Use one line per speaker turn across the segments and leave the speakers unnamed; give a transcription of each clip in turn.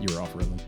You were off rhythm.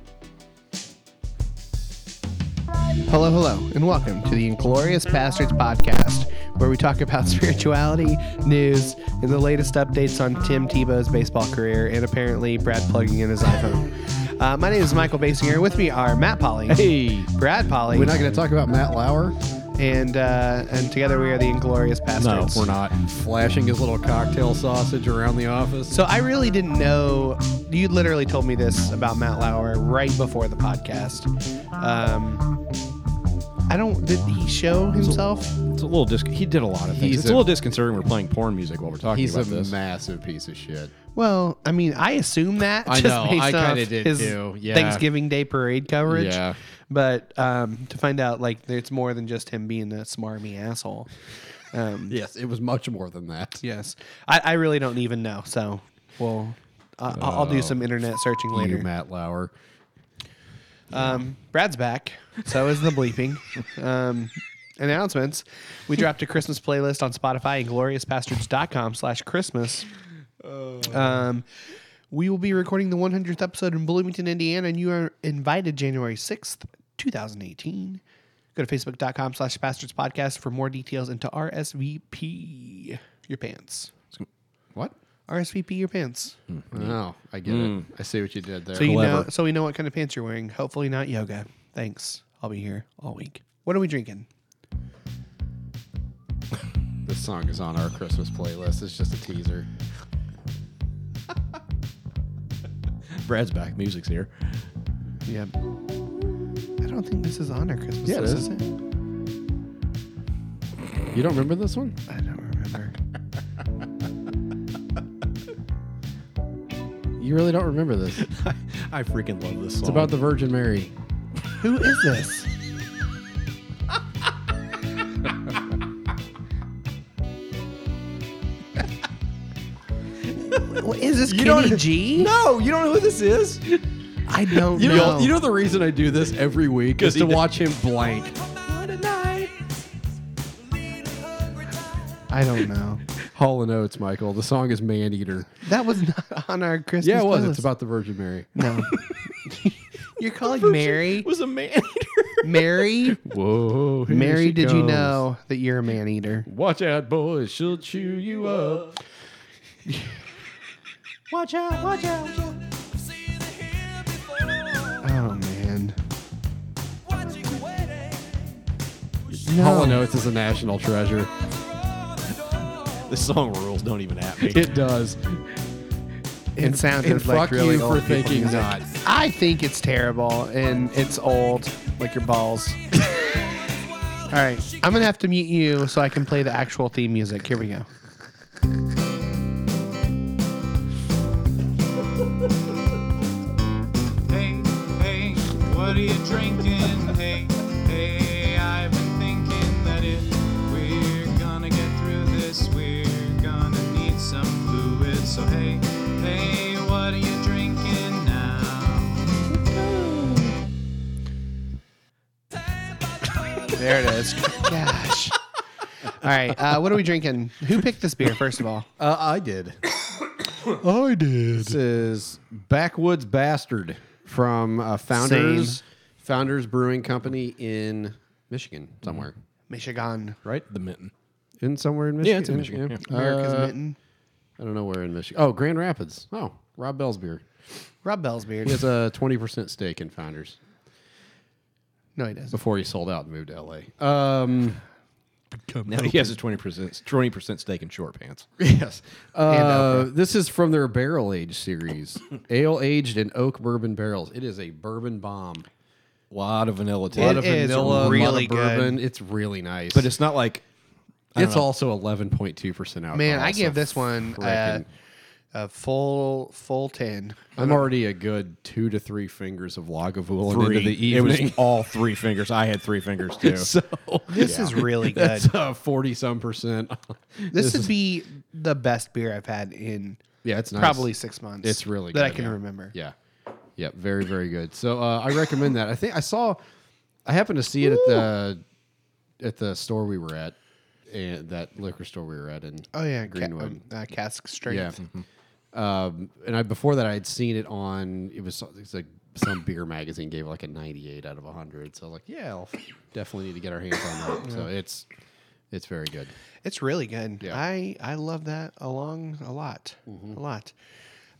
Hello, hello, and welcome to the Inglorious Bastards podcast, where we talk about spirituality, news, and the latest updates on Tim Tebow's baseball career, and apparently Brad plugging in his iPhone. Uh, my name is Michael Basinger. With me are Matt Polly,
Hey.
Brad Polly,
We're not going to talk about Matt Lauer
and uh, and together we are the Inglorious
No,
Bastards.
we're not.
flashing his little cocktail sausage around the office.
So I really didn't know. You literally told me this about Matt Lauer right before the podcast. Um, I don't. Did he show himself?
It's a little dis- He did a lot of things.
He's
it's a,
a-
little disconcerting. We're playing porn music while we're talking
He's a
about this.
massive piece of shit.
Well, I mean, I assume that
I
just
know,
based
I kinda
off
did
his
too, yeah.
Thanksgiving Day parade coverage.
Yeah.
But um, to find out, like, it's more than just him being a smarmy asshole. Um,
Yes, it was much more than that.
yes, I, I really don't even know. So, well, I, I'll I'll
Oh.
do some internet searching
You,
later.
Matt Lauer.
Um, Brad's back. So is the bleeping. Um, announcements. We dropped a Christmas playlist on Spotify and gloriousbastards.com slash Christmas. Um, we will be recording the 100th episode in Bloomington, Indiana, and you are invited January 6th, 2018. Go to facebook.com slash bastards podcast for more details and to RSVP your pants.
What?
RSVP your pants.
Oh, I get it. I see what you did there.
So you know,
Clever.
so we know what kind of pants you're wearing. Hopefully not yoga. Thanks. I'll be here all week. What are we drinking?
this song is on our Christmas playlist. It's just a teaser.
Brad's back. Music's here.
Yeah. I don't think this is on our Christmas
Yeah, it
list,
is.
is it?
You don't remember this one?
I don't remember.
You really don't remember this. It's
I freaking love this song.
about the Virgin Mary.
Who is this? What is this
You
Kenny
don't-
G?
No, you don't know who this is?
I don't
You
know.
know, you know the reason I do this every week is
he
to
did-
watch him blank.
I don't know.
Hall and Oates, Michael. The song is Man Eater.
That was not on our Christmas.
Yeah, it was.
Playlist.
It's about the Virgin Mary.
no. You're calling Mary.
was a man eater.
Mary.
Whoa.
Mary, did you know that you're a man eater?
Watch out, boys. She'll chew you up.
Watch out! Watch out! Watch out. Oh man. No.
Hall and Oates is a national treasure.
This song rules. Don't even at me.
It does.
It sounded
and
like
fuck
really
you
old
for
people
thinking
music.
not.
I think it's terrible and it's old, like your balls. All right, I'm gonna have to mute you so I can play the actual theme music. Here we go.
Hey, hey, what are you drinking? Hey, hey, I've been thinking that if we're gonna get through this, we're gonna need some fluid. So hey, hey, what are you drinking now?
There it is. Gosh. All right, uh, what are we drinking? Who picked this beer? First of all,
Uh, I did.
I did.
This is Backwoods Bastard from uh, Founders Founders Brewing Company in Michigan, somewhere.
Michigan,
Right?
the mitten.
In somewhere in Michigan.
Yeah, it's in Michigan, yeah.
America's
Uh,
mitten.
I don't know where in Michigan. Oh, Grand Rapids. Oh, Rob Bell's beer.
Rob Bell's beard.
He has a 20% stake in Founders
no, he doesn't.
before he sold out and moved to LA. Um,
Now he has a twenty percent twenty percent stake in short pants.
yes. Uh,
Alpro.
this is from their barrel age series ale aged in oak bourbon barrels. It is a bourbon bomb.
A lot of
A
vanilla
lot
taste.
of
is
vanilla, a lot
really
of bourbon. It's really nice.
but it's not like
it's also 11.2% alcohol.
Man, I
so
give this one uh,
frickin-
a full full ten.
I'm already a good two to three fingers of Lagavulin
three.
into the
it
evening.
was all three fingers. I had three fingers too.
so
This is really good.
that's uh, 40 some percent.
this would be the best beer I've had in
yeah, it's nice.
probably six months.
It's really
that I
good,
can
yeah.
remember.
Yeah. Yeah. Very, very good. So uh, I recommend that. I think I saw, I happened to see it at the, at the store we were at and that liquor store we were at in
Oh yeah, ca-
Greenwood.
um, uh, cask strength.
Mm-hmm.
yeah. Um, and I, before that I had seen it on, it was, it's like some beer magazine gave it like a 98 out of 100. So I was like, yeah, I'll definitely need to get our hands on that. So it's it's very good.
It's really good.
Yeah.
I I love that along a lot, a lot.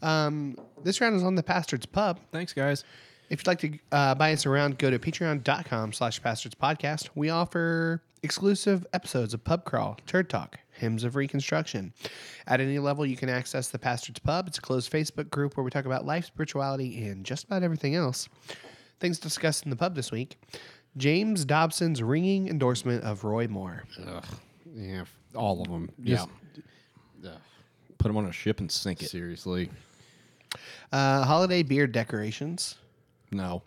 Um, this round is on the Pastards Pub.
Thanks, guys.
If you'd like to uh, buy us around, go to patreon.com slash bastards podcast. We offer exclusive episodes of Pub Crawl, Turd Talk, Hymns of Reconstruction. At any level, you can access the Bastards Pub. It's a closed Facebook group where we talk about life, spirituality, and just about everything else. Things discussed in the pub this week. James Dobson's ringing endorsement of Roy Moore.
Ugh. Yeah, f- all of them. yeah. Ugh.
Put them on a ship and sink it.
Seriously.
Uh, holiday beer decorations.
No.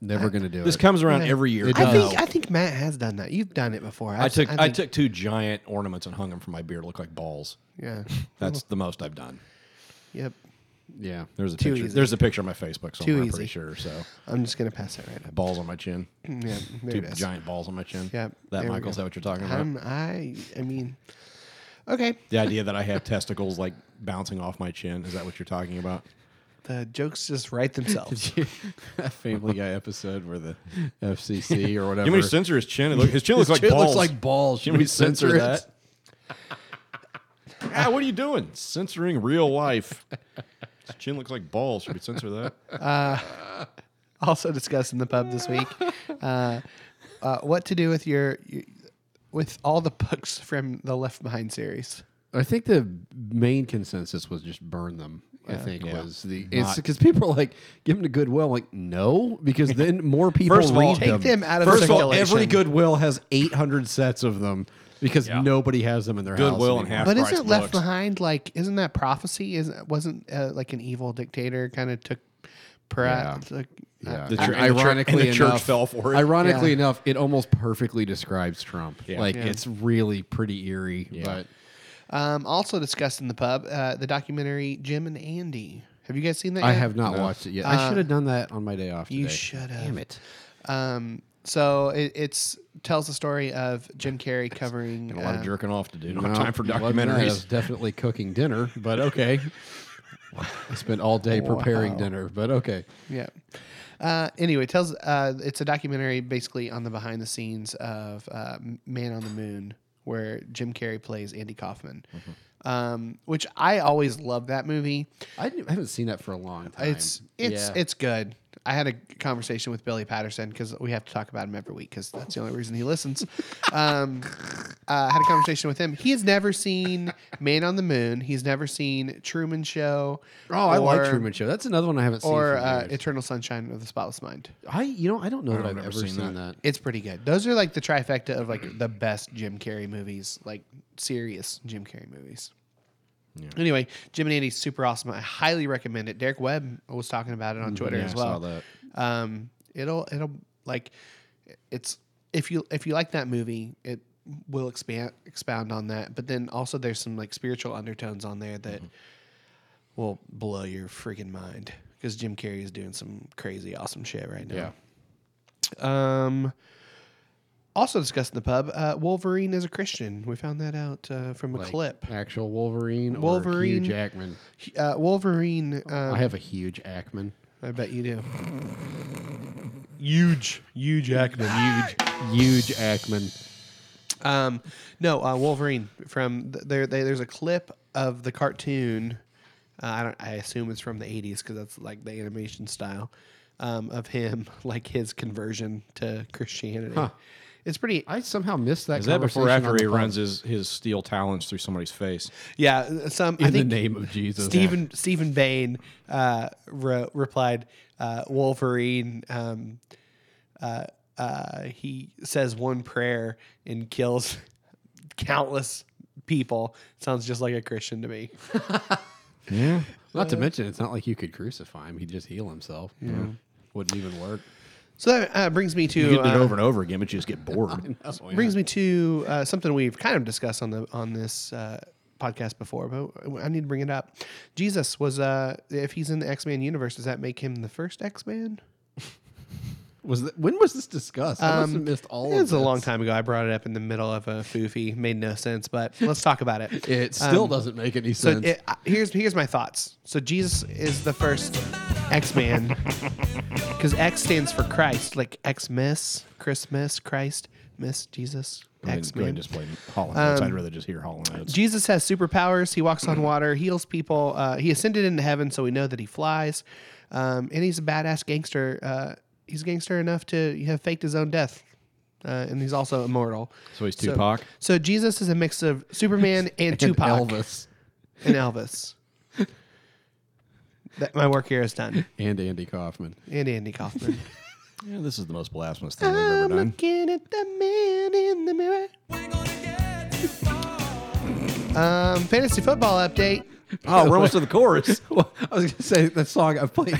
Never going to do
This
it.
comes around every year.
It
I
does.
No.
think I think Matt has done that. You've done it before.
I
I've-
took I,
think-
took two giant ornaments and hung them from my beard. Look like balls.
yeah.
That's the most I've done.
Yep.
yeah.
There's a
Too
picture.
easy.
There's a picture on my Facebook somewhere. I'm
easy.
pretty sure. So
I'm just gonna pass that right up.
balls on my chin.
Yeah, there
Two
it is.
giant balls on my
Yep,
chin.
there
That
we
Michael,
go.
is that what you're talking about?
Um, I I mean, okay.
the idea that I have testicles like bouncing off my chin. Is that what you're talking about?
The jokes just write themselves.
a Family Guy episode where the FCC or whatever.
You want me to censor his chin? It look, his chin looks like
It
balls.
looks like balls.
Can
Should
we censor
it?
that? ah, what are you doing? Censoring real life. His chin looks like balls. Should we censor that?
also discussed in the pub this week, uh, uh, what to do with your, your with all the books from the Left Behind series.
I think the main consensus was just burn them. I think
Yeah.
was the because people are like give them to Goodwill. I'm like no, because then more people
First of all-
read
Take
them.
them out of
First of all,
circulation.
every Goodwill has 800 sets of them because
Yeah.
nobody has them in their house.
Goodwill and
anymore.
half
But
price
isn't Left
books.
Behind like isn't that prophecy? Isn't wasn't uh, like an evil dictator kind of took, pra-
Yeah.
took uh,
Yeah.
The
I-
chur- and the chur-
ironically
and the church
enough,
fell for it.
Ironically
Yeah.
enough, it almost perfectly describes Trump.
Yeah.
Like
Yeah.
it's really pretty eerie. But
Um, also discussed in the pub, uh, the documentary Jim and Andy. Have you guys seen that?
I
yet?
have not watched it yet. I should have done that on my day off.
Uh, You
today.
should have.
Damn it.
Um, so it it's tells the story of Jim Carrey covering
a lot of
uh,
jerking off to do. No
Well,
time for
it wasn't that. I was
documentaries.
definitely cooking dinner, but okay. I spent all day preparing dinner, but okay.
Yeah. Uh, anyway, it tells uh, it's a documentary basically on the behind the scenes of uh, M- Man on the Moon, where Jim Carrey plays Andy Kaufman,
Mm-hmm.
um, which I always loved that movie.
I, didn't- I haven't seen that for a long time.
It's it's
Yeah.
it's good. I had a conversation with Billy Patterson because we have to talk about him every week because that's the only reason he listens. Um, uh, I had a conversation with him. He's never seen Man on the Moon. He's never seen Truman Show.
oh, I like
or-
Truman Show. That's another one I haven't
Or
seen.
uh,
for years.
Eternal Sunshine of the Spotless Mind.
I you know I don't know that I've
I've
ever
never
seen,
seen
that.
that.
It's pretty good. Those are like the trifecta of like the best Jim Carrey movies, like serious Jim Carrey movies. Anyway, Jim and Andy's super awesome. I highly recommend it. Derek Webb was talking about
Mm-hmm.
it on Twitter
Yeah,
as
I
well.
saw that.
Um, it'll it'll like it's if you if you like that movie, it will expand expound on that. But then also there's some like spiritual undertones on there that will blow your freaking mind because Jim Carrey is doing some crazy awesome shit right now.
Yeah.
Um, also discussed in the pub, uh, Wolverine is a Christian. We found that out uh, from a
Like,
clip.
Actual Wolverine. Wolverine.
Wolverine.
Or Hugh Jackman.
He- Uh, Wolverine, um,
I
I,
have a huge Ackman.
bet you do. Huge, huge Jackman, huge.
Huge Ackman.
Um, no, uh, Wolverine from th- there. They, there's a clip of the cartoon. Uh, I don't. I assume it's from the '80s because that's like the animation style um, of him, like his conversion to Christianity. It's pretty.
I somehow missed that.
Is that before or
conversation on
after he
the pod.
runs his, his steel talons through somebody's face?
Yeah, some. I
in the
think
name of Jesus?
Stephen Stephen Bain uh, re- replied, uh, "Wolverine." Um, uh, uh, he says one prayer and kills countless people. Sounds just like a Christian to me.
Yeah.
Not to mention, it's not like you could crucify him. He'd just heal himself. Wouldn't even work.
So that uh, brings me to
You get
uh,
it over and over again, but you just get bored.
brings me to uh, something we've kind of discussed on the on this uh, podcast before, but I need to bring it up. Jesus was uh, if he's in the X Men universe, does that make him the first X Man?
Was that, when was this discussed? I must
Um,
have missed all of
It was a
this.
long time ago. I brought it up in the middle of a foofy. Made no sense, but let's talk about it.
It still doesn't make any
Um, so
sense.
it, I- here's here's my thoughts. So Jesus is the first.
Matter.
X Man. Because X stands for Christ, like Xmas, Christmas, Christ, Miss, Jesus,
I mean,
X
go ahead and
Man.
just play Hollow Notes.
Um,
I'd rather just hear Hollow Notes.
Jesus has superpowers. He walks
Mm-hmm.
on water, heals people. Uh, he ascended into heaven, so we know that he flies. Um, and he's a badass gangster. Uh, he's gangster enough to have faked his own death. Uh, and he's also immortal.
So he's
So-
Tupac.
So Jesus is a mix of Superman and,
And
Tupac
Elvis,
and Elvis. that, my work here is done.
and Andy Kaufman.
And Andy Kaufman.
yeah, this is the most blasphemous thing I've ever done.
looking at the man in the mirror. Um, fantasy football update.
Oh, we're almost to the chorus.
Well, I was gonna say that song. I've played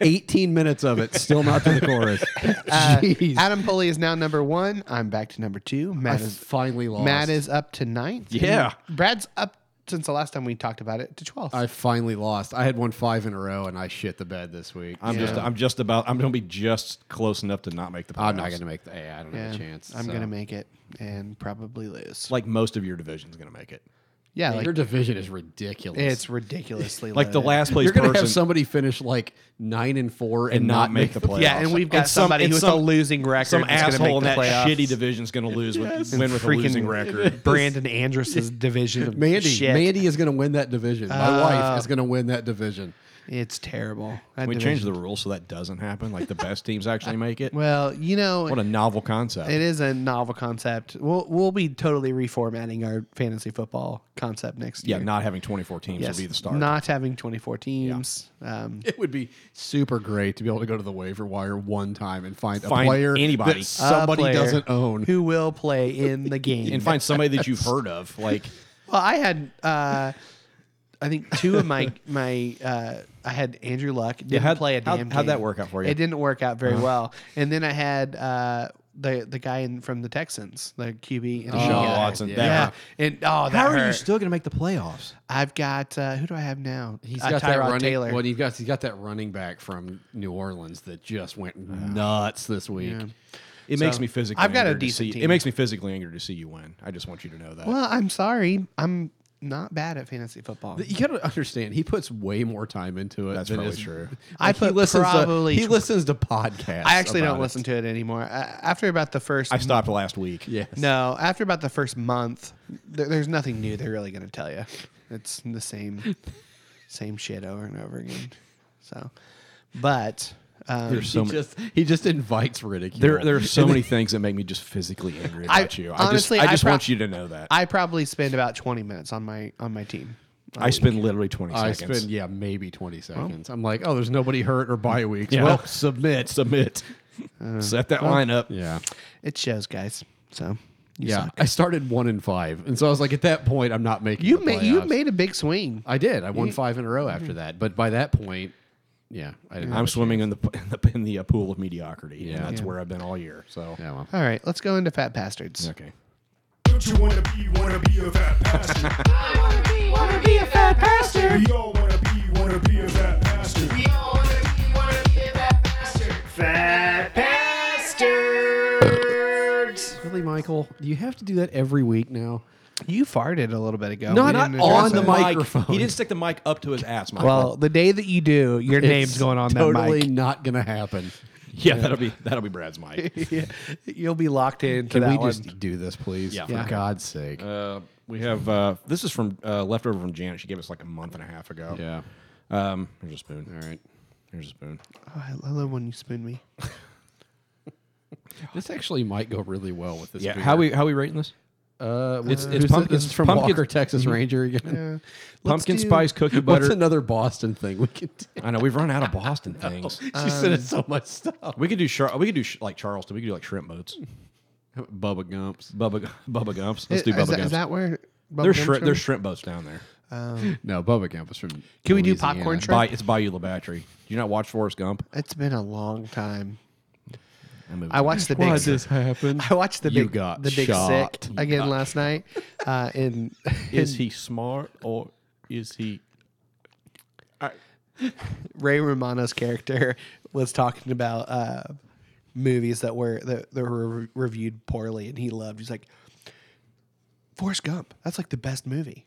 18 minutes of it, still not to the chorus. Jeez,
Uh, Adam Pulley is now number one. I'm back to number two.
I
Matt is
finally lost.
Matt is up to ninth.
Yeah.
And Brad's up since the last time we talked about it to twelfth.
I finally lost. I had won five in a row, and I shit the bed this week.
I'm just, I'm just about, I'm gonna be just close enough to not make the.
I'm not
playoffs.
gonna make the. Hey, I don't have a chance.
I'm
so.
gonna make it and probably lose.
Like most of your division's gonna make it.
yeah,
Your
like
division is ridiculous.
it's ridiculously
Like the
loaded.
last place
You're gonna
person
have somebody finish like nine and four and,
and
not make the.
playoffs.
Yeah, and we've got
And some-
somebody
and
who's a
some-
losing record.
Some
that's gonna
asshole in
make
that
the playoffs.
shitty division's gonna lose with win with a
Freaking
losing record.
Brandon Andrus's division of
Mandy,
shit.
Mandy is gonna win that division. My wife is gonna win that division.
It's terrible. That
Can we
division-
change the rules so that doesn't happen? Like the best teams actually make it.
Well, you know,
What a novel concept.
it is a novel concept. We'll we'll be totally reformatting our fantasy football concept next
yeah,
year.
not having 24 teams
Yes.
will be the start.
Not having 24 teams. Um,
It would be super great to be able to go to the waiver wire one time and find, a
Find
player
anybody.
that
A
somebody
player
doesn't own.
who will play in the game.
and find somebody that you've heard of. Like
Well, I had uh, I think two of my my uh, I had Andrew Luck didn't
how'd-
play a damn
how'd-
game.
how'd that work out for you? Uh-huh.
It didn't work out very well. And then I had uh, the the guy in, from the Texans, the QB, and
Deshaun Oh, Watson.
yeah.
That
Yeah,
hurt.
and oh, that hurt.
gonna make the playoffs?
I've got uh, who do I have now?
He's
Uh,
got that
Tyrod
running.
Taylor.
Well, you've got he's got that running back from New Orleans that just went nuts this week.
It makes me physically.
I've got a
angry to
decent
see-
team.
It makes me physically angry to see you win. I just want you to know that.
well, I'm sorry, I'm not bad at fantasy football.
You gotta understand, he puts way more time into it.
That's
than
probably
is-
true.
I
he
put
listens
probably
to he
tw-
listens to podcasts.
I actually don't
about it.
listen to it anymore. I, after about the first
I stopped last week.
Yes.
No, after about the first month, there, there's nothing new they're really going to tell you. It's the same, same shit over and over again. So, but um,
There's so
he
many.
just he just invites ridicule.
There, there are so many things that make me just physically angry
I-
about you. I
honestly,
just,
I
I just
prob-
want you to know that. I,
I probably spend about 20 minutes on my on my team. Oh,
spend literally 20
I
seconds.
spend yeah maybe twenty seconds. I'm like, oh, there's nobody hurt or bye weeks.
Yeah.
Well, submit.
submit.
Uh,
Set that line up.
Yeah,
It shows, guys. So you
yeah.
suck.
I started one in five, and so I was like, at that point, I'm not making.
you
the
made you
playoffs.
made Mm-hmm. a big swing.
I did. I won five in a row after that. But by that point, yeah, I didn't. have
I'm
a
swimming in the in the, in the uh, pool of mediocrity. Yeah,
Yeah.
that's
Yeah.
where I've been all year. So
chance. Yeah, well.
All right, let's go into fat bastards.
okay,
Don't you wanna be, wanna be a fat bastard?
I wanna be, wanna be a fat bastard.
We all wanna be, wanna be a fat bastard.
We all wanna be, wanna be a fat bastard. Fat bastards.
Really, Michael, do you have to do that every week now?
You farted a little bit ago.
No,
We
not
didn't address
on the
it.
mic. microphone.
He didn't stick the mic up to his ass, Michael.
Well, the day that you do, your name's going on
totally
that mic.
not going to happen.
yeah, that'll be that'll be Brad's mic.
You'll be locked into
Can
that
we
one.
just do this, please?
Yeah.
For
Yeah.
God's sake.
uh, we have uh, this is from uh, leftover from Janet. She gave us like a month and a half ago.
yeah.
Um, here's a spoon.
All right.
Here's a spoon.
Oh, I love when you spoon me.
This actually might go really well with this.
Yeah.
beer.
How we how we rating this?
Uh,
It's-
who's
it's
this?
pumpkin-
This is from
pumpkin-
Walker, Texas Ranger again.
Let's
Pumpkin
do-
spice cookie
What's
butter.
another Boston thing we could do? Um,
I know we've run out of Boston
Oh.
things.
she said it's so much stuff.
We could do Char- we could do sh- like Charleston. We could do like shrimp boats.
Bubba Gumps.
Bubba Bubba Gumps. Let's do
Is
Bubba
that,
Gumps.
is that where Bubba
there's
Gumps
shrimp
from?
there's shrimp boats down there.
No, Bubba Gump is from.
Can we do
Louisiana.
popcorn shrimp?
By, it's Bayou La Battery. Do you not watch Forrest Gump?
It's been a long time.
That movie-
I watched the big.
Why'd this happen?
I watched the
You
big.
got
the big
shot.
sick again last night. Uh, in
Is he smart or is he?
Ray Romano's character was talking about uh, movies that were that, that were re- reviewed poorly, and he loved. He's like, Forrest Gump. That's like the best movie,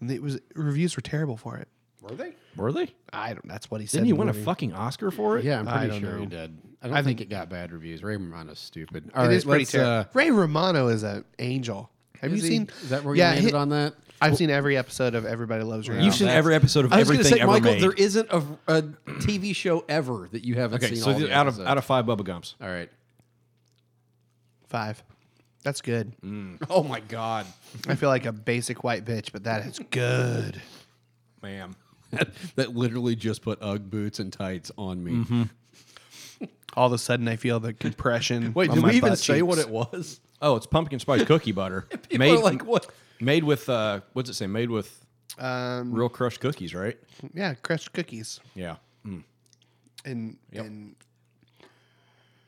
and it was reviews were terrible for it.
Were they?
Were they?
I don't. That's what he said.
Didn't he
in the
win a
movie.
fucking Oscar for it?
Yeah, I'm
I
pretty
don't
sure
know.
he did. I don't think it got bad reviews. Ray Romano's stupid. All
It
right,
is pretty
let's,
terrible.
uh,
Ray Romano is an angel. Have
is
you
he-
seen?
Is that where you
yeah,
landed
hit-
on that?
I've seen every episode of Everybody Loves Raymond.
You've seen every episode of
I was going
everything
to say,
ever
Michael,
made.
there isn't a, a TV show ever that you haven't
okay,
seen.
so
all
the-
the
out of
episodes.
out of five Bubba Gumps.
all right.
five. That's good.
Oh my god,
Mm-hmm.
I feel like a basic white bitch, but that is good.
Ma'am.
that literally just put UGG boots and tights on me.
Mm-hmm.
All of a sudden, I feel the compression.
Wait,
on
did
my
we even
butt
say
cheeks.
what it was?
Oh, it's pumpkin spice cookie butter.
People
made
are like what?
made with uh what's it say? Made with
Um,
real crushed cookies, right?
yeah, crushed cookies
Yeah.
and and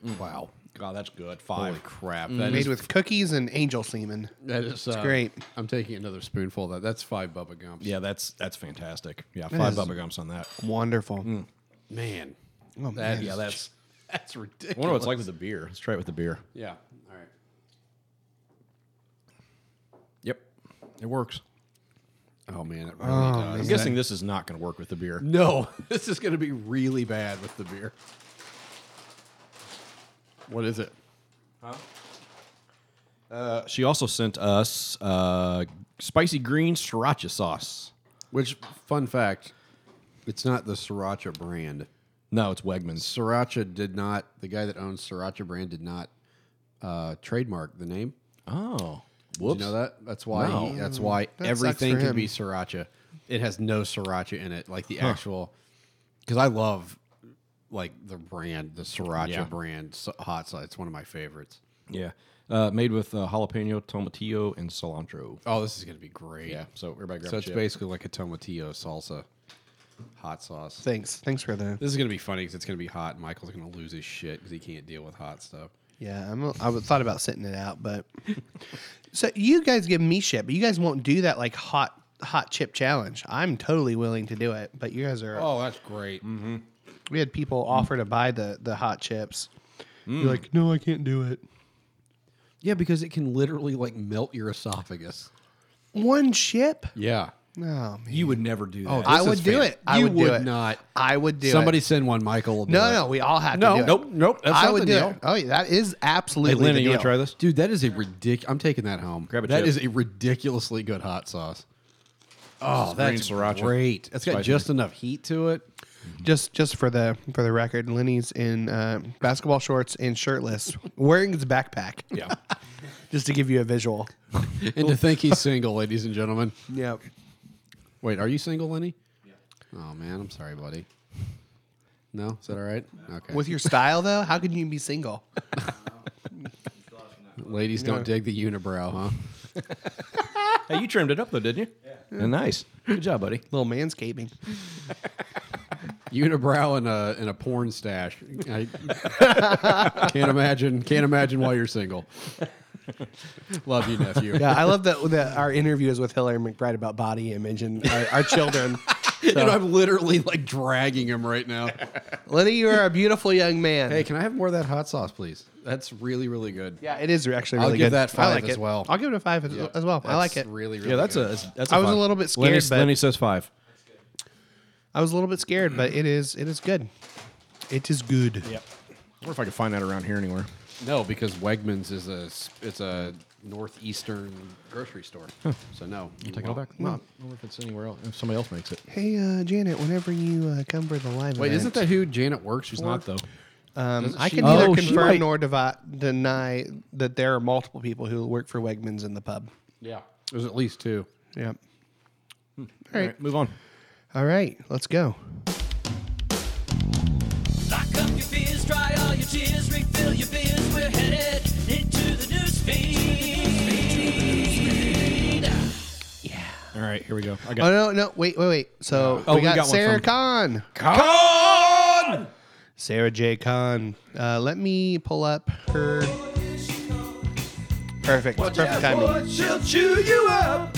Mm.
Wow,
God, that's good.
holy
Five.
crap! That is
made with cookies and angel semen.
that is uh,
great.
I'm taking another spoonful of that. That's five Bubba Gumps.
Yeah, that's that's fantastic. Yeah, five
is-
Bubba Gumps on that.
Wonderful.
man,
Oh
that
man,
is-
Mm. Yeah, that's.
that's ridiculous.
I wonder what it's like with the beer. Let's try it with the beer.
Yeah, all right.
Yep, it works.
Oh man, it really does.
I'm guessing this is not going to work with the beer.
No, this is going to be really bad with the beer. What is it?
Uh, she also sent us uh, spicy green sriracha sauce.
Which, fun fact, it's not the Sriracha brand.
No, it's Wegmans.
Sriracha did not, the guy that owns Sriracha brand did not uh, trademark the name.
Oh,
Did
whoops.
you know that? That's why, he,
No.
that's why
That sucks
everything
for
can
him.
be Sriracha. It has no Sriracha in it, like the actual, because I love like the brand, the Sriracha
Yeah.
brand so- hot sauce. It's one of my favorites.
Yeah, uh, made with uh, jalapeno, tomatillo, and cilantro.
Oh, this is going to be great.
Yeah, so everybody grab
So
a
it's
chip.
basically like a tomatillo salsa hot sauce.
thanks, thanks for the.
This is going to be funny because it's going to be hot and Michael's going to lose his shit because he can't deal with hot stuff.
Yeah, I'm. I was- thought about sitting it out, but so you guys give me shit, but you guys won't do that like hot hot chip challenge. I'm totally willing to do it, but you guys are.
Oh, that's great.
We had people
Mm.
offer to buy the the hot chips. You're like, no, I can't do it.
Yeah, because it can literally like melt your esophagus.
One chip?
Yeah.
No, man.
You would never do that.
I
this
would
is
do
fan-
it. I
You
would, do
would
it.
not.
I would do
Somebody
it.
send one, Michael. will do
No,
it.
no, we all have
No,
to do
nope,
it.
nope, that's
I
not
would
the
do
deal.
it. Oh, yeah, that is absolutely.
Hey, Lena,
the
you want to
deal.
try this?
Dude, that is a ridiculous. I'm taking that home.
Grab a
That
chip.
is a ridiculously good hot sauce. Oh,
green
that's
sriracha.
great. It's got
Spicy.
just enough heat to it.
Just just for the for the record, Lenny's in uh, basketball shorts and shirtless, wearing his backpack.
Yeah.
Just to give you a visual.
And to think he's single, ladies and gentlemen.
Yeah.
Wait, are you single, Lenny? Yeah. Oh man, I'm sorry, buddy. No, is that all right? Okay.
With your style though, how can you be single?
Ladies don't dig the unibrow, huh?
hey, you trimmed it up though, didn't you? Yeah. Nice. Good job, buddy.
little manscaping.
unibrow and a and a porn stash. I can't imagine. Can't imagine why you're single. Love you, nephew.
Yeah, I love that, that our interview is with Hillary McBride about body image and our, our children.
Dude, I'm literally like dragging him right now.
Lenny, you are a beautiful young man.
hey, can I have more of that hot sauce, please? That's really, really good.
yeah, it is actually
I'll
really
give
good.
that
I
five
like
as
it.
well.
I'll give it a five as, as well. I like it.
That's Really, really.
Yeah, that's
good.
a. That's
I was a
five.
little bit scared,
Lenny,
but-
Lenny says five.
I was a little bit scared, but it is it is good. It is good.
Yep. I wonder if I could find that around here anywhere.
no because Wegmans is a s- it's a northeastern grocery store. So no, you
Take it all back.
No.
I wonder if it's anywhere else. If somebody else makes it.
Hey, uh, Janet, whenever you uh, come for the live
Wait,
event,
isn't that who Janet works? She's
Not though.
Um, I
she-
can
Oh,
neither
she
confirm
might-
nor devi- deny that there are multiple people who work for Wegmans in the pub.
Yeah, there's at least two.
Yep.
All right, move on.
All right, let's go.
Lock up your fears, dry all your tears, refill your beers. We're headed into the news feed.
All right, here we go. I
Oh
got.
no, no, wait, wait, wait. So
Oh,
we,
we
got
got one
Sarah
from-
Khan,
Con!
Sarah J. Khan. Uh, let me pull up her. Perfect, perfect timing.
She'll chew you up.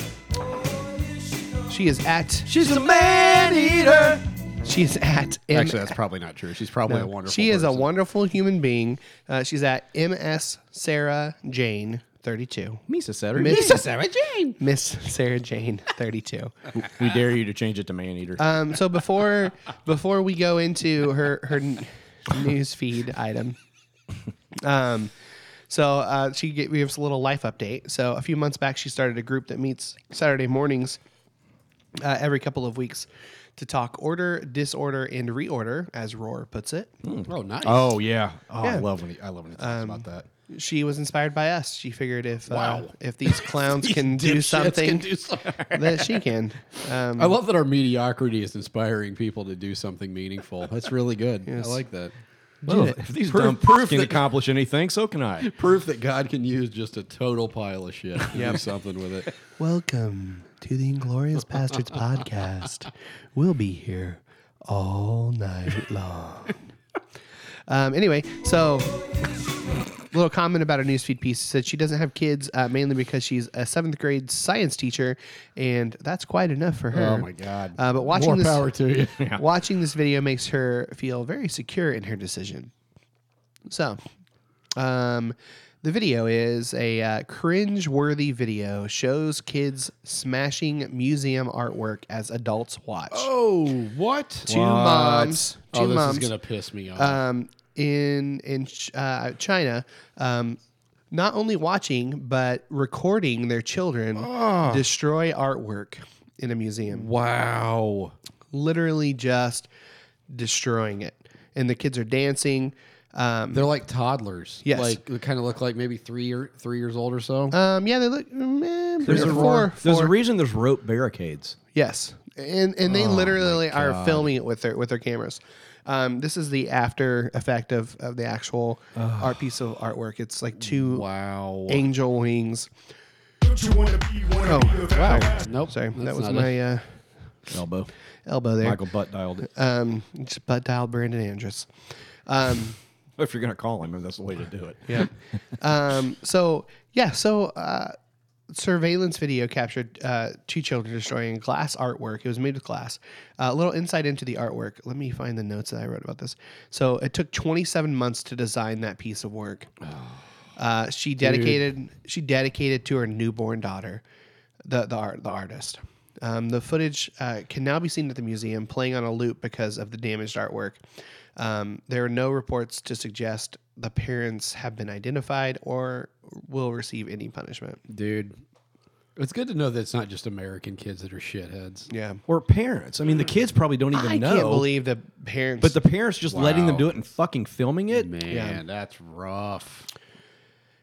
She is at.
She's a man eater.
She is at. M-
Actually, that's probably not true. She's probably a wonderful.
She is a
person.
wonderful human being. Uh, she's at MS Sarah Jane 32.
Misa said her
Miss-
name.
Sarah Jane. Miss Sarah Jane, 32.
We dare you to change it to man eater.
Um, so before before we go into her her n- news feed item, um, so uh, she gave, gives a little life update. So a few months back, she started a group that meets Saturday mornings uh, every couple of weeks to talk order, disorder, and reorder, as Roar puts it.
Oh, nice.
oh yeah. Oh,
Yeah.
I love when he, I love when he
Um,
talks about that.
She was inspired by us. She figured if uh,
Wow.
if these clowns can do
Dipshits can
something,
do something.
that she can. Um,
I love that our mediocrity is inspiring people to do something meaningful. That's really good. I like that.
Well, if these
Proof-
dumb
proof
proof can
that-
accomplish anything, so can I.
Proof that God can use just a total pile of shit to do something with it.
Welcome to the Inglorious Bastards podcast. We'll be here all night long. Um, anyway, so little comment about her newsfeed piece said she doesn't have kids uh, mainly because she's a seventh grade science teacher, and that's quite enough for her.
Oh my God!
Uh, but watching
more
this,
power to you.
watching this video makes her feel very secure in her decision. So, um, the video is a uh, cringe-worthy video shows kids smashing museum artwork as adults watch.
Oh, what?
Two moms, two
oh, this
moms
is gonna piss me off.
um, in in Ch- uh, China, um, not only watching but recording their children
Ah.
destroy artwork in a museum.
wow.
literally just destroying it. And the kids are dancing. Um,
They're like toddlers.
Yes.
Like they kind of look like maybe three or three years old or so.
um, yeah, they look. mm,
There's
they're
a
four,
There's a
four.
reason there's rope barricades.
yes, and and
Oh
they literally are filming it with their with their cameras. Um, this is the after effect of, of the actual art piece of artwork. It's like two
wow.
angel wings.
Don't you wanna be wanna
Oh,
be a fat bastard?
Nope.
Sorry, that
that's
was
not
my
it.
uh,
Elbow.
elbow there.
Michael butt dialed it.
Um, just butt dialed Brandon Andrus. Um,
if you're gonna call him, that's the way to do it.
Yeah. um, so yeah, so uh, surveillance video captured uh, two children destroying glass artwork. It was made with glass. Uh, a little insight into the artwork. Let me find the notes that I wrote about this. So it took 27 months to design that piece of work. Uh, she dedicated she dedicated to her newborn daughter, the the art the artist. Um, the footage uh, can now be seen at the museum, playing on a loop because of the damaged artwork. Um, there are no reports to suggest the parents have been identified or will receive any punishment.
dude. It's good to know that it's not just American kids that are shitheads.
Yeah,
Or parents. I mean, the kids probably don't even
I
know.
can't believe the parents.
but the parents just letting them
Wow.
do it and fucking filming it.
Man,
Yeah.
that's rough.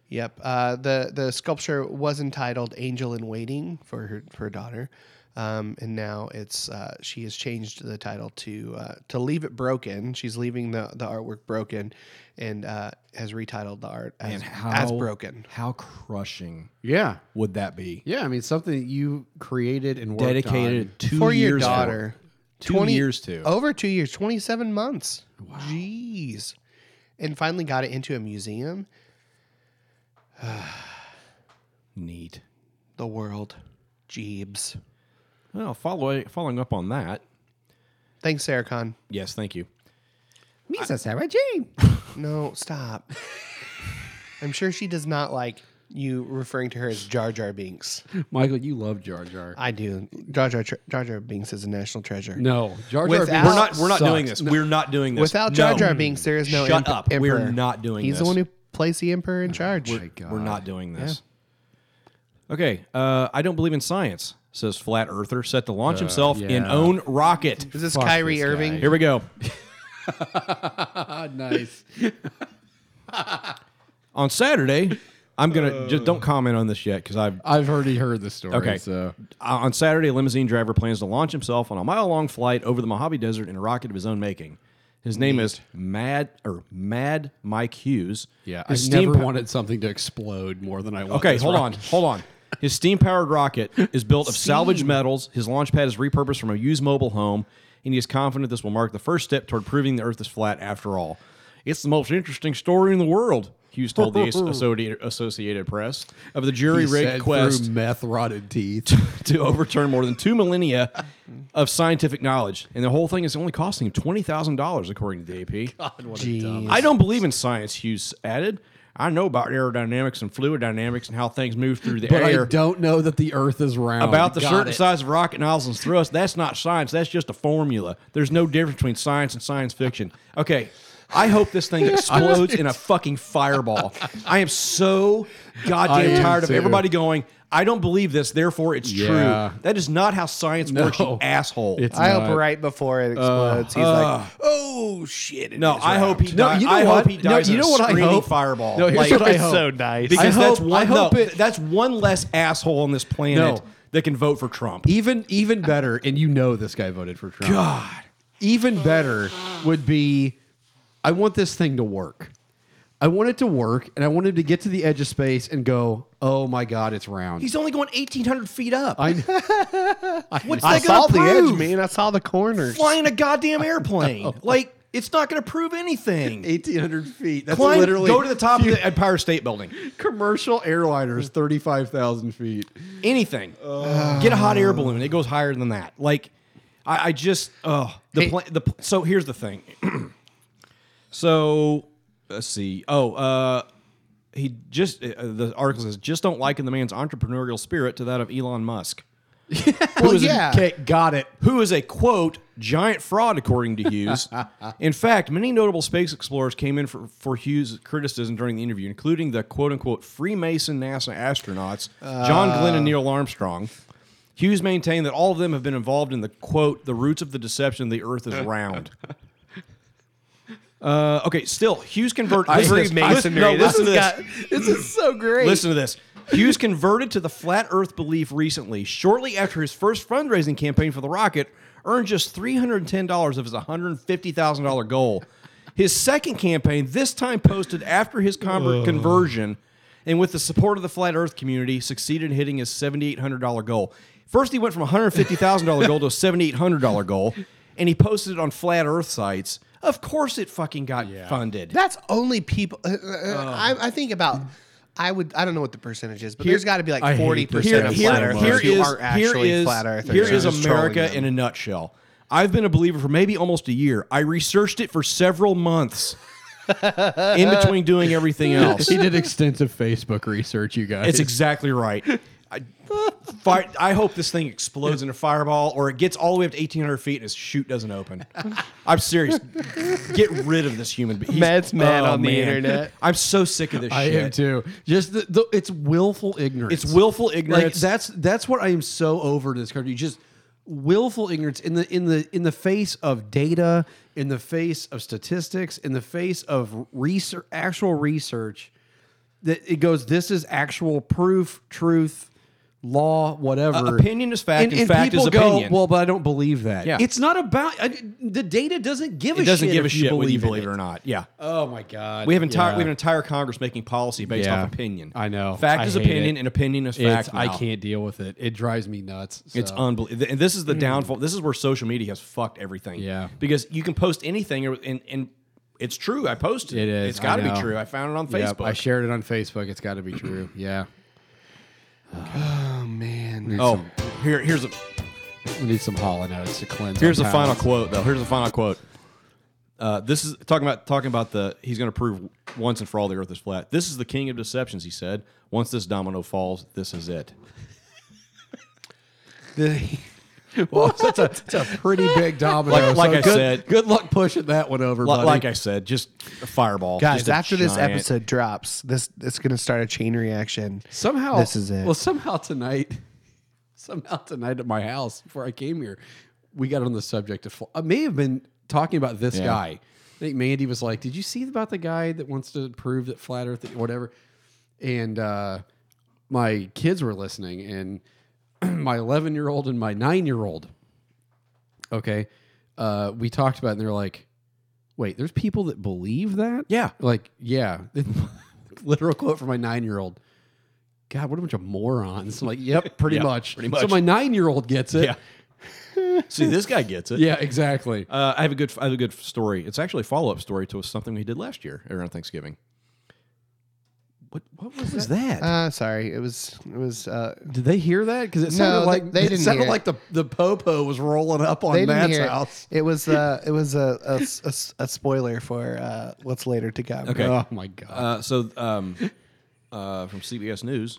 Yep. Uh, the the sculpture was entitled "Angel in Waiting" for her for her daughter, um, and now it's uh, she has changed the title to uh, to leave it broken. She's leaving the, the artwork broken, and uh, has retitled the art as,
And how
as broken.
How crushing
Yeah.
would that be?
Yeah, I mean something that you created and worked
Dedicated two
for
years
your daughter,
Two years to.
over two years, twenty seven months. Jeez, and finally got it into a museum.
Neat.
The world, Jeebs.
Well, follow, following up on that.
Thanks, Sarah Khan.
Yes, thank you.
Misa Sarah Jane.
No, stop. I'm sure she does not like you referring to her as Jar Jar Binks.
Michael, you love Jar Jar.
I do. Jar Jar, tre- Jar, Jar Binks is a national treasure.
no, Jar Jar.
Without-
Binks
We're
Not, we're not
sucks.
doing this. We're not doing this.
Without Jar Jar Binks, there is no
Shut
emp-
up. We're
emperor.
not doing
He's the
this.
one who plays the emperor in charge.
We're not doing this. Okay. Uh, I don't believe in science, says Flat Earther, set to launch himself in
Uh, yeah.
own rocket.
is this
Fuck
Kyrie
this
Irving?
guy.
Here we go.
Ah, nice.
On Saturday, I'm going to just don't comment on this yet because I've.
I've already heard the story.
Okay.
so
On Saturday, a limousine driver plans to launch himself on a mile long flight over the Mojave Desert in a rocket of his own making. His name is Mad or Mad Mike Hughes.
yeah, I
His
never
steam-
wanted something to explode more than I want.
Okay,
this
hold on,
rocket.
hold on. His steam powered rocket is built of salvaged metals. His launch pad is repurposed from a used mobile home, and he is confident this will mark the first step toward proving the Earth is flat after all. It's the most interesting story in the world, Hughes told the Associ- Associated Press of the jury
He
rigged
said
quest
through meth rotted teeth.
to overturn more than two millennia of scientific knowledge. And the whole thing is only costing him $20,000, according to the AP.
Jeez.
I don't believe in science, Hughes added. I know about aerodynamics and fluid dynamics and how things move through the
But
air.
I don't know that the Earth is round.
about the
Oh, Got
certain
it.
size of rocket nozzles and thrust. That's not science. That's just a formula. There's no difference between science and science fiction. Okay. I hope this thing explodes in a fucking fireball. I am so
I
goddamn
am
tired of
too.
everybody going, I don't believe this, therefore it's
Yeah.
true. That is not how science works, you
No.
asshole.
It's
I hope
not.
right before it explodes, he's like, "Oh shit!"
no, I hope he
No,
dies.
you know
I
what?
hope he
No,
dies
you
in a
know what I
screaming
hope?
fireball.
No, here's
Like,
what I
it's
hope.
so nice.
because
I
that's
hope-
one
I hope
no,
it-
that's one less asshole on this planet
No.
that can vote for Trump.
Even even better, and you know this guy voted for Trump.
God.
Even better would be I want this thing to work. I want it to work, and I want him to get to the edge of space and go, oh my God, it's round.
He's only going 1,800 feet up.
I know.
What's
I
that going
saw
to
the
prove?
edge, man. I saw the corners.
Flying a goddamn airplane. like, it's not going to prove anything.
1,800 feet. That's
Climb,
literally.
go to the top of the Empire State Building.
commercial airliners, 35,000 feet.
Anything. Get a hot air balloon. It goes higher than that. Like, I, I just, oh, the, pla- the pl- so here's the thing. so, let's see. Oh, uh, he just, uh, the article says, just don't liken the man's entrepreneurial spirit to that of Elon Musk.
well,
Who's-
yeah.
Okay, got it.
who is a quote giant fraud according to Hughes. in fact, many notable space explorers came in for, for Hughes' criticism during the interview, including the quote unquote Freemason NASA astronauts John
Uh.
Glenn and Neil Armstrong. Hughes maintained that all of them have been involved in the quote the roots of the deception the Earth is round. Uh, okay, still Hughes converted.
I
listen to
agree,
this.
masonry.
no, listen to
this.
this.
has got- this is so great.
Listen to this. Hughes converted to the flat Earth belief recently, shortly after his first fundraising campaign for the rocket earned just $310 of his $150,000 goal. His second campaign, this time posted after his convert conversion and with the support of the flat Earth community, succeeded in hitting his $7,800 goal. First, he went from $150,000 goal to a $7,800 goal, and he posted it on flat Earth sites. Of course, it fucking got funded.
That's only people. Uh,
Oh.
uh, I, I think about. I would. I don't know what the percentage is, but there's got to be
I
like
hate
forty
here,
percent of
here-
flat Earthers
here
who
is-
aren't actually
here is-
flat Earthers.
Here is
It's just trolling
America
them.
in a nutshell. I've been a believer for maybe almost a year. I researched it for several months in between doing everything else.
He did extensive Facebook research, you guys.
It's exactly right. I, fi- I hope this thing explodes in a fireball or it gets all the way up to 1,800 feet and his chute doesn't open. I'm serious. Get rid of this human being. oh,
Matt's mad on the internet.
I'm so sick of this
I
shit.
am too. Just the, the it's willful ignorance.
It's willful
Like
ignorance.
that's that's what I am so over in this country. Just willful ignorance in the in the in the face of data, in the face of statistics, in the face of research, actual research. That it goes. This is actual proof, truth, law, whatever.
Uh, opinion is fact and fact
people
is
go,
opinion.
well, but I don't believe that.
Yeah.
it's not about I, the data. Doesn't give a
it doesn't
shit
give a
if you
shit whether you
in
believe it or not. Yeah.
Oh my god,
We have entire
Yeah.
we have an entire Congress making policy based
Yeah.
off opinion.
I know.
Fact
I
is
hate
opinion,
it.
and opinion is
It's-
fact.
I
now.
can't deal with it. It drives me nuts. so. Hmm.
It's unbelievable, and this is the downfall. This is where social media has fucked everything.
Yeah.
because you can post anything, or- and and it's true. I posted
It
it.
is.
It's got to
I
be
know.
true. I found it on
Yep,
Facebook.
I shared it on Facebook. It's got to be true. Yeah.
Oh man.
oh, here here's a
We need some hollow notes to cleanse.
Here's
our
the final
palates.
quote, though. Here's the final quote. Uh, this is talking about talking about the he's going to prove once and for all the Earth is flat. This is the king of deceptions, he said. Once this domino falls, this is it.
Well, that's a, that's a pretty big domino.
Like- like I
good,
said-
good luck pushing that one over.
Li-
buddy.
Like I said, just a fireball.
Guys,
Just a
after this
giant-
episode drops, this it's gonna start a chain reaction.
somehow
this is it.
Well, somehow tonight, somehow tonight at my house before I came here, we got on the subject of. fl- I may have been talking about this
Yeah.
guy. I think Mandy was like, "Did you see about the guy that wants to prove that flat Earth, whatever?" And uh, my kids were listening, and my 11 year old and my nine year old. Okay, uh, we talked about, it and they're like, "Wait, there's people that believe that?"
Yeah.
like yeah. Literal quote from my nine year old. God, what a bunch of morons. I'm like, yep, pretty
Yeah,
much.
pretty much.
So my nine year old gets it.
Yeah. See, this guy gets it.
Yeah, exactly.
Uh, I have a good I have a good story. It's actually a follow up story to something we did last year around Thanksgiving. What what was, that?
Uh, sorry, it was it was. Uh,
Did they hear that? Because it
No,
sounded
they-
like
they
it
didn't
sounded
hear it.
like the the popo was rolling up on
they didn't
Matt's
hear it.
house.
It was uh, it was a a s- a s- a spoiler for uh, what's later to come.
okay.
Oh my god!
Uh, so um, uh, from CBS News.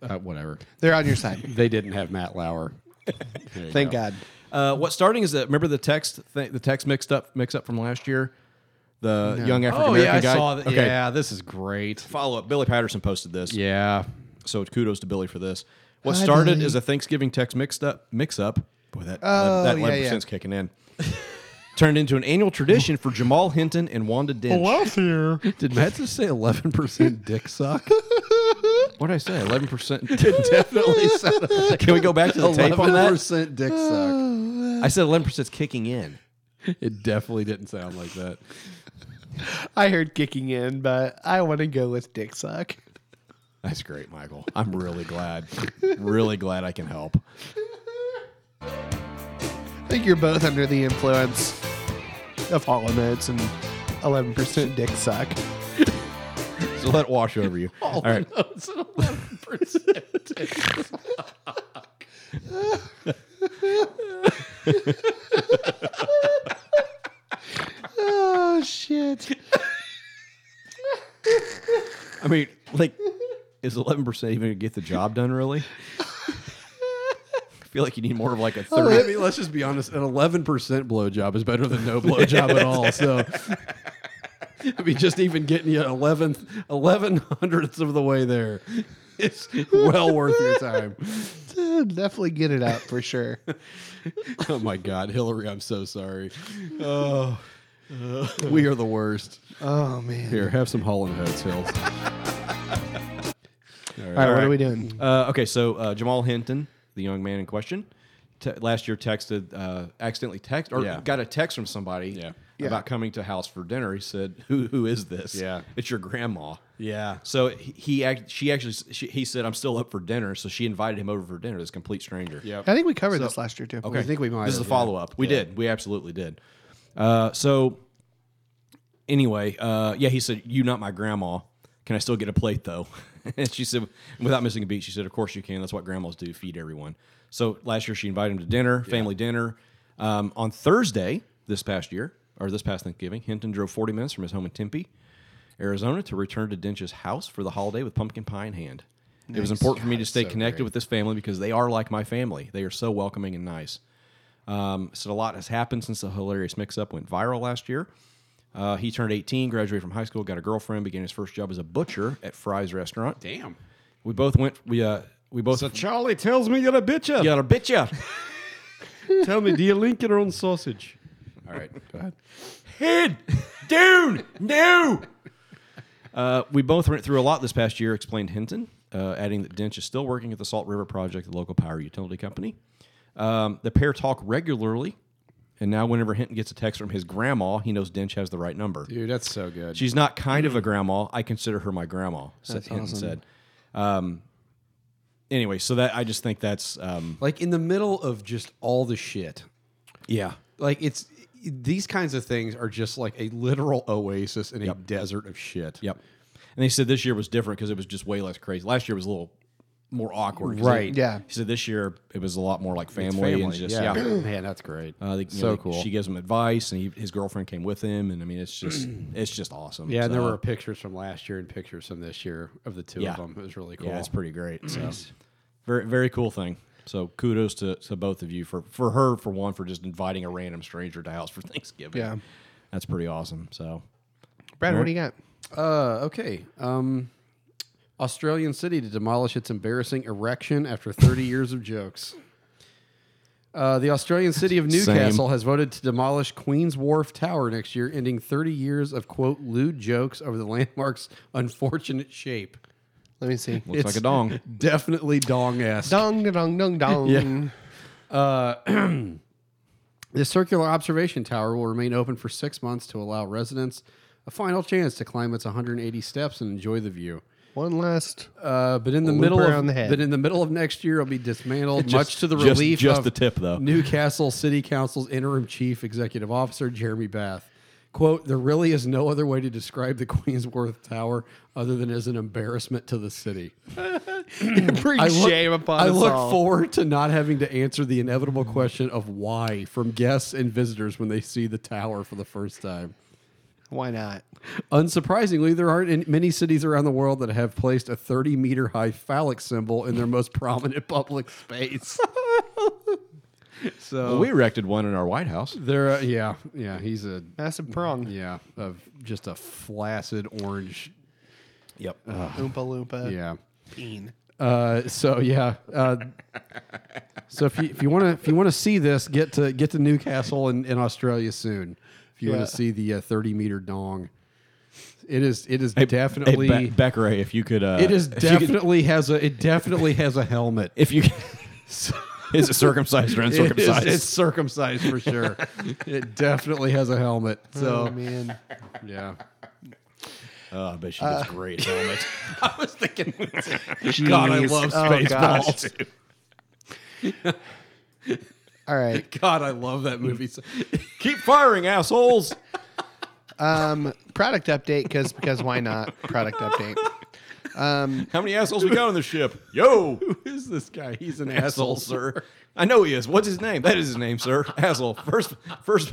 Uh, whatever.
they're on your side.
They didn't have Matt Lauer. There you
Thank
go.
God.
Uh, what's starting is that remember the text th- the text mixed up mix up from last year, the young African
Oh
American
yeah, I
guy.
saw that. Yeah, this is great.
Follow up. Billy Patterson posted this.
Yeah,
So kudos to Billy for this. What
Hi,
started
Billy.
is a Thanksgiving text mixed up mix up. Boy, that
Oh,
that
yeah,
eleven percent's kicking in. Turned into an annual tradition for Jamal Hinton and Wanda Dinch.
here.
did Matt just say eleven percent dick suck?
What did I say? Eleven percent.
Definitely sounded like
Can we go back to the tape on
eleven
that?
percent dick suck.
I said eleven percent's kicking in.
It definitely didn't sound like that.
I heard kicking in, but I want to go with dick suck.
That's great, Michael. I'm really glad. really glad I can help.
I think you're both under the influence of Hollow Notes and 11% dick suck.
So let it wash over you. All right.
Oh, shit.
I mean, like, is eleven percent even gonna get the job done? Really? I feel like you need more of like a
Well,
thirty.
I mean, let's just be honest. An eleven percent blowjob is better than no blowjob at all. So, I mean, just even getting you eleventh, eleven hundredths of the way there, it's well worth your time.
Definitely get it out for sure.
Oh my God, Hillary, I'm so sorry. Oh, we are the worst.
Oh, man.
Here, have some Holland Hoats, Hills.
All right, what are we doing?
Uh, okay, so uh, Jamal Hinton, the young man in question, te- last year texted, uh, accidentally text or
Yeah.
got a text from somebody
Yeah.
Yeah.
about coming to house for dinner. He said, "Who who is this?
Yeah.
it's your grandma."
Yeah.
So he, he act, she actually she, he said, "I'm still up for dinner," so she invited him over for dinner. This complete stranger.
Yep.
I think we covered this last year, too.
Okay.
I think we might
This is
have,
the
yeah.
follow up. We did. We absolutely did. Uh, so anyway, uh, yeah, he said, "You not my grandma. Can I still get a plate though?" and she said, without missing a beat, she said, "Of course you can. That's what grandmas do. Feed everyone." So last year she invited him to dinner, family dinner. Um, on Thursday this past year or this past Thanksgiving, Hinton drove 40 minutes from his home in Tempe, Arizona, to return to Dinch's house for the holiday with pumpkin pie in hand. It was important for me to stay connected with this family because they are like my family. They are so welcoming and nice. Um, said a lot has happened since the hilarious mix-up went viral last year. Uh, he turned 18, graduated from high school, got a girlfriend, began his first job as a butcher at Fry's Restaurant.
Damn.
We both went. We uh, we both.
Charlie tells me you're a bitcher.
got a bitcher.
Tell me, do you link your own sausage?
All right.
Go ahead.
Head, dude, no. Uh, we both went through a lot this past year, explained Hinton, uh, adding that Dench is still working at the Salt River Project, the local power utility company. Um, the pair talk regularly, and now whenever Hinton gets a text from his grandma, he knows Dench has the right number.
Dude, that's so good.
She's not kind of a grandma. I consider her my grandma. Said Hinton said. Um, anyway, so that I just think that's um,
like in the middle of just all the shit.
yeah.
Like it's these kinds of things are just like a literal oasis in a desert of shit.
Yep. And they said this year was different because it was just way less crazy. Last year was a little more awkward. 'cause
Right.
They,
Yeah.
He said this year it was a lot more like family,
It's
and just yeah.
Man, that's great.
Uh, they- you
so
know,
cool.
She gives him advice, and he, his girlfriend came with him, and I mean, it's just it's just awesome.
yeah, and there
So,
were pictures from last year and pictures from this year of the two
uh, Yeah.
of them. It was really cool.
yeah, it's pretty great. So very very cool thing. So kudos to, to both of you for for her for one for just inviting a random stranger to house for Thanksgiving.
Yeah.
that's pretty awesome. So
Brad, what do you got?
Uh, okay. Um, Australian city to demolish its embarrassing erection after 30 years of jokes. Uh, the Australian city of
Same.
Newcastle has voted to demolish Queen's Wharf Tower next year, ending 30 years of, quote, lewd jokes over the landmark's unfortunate shape.
Let me see.
looks like a dong.
Definitely dong ass.
Dong, dong, dong, dong.
Yeah. The circular observation tower will remain open for six months to allow residents a final chance to climb its 180 steps and enjoy the view.
One last.
Uh, but in the
Loop
middle of
around the head.
but in the middle of next year, it'll be dismantled,
Just-
much to the
just-
relief
just
of
the tip, though.
Newcastle City Council's interim chief executive officer Jeremy Bath. Quote, there really is no other way to describe the Queensworth Tower other than as an embarrassment to the city.
Bring
I look,
shame upon
I
us
look
all.
forward to not having to answer the inevitable question of why from guests and visitors when they see the tower for the first time.
Why not?
Unsurprisingly, there aren't in- many cities around the world that have placed a 30 meter high phallic symbol in their most prominent public space. so
Well, we erected one in our White House.
there, uh, yeah, yeah, he's a
Massive prong.
yeah, of just a flaccid orange.
Yep.
Oompa
Uh.
loompa.
Yeah.
Peen.
Uh, so yeah. Uh, so if you if you want to if you want to see this, get to get to Newcastle in, in Australia soon. If you
Yeah.
want to see the uh, 30 meter dong, it is it is definitely.
Hey, Be- Becker, hey, if you could, uh,
it is
if you could-
definitely has a it definitely has a helmet.
If you, is it circumcised or
It is-
uncircumcised?
it's circumcised for sure. it definitely has a helmet.
Oh,
So
man.
yeah,
oh, I bet she
uh,
does great helmet.
I was thinking. God, I love Spaceballs.
All right.
God, I love that movie. so-
Keep firing, assholes.
Um, product update because because why not? Product update.
How many assholes we got on the ship? Yo,
Who is this guy? He's an
asshole, sir. I know he is. What's his name? That is his name, sir. Asshole. First, first,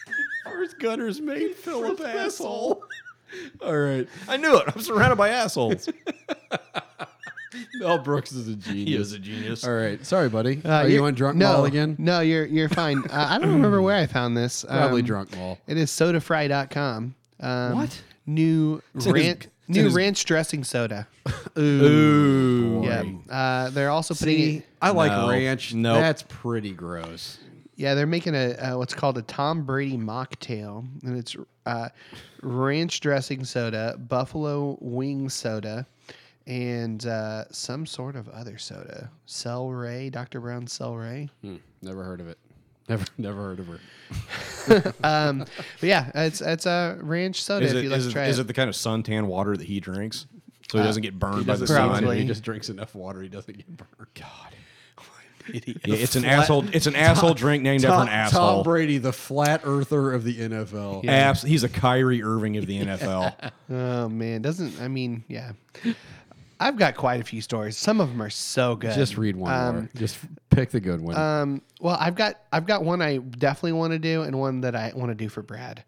First gunner's mate, Philip
asshole.
All right,
I knew it. I'm surrounded by assholes.
Mel Brooks is a genius.
genius.
All right, sorry, buddy.
Uh,
Are
you're-
you on drunk
no,
mall again?
No, you're you're fine. Uh, I don't remember where I found this.
Probably
Um,
drunk mall.
It is sodafry.com. Um,
What?
New
in his-
ranch,
it's in
new
his-
ranch dressing soda.
Ooh.
Yeah. Uh, they're also putting. it,
I like
No.
ranch.
Nope.
that's pretty gross.
yeah, they're making a uh, what's called a Tom Brady mocktail, and it's uh, ranch dressing soda, buffalo wing soda, and uh, some sort of other soda. Celery, Dr. Brown Celery.
Never heard of it. Never, never heard of her.
Um, but yeah, it's it's a ranch soda.
Is,
if
it,
you like
is,
to
it,
try
is
it,
it the kind of suntan water that he drinks so he doesn't get burned by the
doesn't
sun?
probably.
Uh, He just drinks enough water. He doesn't get burned. God.
Yeah, it's an asshole. It's an asshole drink named after
Tom,
an
Tom
asshole.
Brady, the flat earther of the NFL.
Abs- he's a Kyrie Irving of the NFL.
Oh man, doesn't I mean yeah. I've got quite a few stories. Some of them are so good.
Just read one
Um,
more. Just pick the good one.
Um, well, I've got I've got one I definitely want to do and one that I want to do for Brad.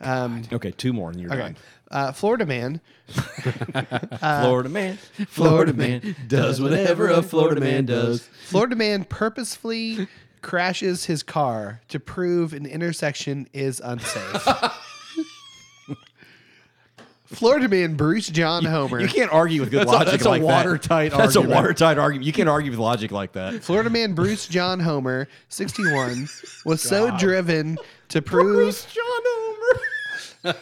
um,
Okay, two more and you're
okay.
done.
Uh, Florida man.
Florida man,
uh, Florida man does whatever a Florida man does.
Florida man purposefully crashes his car to prove an intersection is unsafe. Florida man Bruce John Homer.
You can't argue with good
That's a-
logic
that's a
like that.
watertight
That's
argument.
a watertight argument. You can't argue with logic like that.
Florida man Bruce John Homer, 61, was so driven to prove
John Homer.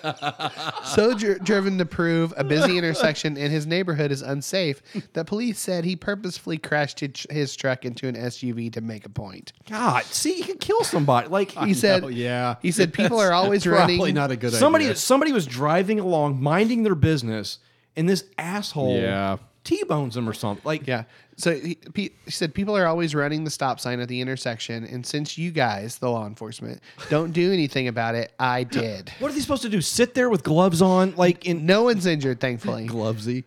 so dri- driven to prove a busy intersection in his neighborhood is unsafe that police said he purposefully crashed his, his truck into an SUV to make a point.
God, see, you can kill somebody. Like
He said,
know, yeah.
He said people
That's
are always
probably
running.
not a good
somebody,
idea.
somebody was driving along, minding their business, and this asshole
Yeah.
t-bones him or something. Like,
Yeah. So he, pe- he said people are always running the stop sign at the intersection, and since you guys, the law enforcement, don't do anything about it, I did.
what are they supposed to do? Sit there with gloves on? Like, in
No one's injured, thankfully.
Glovesy.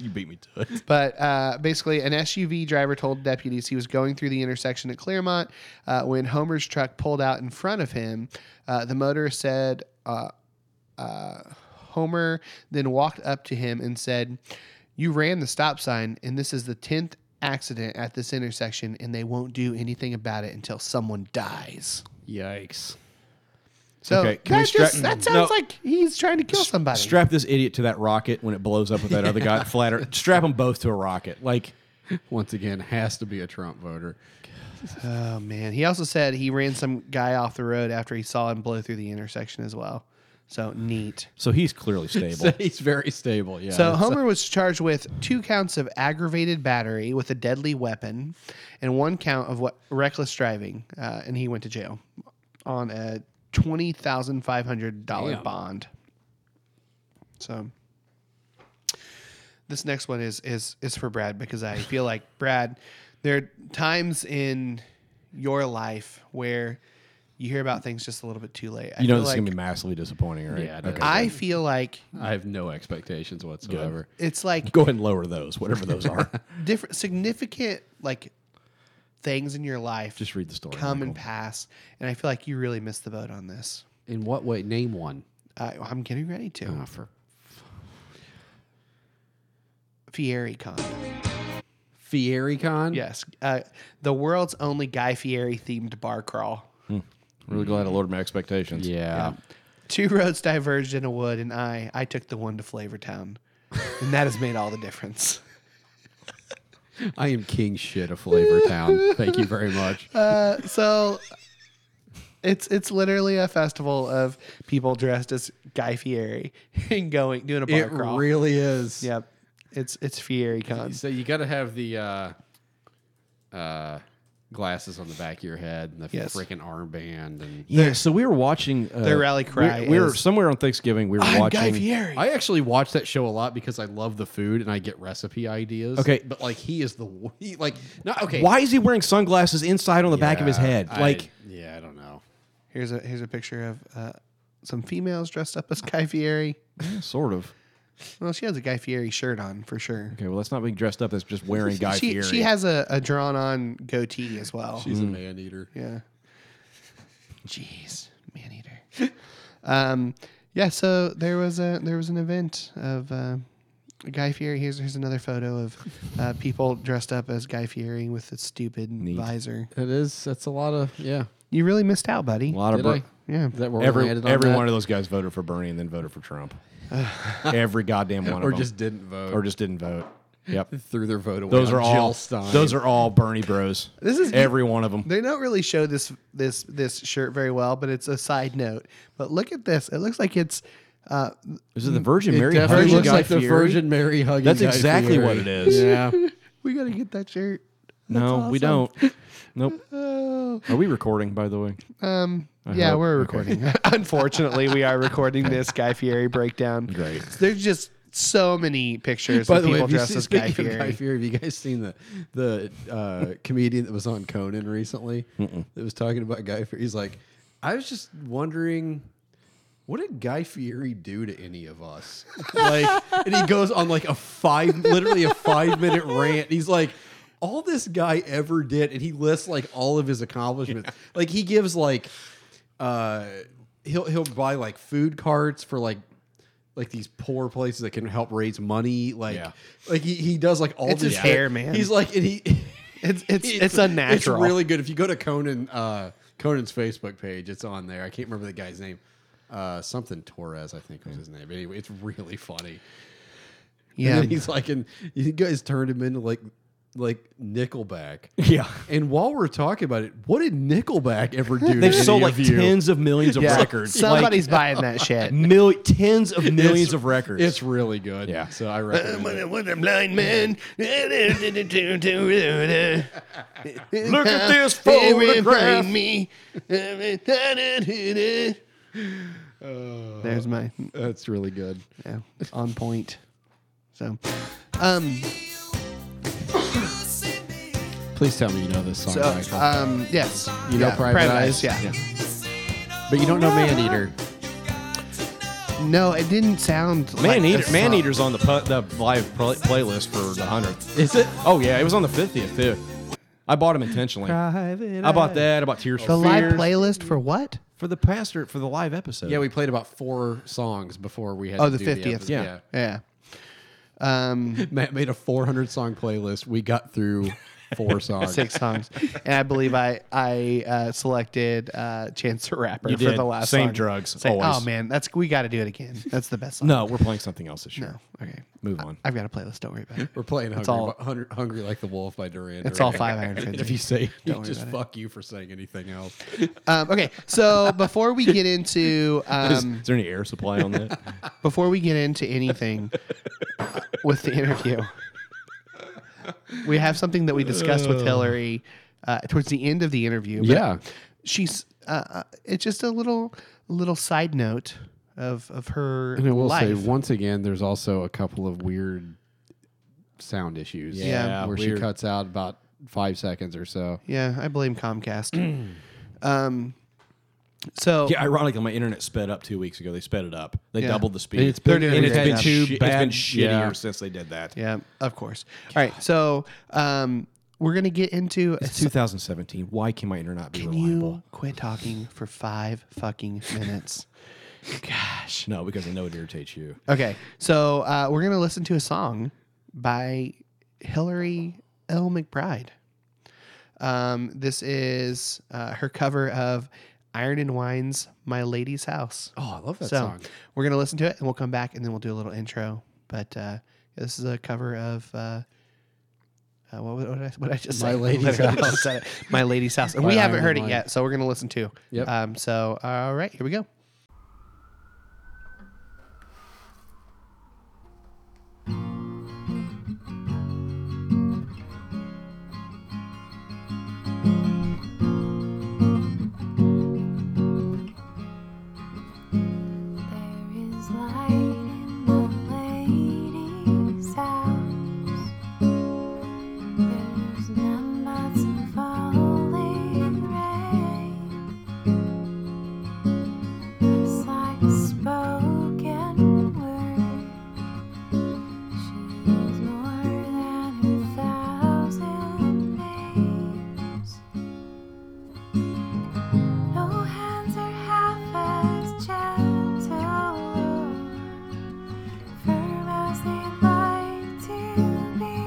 you beat me to it.
But uh, basically, an SUV driver told deputies he was going through the intersection at Claremont uh, when Homer's truck pulled out in front of him. Uh, the motorist said uh, uh, Homer then walked up to him and said, You ran the stop sign, and this is the 10th accident at this intersection, and they won't do anything about it until someone dies.
Yikes.
So
Okay, can we
that,
strap-
just, that
No.
sounds like he's trying to kill somebody.
Strap this idiot to that rocket when it blows up with that other guy. Flatter. Strap them both to a rocket. Like,
Once again, has to be a Trump voter.
Oh man. He also said he ran some guy off the road after he saw him blow through the intersection as well. So neat.
so he's clearly
So
stable.
he's very stable. Yeah.
uh,
So Homer was charged with two counts of aggravated battery with a deadly weapon, and one count of what reckless driving, uh, and he went to jail on a twenty thousand five hundred dollar
Damn.
bond. So this next one is is is for Brad because I feel like Brad, there are times in your life where you hear about things just a little bit too late. I
You know
feel
this is
like-
gonna be massively disappointing, right?
Yeah, it is.
I feel like
I have no expectations whatsoever.
it's like
Go ahead and lower those, whatever those are.
different significant like things in your life
Just read the story.
come and
Michael.
pass, and I feel like you really missed the boat on this.
In what way? Name one.
I, I'm getting ready to
Uh-huh.
Oh, for
Fieri Con.
FieriCon.
Yes, uh, the world's only Guy Fieri themed bar crawl.
Really glad I lowered my expectations.
Yeah.
Two roads diverged in a wood, and I I took the one to Flavortown, and that has made all the difference.
I am king shit of Flavor Town. Thank you very much.
Uh, so it's it's literally a festival of people dressed as Guy Fieri and going doing a bar
it
crawl.
really is.
yep, it's it's Fieri Con.
So you got to have the uh, uh, glasses on the back of your head and the
Yes.
freaking armband. And
Yeah, so we were watching uh,
Their rally cry
We, we were
is-
somewhere on Thanksgiving. We were
I'm
watching.
Guy Fieri.
I actually watch that show a lot because I love the food and I get recipe ideas.
Okay.
but like he is the wo- he, like not okay.
Why is he wearing sunglasses inside on the back of his
Yeah,
head?
I-
Like
yeah, I don't know.
here's a here's a picture of uh, some females dressed up as Guy Fieri.
sort of.
Well, she has a Guy Fieri shirt on for sure.
Okay, well that's not being dressed up. That's just wearing Guy
she,
Fieri.
she has a, a drawn on goatee as well.
She's a
Hmm.
man eater.
Yeah. Jeez, man eater. um, yeah. So there was a there was an event of uh, Guy Fieri. Here's here's another photo of uh, people dressed up as Guy Fieri with a stupid visor.
It is. That's a lot of yeah.
You really missed out, buddy.
a lot of
Did
bur-
I?
Yeah.
That we're
every
landed on
every
that?
one of those guys voted for Bernie and then voted for Trump. every goddamn one
or
of them,
just didn't vote
or just didn't vote. Yep,
threw their vote away.
those
on
are all
Jill Stein.
those are all Bernie Bros.
This is-
every one of them.
They don't really show this this this shirt very well, but it's a side note. But look at this. It looks like it's uh,
Is it the Virgin Mary?
definitely
hugging
looks
Guy
like the
Fieri?
Virgin Mary hugging.
That's
Guy
exactly
Fieri.
what it is.
Yeah.
we gotta get that shirt.
No, we don't.
awesome.
Nope.
Oh,
Are we recording? By the way,
um, yeah,
hope-
we're
okay.
recording. Unfortunately, we are recording this Guy Fieri breakdown.
Great.
There's just so many pictures
By
of
the way,
people
have you,
dressed
seen,
as Guy
speaking
Fieri.
of Guy Fieri, have you guys seen the the uh, comedian that was on Conan recently that was talking about Guy Fieri? He's like, I was just wondering, what did Guy Fieri do to any of us? like, and he goes on like a five, literally a five minute rant. He's like. All this guy ever did, and he lists like all of his accomplishments. Like he gives like, uh, he'll he'll buy like food carts for like like these poor places that can help raise money. Like
Yeah.
like he, he does like all
It's
this
his
shit.
hair, man.
He's like and he
It's it's it's, unnatural.
It's really good. If you go to Conan uh Conan's Facebook page, it's on there. I can't remember the guy's name. Uh, something Torres, I think was his name. But anyway, it's really funny. And
yeah.
then he's like, and you guys turned him into like, like Nickelback.
yeah.
And while we're talking about it, what did Nickelback ever do? to
They've
any
sold
of
like
you?
tens of millions of
Yeah.
records.
Somebody's buying that shit.
like, mil- tens of millions of records.
It's really good.
Yeah.
So I recommend it.
When a blind man. Look
Look at this photograph.
me. There's my
That's really good.
yeah, on point. So, um,
Please tell me you know this song,
so, um, yes,
You know
yeah,
Private Eyes?
Yeah.
but you don't know Man Eater.
no, it didn't sound like
Man Eater, Man Eater's on the pu- the live play- playlist for the hundredth.
Is it?
Oh yeah, it was on the fiftieth too. I bought him intentionally. I bought that. I bought Tears
The
for
live
Fears
playlist for what?
for the pastor for the live episode.
Yeah, we played about four songs before we had.
Oh,
to
the
do
fiftieth.
episode.
Yeah.
Yeah. Um,
Matt made a 400 song playlist. We got through four songs.
six songs, and I believe I I uh, selected uh, Chance the Rapper
You
for
did.
the last
Same
song.
drugs,
Same-
always.
Oh man, that's we got to do it again. That's the best song.
No, we're playing something else this year.
no, okay.
Move on.
I've got a playlist. Don't worry about it.
We're playing
It's
hungry,
all-
Bu- Hun- hungry like the wolf by Duran.
It's
Duran.
all five iron fifty.
If you say,
Don't worry
just
about it.
fuck you for saying anything else.
Um, okay, so before we get into
Is,
um,
is there any air supply on that?
before we get into anything uh, with the interview, we have something that we discussed with Hillary uh, towards the end of the interview. but
Yeah.
she's uh, uh, it's just a little little side note of of her
And I will
life.
say, once again, there's also a couple of weird sound issues.
Yeah,
where
weird.
she cuts out about five seconds or so.
Yeah, I blame Comcast. um, So
Yeah, ironically, my internet sped up two weeks ago. They sped it up. They
Yeah.
doubled the speed.
And it's
They're
been,
doing
and
it
it's
right
been
now.
too
Shit-
bad.
It's been shittier
yeah.
since they did that.
Yeah, of course. All right, so um, we're gonna get into.
It's 2017. Why can my internet be
Can
reliable?
you quit talking for five fucking minutes? Gosh.
No, because I know it irritates you.
Okay, so uh, we're gonna listen to a song by Hillary L. McBride. Um, this is uh, her cover of Iron and Wine's "My Lady's House."
Oh, I love that
so
song.
we're gonna listen to it, and we'll come back, and then we'll do a little intro. But uh, this is a cover of uh, uh, what, what, did I, what did I just
My
say?
Lady's
Let me go.
House.
Said it. My lady's house, and
By
we
Iron
haven't
and
heard it
Wine.
yet, so we're gonna listen to.
Yep.
Um, so all right, here we go.
There is light in the lady's house. There's none but some falling rain. It's like a spoken word. She is more than a thousand names. No hands are half as gentle, firm as they like to be.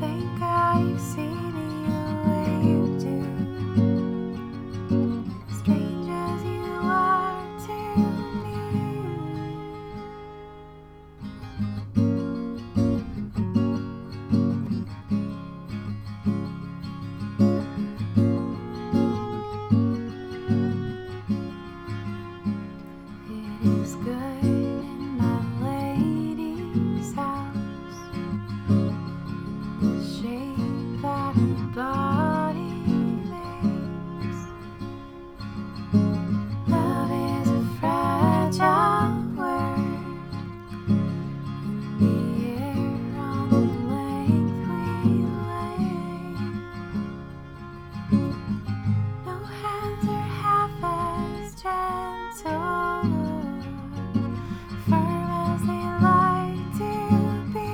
Thank God you see me the way you do, strange as you are to me. It is good in my lady's house. The shape that her body makes. Love is a fragile word. In the air on the length we lay. No hands are half as gentle, firm as they like to be.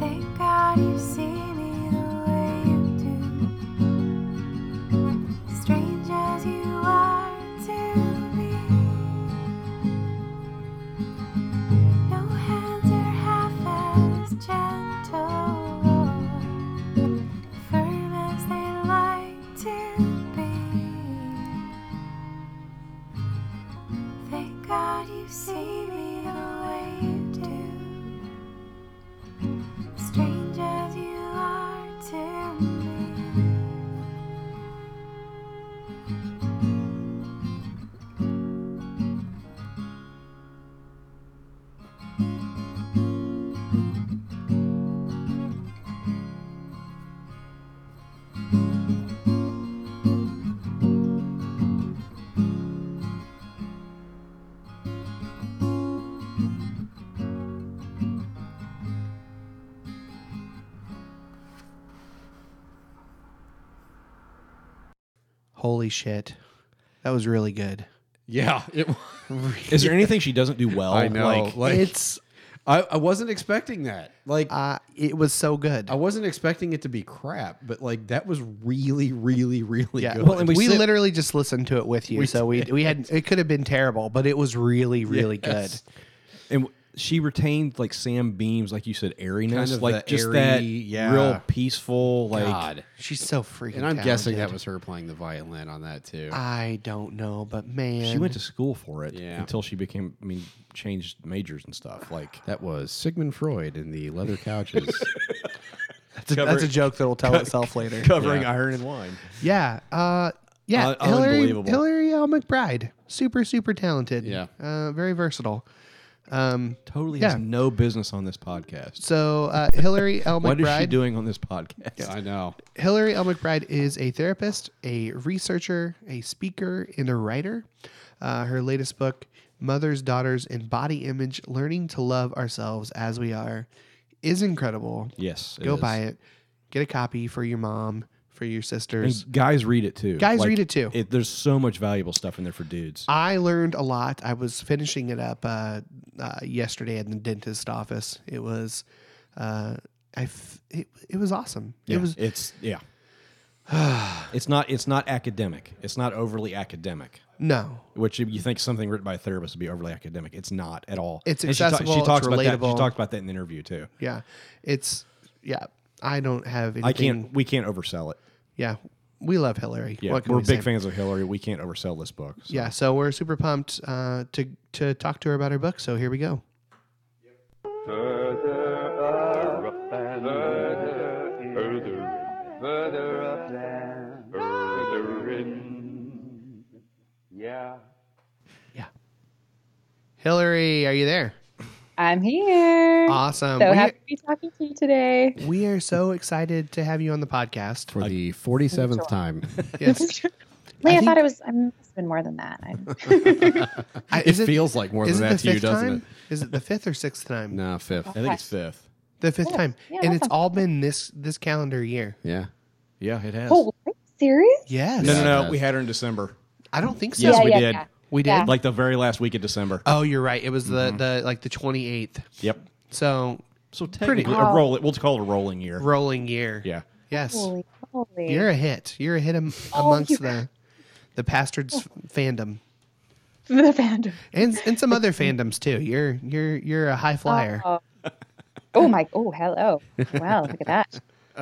Thank God you see me the way you do, strange as you are to me. No hands are half as gentle firm as they like to be. Thank God you see me the way you do, strange as you are to me.
Holy shit, that was really good.
Yeah, it,
Is there anything she doesn't do well?
I know.
Like,
Like,
it's
I, I wasn't expecting that. Like,
uh, it was so good.
I wasn't expecting it to be crap, but like that was really, really, really
Yeah,
good.
Well, and we
we,
sit-
literally just listened to it with you, so we we had it could have been terrible, but it was really really
Yes.
and she retained like Sam Beam's, like you said, airiness,
Kind of
like
the
just
airy-
that
yeah.
real peaceful, like
God.
good. She's so freaking.
And I'm guessing that
talented.
was her playing the violin on that too.
Uh,
I don't know, but man,
she went to school for it
Yeah.
until she became. I mean, changed majors and stuff. Like
that was Sigmund Freud in the leather couches.
that's, a, that's a joke that'll tell itself later.
covering iron and wine.
Yeah, uh, yeah,
Un-
Hillary
unbelievable.
Hillary L. McBride, super super talented.
Yeah.
uh, very versatile. Um,
Totally
Yeah.
has no business on this podcast.
so uh, Hillary L.
What is she
McBride.
doing on this podcast?
I know.
Hillary L. McBride is a therapist, a researcher, a speaker, and a writer. Uh, her latest book, Mothers, Daughters, and Body Image Learning to Love Ourselves as We Are, is incredible.
Yes, it
Go
is.
buy it. Get a copy for your mom, for your sisters.
And guys read it too.
Guys read it too.
there's so much valuable stuff in there for dudes.
I learned a lot. I was finishing it up uh, uh, yesterday at the dentist office. It was, uh, I f- it, it was awesome.
yeah,
It was
it's yeah. it's not it's not academic. It's not overly academic.
no,
Which you- you think something written by a therapist would be overly academic. It's not at all.
It's
she ta-
accessible,
She,
it's
talks about that. She
relatable.
talked about that in the interview too.
yeah, it's yeah. I don't have anything.
I can't. We can't oversell it.
Yeah, we love Hillary.
Yeah,
What can
we're
we
big
say?
fans of Hillary. We can't oversell this book. so.
Yeah, so we're super pumped uh, to to talk to her about her book. So here we go. Yeah. Hillary, are you there?
I'm here.
Awesome.
So
we,
happy to be talking to you today.
we are so excited to have you on the podcast.
for the 47th time.
Yes.
Lee, I,
think-
thought it was. I must have been more than that. I
I-
it, feels like more
is
than
it
that to
the
you,
fifth
doesn't
time?
it?
Is it the fifth or sixth time?
No, fifth.
I think it's fifth.
The fifth time.
Yeah,
and
that
it's
sounds
all been this this calendar year.
Yeah.
Yeah, it has.
oh, are you serious?
Yes.
No,
Yeah, it
no, no.
has.
We had her in December.
I don't think so.
Yes,
yeah,
we
yeah,
did.
yeah.
We did.
Yeah.
Like the very last week of December.
Oh, you're right. It was the, the like the 28th.
Yep.
So
So
Pretty-
technically, a roll. We'll call it a rolling year.
rolling year.
yeah.
Yes.
Holy, holy.
You're a hit. You're a hit am-
Oh,
amongst
you-
the the bastards fandom
the fandom.
and and some other fandoms too. You're you're you're a high flyer.
Oh. Oh my! Oh, hello. Wow, look at that.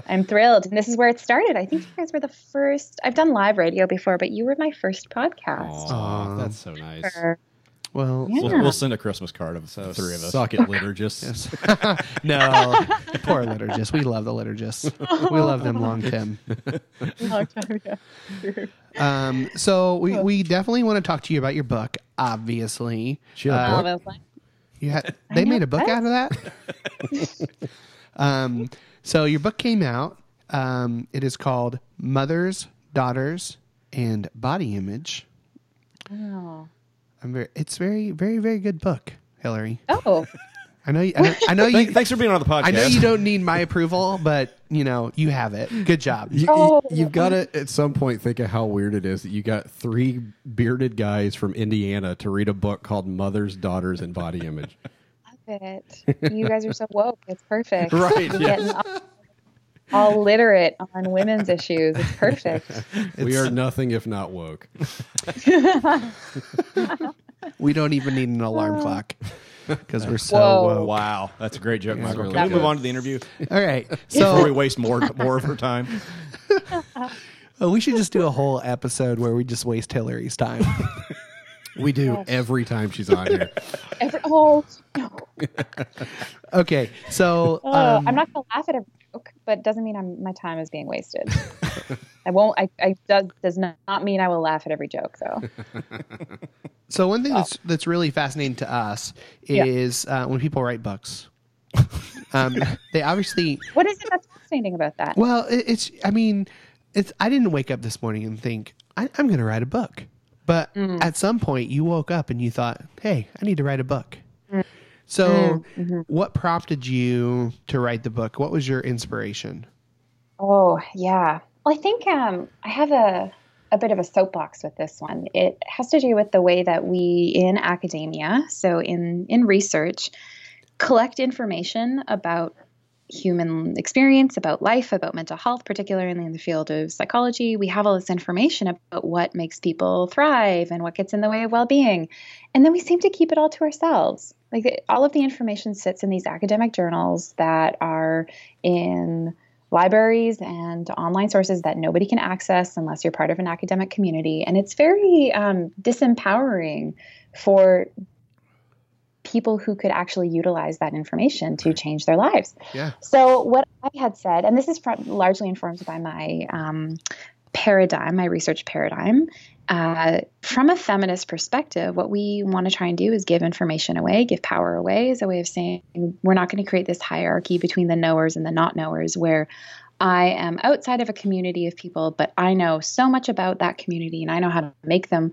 I'm thrilled, and this is where it started. I think you guys were the first. I've done live radio before, but you were my first podcast.
Um,
Aw, that's so nice.
Well,
Yeah.
We'll, we'll send a Christmas card of the three of us.
Suck it, liturgists.
no, poor liturgists. We love the liturgists. We love them long Tim.
Long time ago.
Um, so we, we definitely want to talk to you about your book. Obviously,
She had a
Uh,
Oh,
book?
that was fun.
You had, they
know
made a book
that.
out of that. um, so your book came out. Um, it is called Mothers, Daughters, and Body Image.
Oh.
I'm very, it's very, very, very good book, Hillary.
Oh,
I know. You, I know, I know
Thank-
you.
thanks for being on the podcast.
I know you don't need my approval, but you know you have it. Good job.
You,
Oh.
you, have got to at some point think of how weird it is that you got three bearded guys from Indiana to read a book called Mothers, Daughters, and Body Image.
love it. You guys are so woke. It's perfect.
Right,
You're getting all, all literate on women's issues. It's perfect.
we are nothing if not woke.
We don't even need an alarm clock because we're so.
Whoa.
woke.
Wow, that's a great joke, Michael.
really
Can we
good.
move on to the interview
All right,
before we
so
waste more more of her time?
uh, we should just do a whole episode where we just waste Hillary's time.
We do every time she's on here.
Every, oh, no.
okay, so
Oh,
um,
I'm not going to laugh at a joke, but doesn't mean I'm, my time is being wasted. I won't. I, I does, does not mean I will laugh at every joke, though.
So one thing that's that's really fascinating to us
Yeah.
is uh, when people write books. um, they obviously
What is it that's fascinating about that?
well, it, it's I mean, it's I didn't wake up this morning and think I, I'm going to write a book, but
Mm.
at some point you woke up and you thought, hey, I need to write a book.
Mm.
So,
mm-hmm.
what prompted you to write the book? What was your inspiration?
Oh, yeah. Well, I think um, I have a, a bit of a soapbox with this one. It has to do with the way that we in academia, so in, in research, collect information about human experience, about life, about mental health, particularly in the field of psychology. We have all this information about what makes people thrive and what gets in the way of well being. And then we seem to keep it all to ourselves. Like the- all of the information sits in these academic journals that are in libraries and online sources that nobody can access unless you're part of an academic community. And it's very um, disempowering for people who could actually utilize that information to change their lives.
Yeah.
So what I had said, and this is from, largely informed by my um, paradigm, my research paradigm. Uh, from a feminist perspective, what we want to try and do is give information away, give power away, as a way of saying we're not going to create this hierarchy between the knowers and the not knowers, where I am outside of a community of people, but I know so much about that community and I know how to make them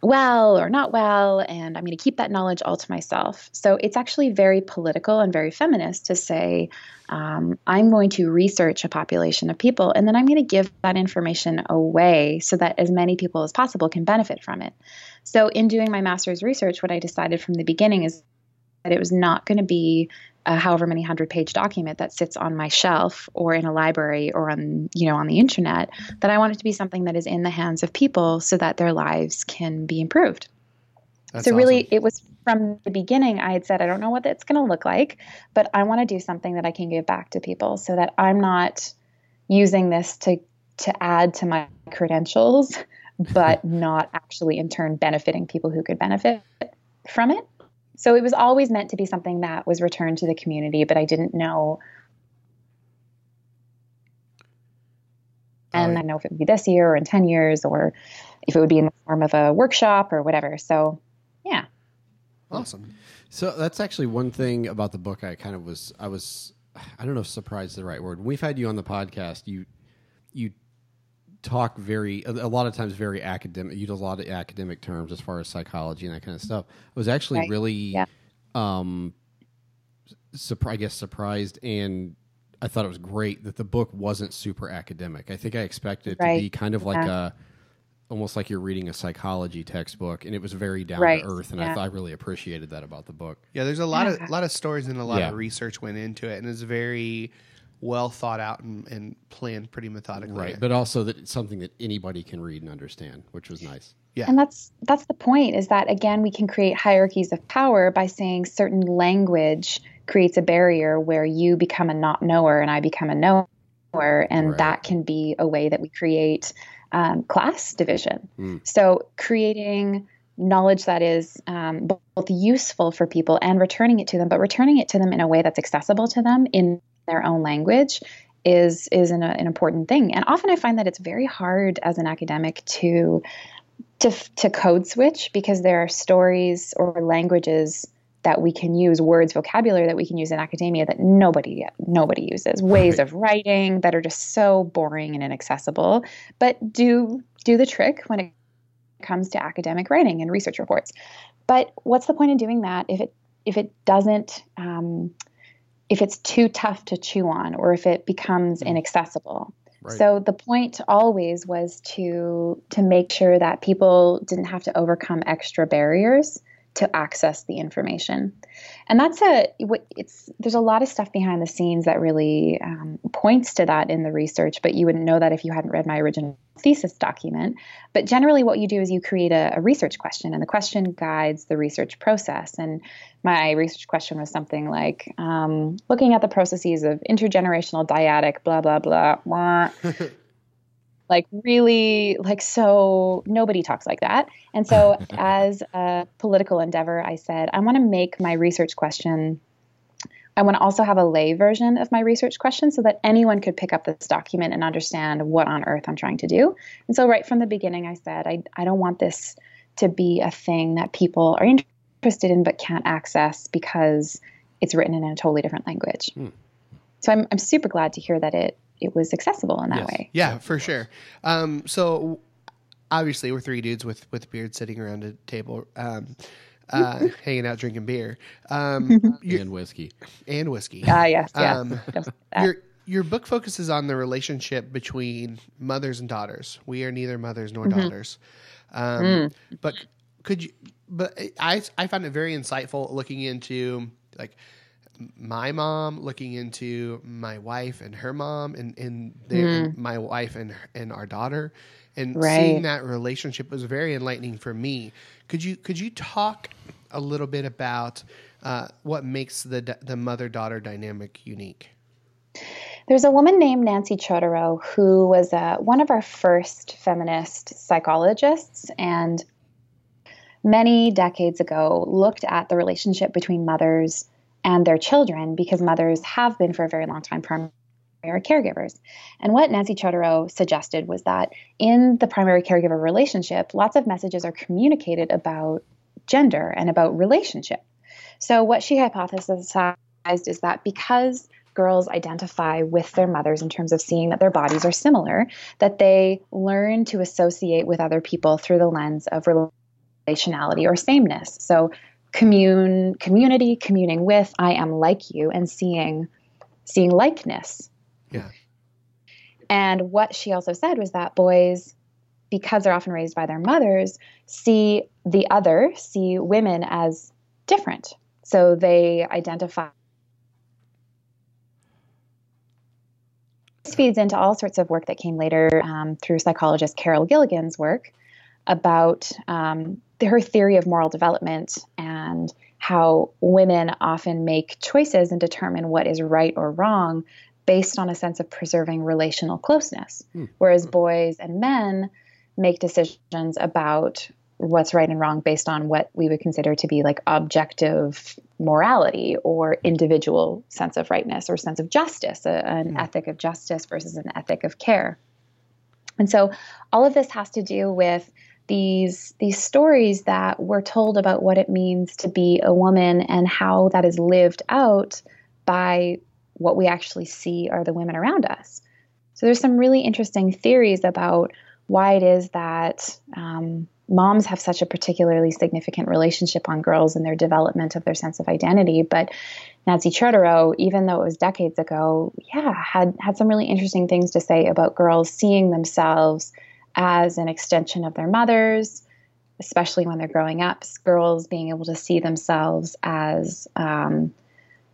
well or not well, and I'm going to keep that knowledge all to myself. So it's actually very political and very feminist to say, um, I'm going to research a population of people, and then I'm going to give that information away so that as many people as possible can benefit from it. So in doing my master's research, what I decided from the beginning is that it was not going to be a however many hundred page document that sits on my shelf or in a library or on you know on the internet that i want it to be something that is in the hands of people so that their lives can be improved
That's
so really
awesome.
it was from the beginning i had said i don't know what it's going to look like but i want to do something that i can give back to people so that i'm not using this to to add to my credentials but not actually in turn benefiting people who could benefit from it so it was always meant to be something that was returned to the community but i didn't know and i know if it would be this year or in 10 years or if it would be in the form of a workshop or whatever so yeah
awesome.
So that's actually one thing about the book. I kind of was, I was, I don't know if surprised is the right word. When we've had you on the podcast. You, you talk very, a a lot of times very academic, use a lot of academic terms as far as psychology and that kind of stuff. I was actually
Right.
really,
Yeah.
um, surpri- I guess surprised and I thought it was great that the book wasn't super academic. I think I expected it to
Right.
be kind of like a, almost like you're reading a psychology textbook and it was very down
Right.
to earth. And I,
Yeah.
thought I really appreciated that about the book.
Yeah, there's a lot of lot of stories and a lot
Yeah.
of research went into it, and it's very well thought out and, and planned pretty methodically.
right but also that it's something that anybody can read and understand which was nice
Yeah.
and that's that's the point is that again we can create hierarchies of power by saying certain language creates a barrier where you become a not knower and i become a knower and
Right.
that can be a way that we create um, class division
Mm.
so creating knowledge that is um, both useful for people and returning it to them but returning it to them in a way that's accessible to them in their own language is is an, an important thing and often i find that it's very hard as an academic to to, to code switch because there are stories or languages that we can use words vocabulary that we can use in academia that nobody nobody uses ways of writing that are just so boring and inaccessible but do do the trick when it comes to academic writing and research reports but what's the point in doing that if it if it doesn't um, if it's too tough to chew on or if it becomes inaccessible
Right.
so the point always was to to make sure that people didn't have to overcome extra barriers to access the information and that's a what it's there's a lot of stuff behind the scenes that really um, points to that in the research but you wouldn't know that if you hadn't read my original thesis document but generally what you do is you create a, a research question and the question guides the research process and my research question was something like um, looking at the processes of intergenerational dyadic blah blah blah wah, like really like so nobody talks like that and so as a political endeavor i said i want to make my research question i want to also have a lay version of my research question so that anyone could pick up this document and understand what on earth i'm trying to do and so right from the beginning i said i, I don't want this to be a thing that people are interested in but can't access because it's written in a totally different language so I'm, I'm super glad to hear that it it was accessible in that way
Yeah, for sure. Um, so obviously we're three dudes with with beards sitting around a table, um, uh, hanging out, drinking beer, um, your-
and whiskey
and whiskey.
Ah, yes, yeah.
Um,
Don't say that.
your your book focuses on the relationship between mothers and daughters. We are neither mothers nor
Mm-hmm.
daughters, um,
Mm.
but could you? But I I found it very insightful looking into like my mom, looking into my wife and her mom, and and their, my wife and and our daughter, and seeing
Mm. Right.
that relationship was very enlightening for me. Could you could you talk a little bit about uh, what makes the d- the mother daughter dynamic unique?
There's a woman named Nancy Chodorow who was uh, one of our first feminist psychologists and many decades ago looked at the relationship between mothers and their children because mothers have been for a very long time primary caregivers. And what Nancy Chodorow suggested was that in the primary caregiver relationship, lots of messages are communicated about gender and about relationship. So, what she hypothesized is that because girls identify with their mothers in terms of seeing that their bodies are similar, that they learn to associate with other people through the lens of relationality or sameness. So commune, community, communing with, I am like you, and seeing seeing likeness.
Yeah.
And what she also said was that boys, because they're often raised by their mothers, see the other, see women as different. So they identify. This feeds into all sorts of work that came later um, through psychologist Carol Gilligan's work about um, the- her theory of moral development and how women often make choices and determine what is right or wrong based on a sense of preserving relational closeness, whereas boys and men make decisions about what's right and wrong based on what we would consider to be like objective morality or individual sense of rightness or sense of justice, a, an ethic of justice versus an ethic of care. And so all of this has to do with these these stories that we're told about what it means to be a woman and how that is lived out by what we actually see are the women around us. So there's some really interesting theories about why it is that um, moms have such a particularly significant relationship on girls and their development of their sense of identity. But Nancy Chartero, even though it was decades ago, yeah, had had some really interesting things to say about girls seeing themselves as an extension of their mothers, especially when they're growing up. Girls being able to see themselves as um,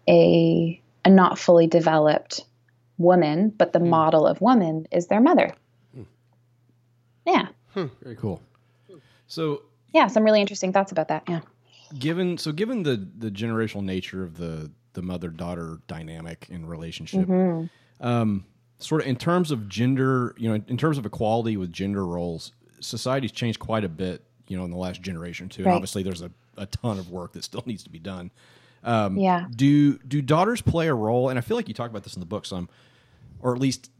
a a not fully developed woman, but the model of woman is their mother. Yeah.
Very cool.
So
Yeah, some really interesting thoughts about that. Yeah.
given so given the the generational nature of the the mother daughter dynamic and relationship
Mm-hmm.
um sort of in terms of gender you know in terms of equality with gender roles society's changed quite a bit you know in the last generation too and
Right.
obviously there's a, a ton of work that still needs to be done Um,
yeah.
do do daughters play a role and i feel like you talk about this in the book some or at least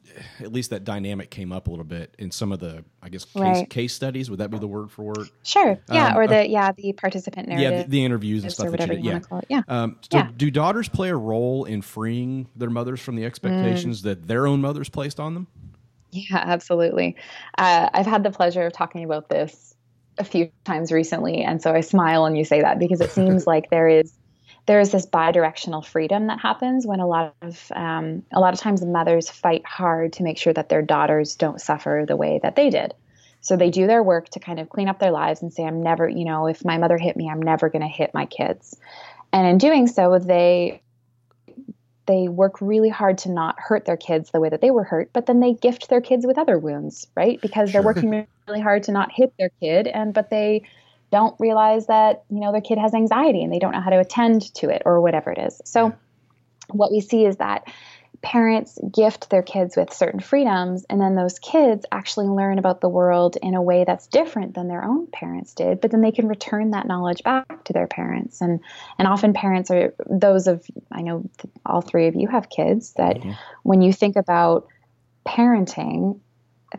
at least that dynamic came up a little bit in some of the i guess case,
Right.
case studies would that be the word for it
Sure. Yeah.
Um,
or the yeah, the participant narrative.
yeah the, the interviews and stuff
or
that you
whatever
did
you
yeah
want to call it. Yeah.
Um, so
Yeah.
do daughters play a role in freeing their mothers from the expectations
Mm.
that their own mothers placed on them?
Yeah, absolutely. Uh, I've had the pleasure of talking about this a few times recently, and so I smile when you say that because it seems like there is there is this bidirectional freedom that happens when a lot of um, a lot of times mothers fight hard to make sure that their daughters don't suffer the way that they did. So they do their work to kind of clean up their lives and say, "I'm never, you know, if my mother hit me, I'm never going to hit my kids." And in doing so, they they work really hard to not hurt their kids the way that they were hurt, but then they gift their kids with other wounds, right? Because they're working really hard to not hit their kid and but they don't realize that, you know, their kid has anxiety and they don't know how to attend to it or whatever it is. So what we see is that parents gift their kids with certain freedoms and then those kids actually learn about the world in a way that's different than their own parents did but then they can return that knowledge back to their parents and and often parents are those of i know th- all three of you have kids that when you think about parenting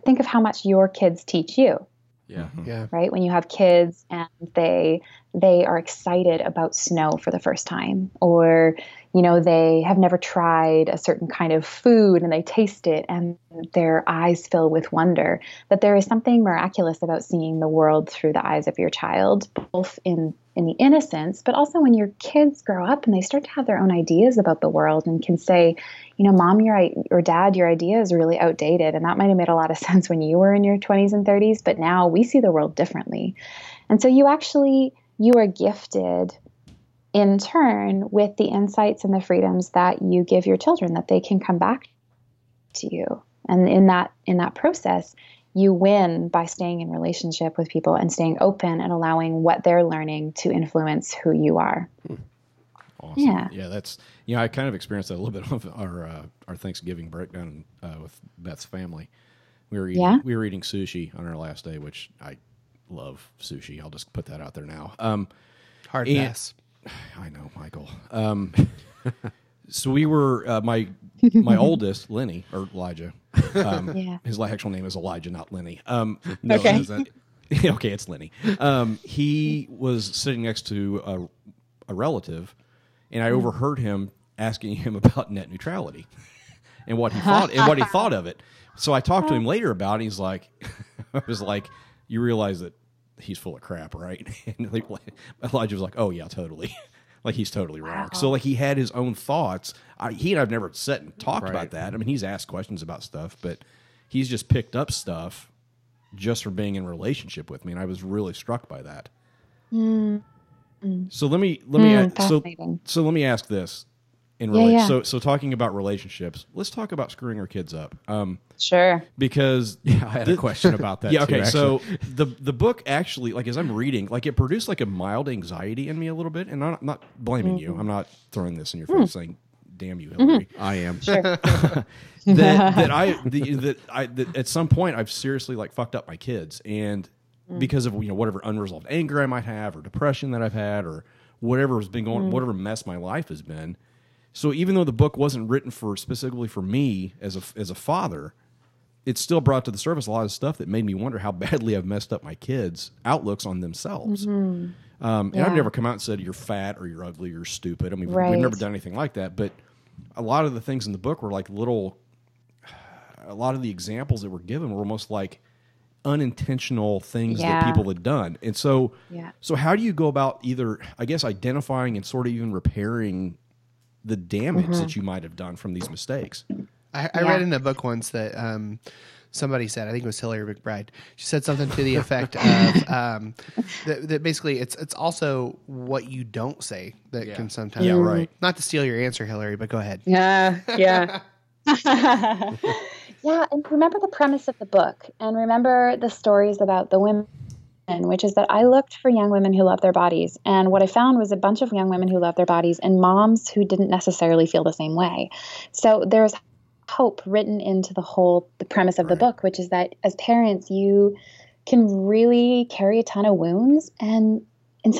think of how much your kids teach you
Yeah.
right when you have kids and they they are excited about snow for the first time or you know they have never tried a certain kind of food and they taste it and their eyes fill with wonder that there is something miraculous about seeing the world through the eyes of your child both in in the innocence but also when your kids grow up and they start to have their own ideas about the world and can say you know mom your i- or dad your idea is really outdated and that might have made a lot of sense when you were in your 20s and 30s but now we see the world differently and so you actually you are gifted in turn with the insights and the freedoms that you give your children that they can come back to you and in that in that process you win by staying in relationship with people and staying open and allowing what they're learning to influence who you are
Awesome.
Yeah.
that's you know I kind of experienced that a little bit of our uh, our Thanksgiving breakdown uh, with Beth's family. We were eating,
Yeah?
we were eating sushi on our last day, which I love sushi. I'll just put that out there now. Um,
Hard
Yeah.
pass.
I know, Michael. Um, so we were uh, my my oldest Lenny or Elijah. Um,
Yeah.
His li- actual name is Elijah, not Lenny. Um,
no, Okay.
okay, it's Lenny. Um, he was sitting next to a, a relative, and
Hmm.
I overheard him asking him about net neutrality and what he thought and what he thought of it. So I talked to him later about it. And he's like, I was like, you realize that he's full of crap, right? And like, Elijah was like, oh, yeah, totally. like, he's totally wrong. So, like, he had his own thoughts. I, he and I've never sat and talked about that. I mean, he's asked questions about stuff, but he's just picked up stuff just for being in a relationship with me. And I was really struck by that. So let me let me
Hmm,
a- so
Mm. fascinating.
so let me ask this in
Yeah,
relation
yeah.
so so talking about relationships let's talk about screwing our kids up um
Sure.
because
I had a question about that.
yeah
too,
okay
actually.
so the the book actually like as i'm reading like it produced like a mild anxiety in me a little bit and i'm not- not blaming you i'm not throwing this in your face saying damn you hillary
Mm-hmm. Hmm. I am.
that, that I the, that I that at some point I've seriously like fucked up my kids, and
Mm.
because of you know whatever unresolved anger I might have, or depression that I've had, or whatever has been going,
Mm.
whatever mess my life has been. So even though the book wasn't written for specifically for me as a as a father, it still brought to the surface a lot of stuff that made me wonder how badly I've messed up my kids' outlooks on themselves. Um, And I've
Mm-hmm. Yeah.
never come out and said you're fat or you're ugly or you're stupid. I mean, we've- we've
Right.
never done anything like that. But a lot of the things in the book were like little. A lot of the examples that were given were almost like unintentional things that
Yeah.
people had done. And so,
Yeah.
so how do you go about either, I guess, identifying and sort of even repairing the
Mm-hmm.
damage that you might have done from these mistakes?
I, I
Yeah.
read in a book once that um, somebody said, I think it was Hillary McBride. She said something to the effect of um, that, that basically it's it's also what you don't say that can sometimes.
Yeah, right.
Not to steal your answer, Hillary, but go ahead.
Yeah, yeah. yeah, and remember the premise of the book and remember the stories about the women, which is that I looked for young women who love their bodies. And what I found was a bunch of young women who love their bodies and moms who didn't necessarily feel the same way. So there's hope written into the whole the premise of the book, which is that as parents, you can really carry a ton of wounds and in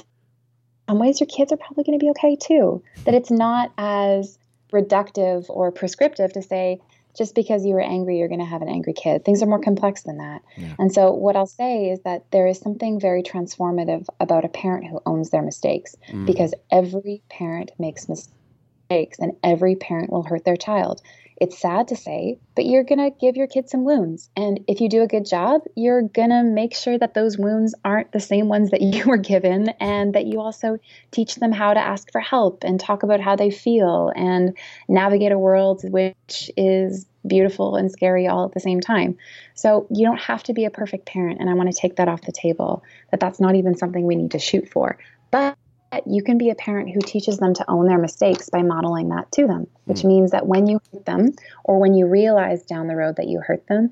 some ways your kids are probably going to be okay too. That it's not as reductive or prescriptive to say just because you were angry you're going to have an angry kid things are more complex than that and so what i'll say is that there is something very transformative about a parent who owns their mistakes because every parent makes mistakes and every parent will hurt their child it's sad to say but you're going to give your kid some wounds and if you do a good job you're going to make sure that those wounds aren't the same ones that you were given and that you also teach them how to ask for help and talk about how they feel and navigate a world which is beautiful and scary all at the same time. So you don't have to be a perfect parent and I want to take that off the table that that's not even something we need to shoot for. But you can be a parent who teaches them to own their mistakes by modeling that to them, which means that when you hurt them or when you realize down the road that you hurt them,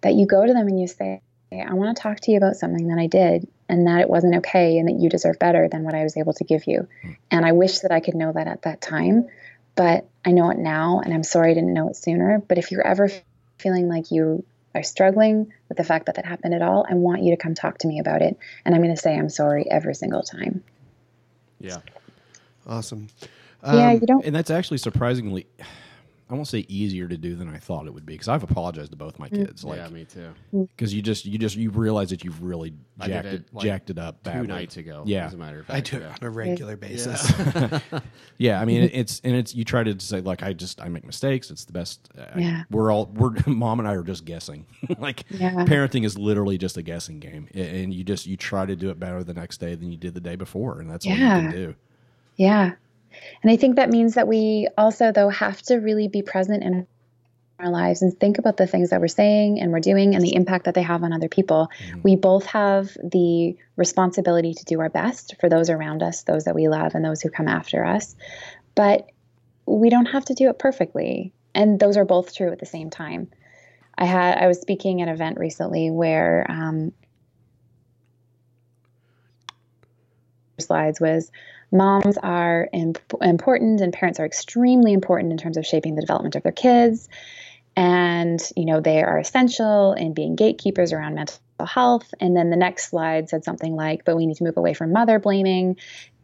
that you go to them and you say, I want to talk to you about something that I did and that it wasn't okay and that you deserve better than what I was able to give you. And I wish that I could know that at that time, but I know it now and I'm sorry I didn't know it sooner. But if you're ever feeling like you are struggling with the fact that that happened at all, I want you to come talk to me about it. And I'm going to say I'm sorry every single time.
Yeah.
Awesome.
yeah, you don't.
And that's actually surprisingly, I won't say easier to do than I thought it would be because I've apologized to both my
Mm.
kids. Like,
yeah, me too.
because you just you just you realize that you've really
I did
jacked
it,
it,
like,
jacked it up
Two
badly.
nights ago.
Yeah.
As a matter of fact.
I do it
yeah.
on a regular basis.
Yeah, I mean it- it's and it's you try to say like I just I make mistakes. It's the best. uh, I,
Yeah.
we're all we're mom and I are just guessing. like
Yeah.
parenting is literally just a guessing game, A- and you just you try to do it better the next day than you did the day before, and that's all you
Yeah.
can do.
Yeah. And I think that means that we also, though, have to really be present in our lives and think about the things that we're saying and we're doing and the impact that they have on other people. We both have the responsibility to do our best for those around us, those that we love, and those who come after us. But we don't have to do it perfectly. And those are both true at the same time. I had I was speaking at an event recently where um, slides was moms are imp- important and parents are extremely important in terms of shaping the development of their kids and you know they are essential in being gatekeepers around mental health and then the next slide said something like but we need to move away from mother blaming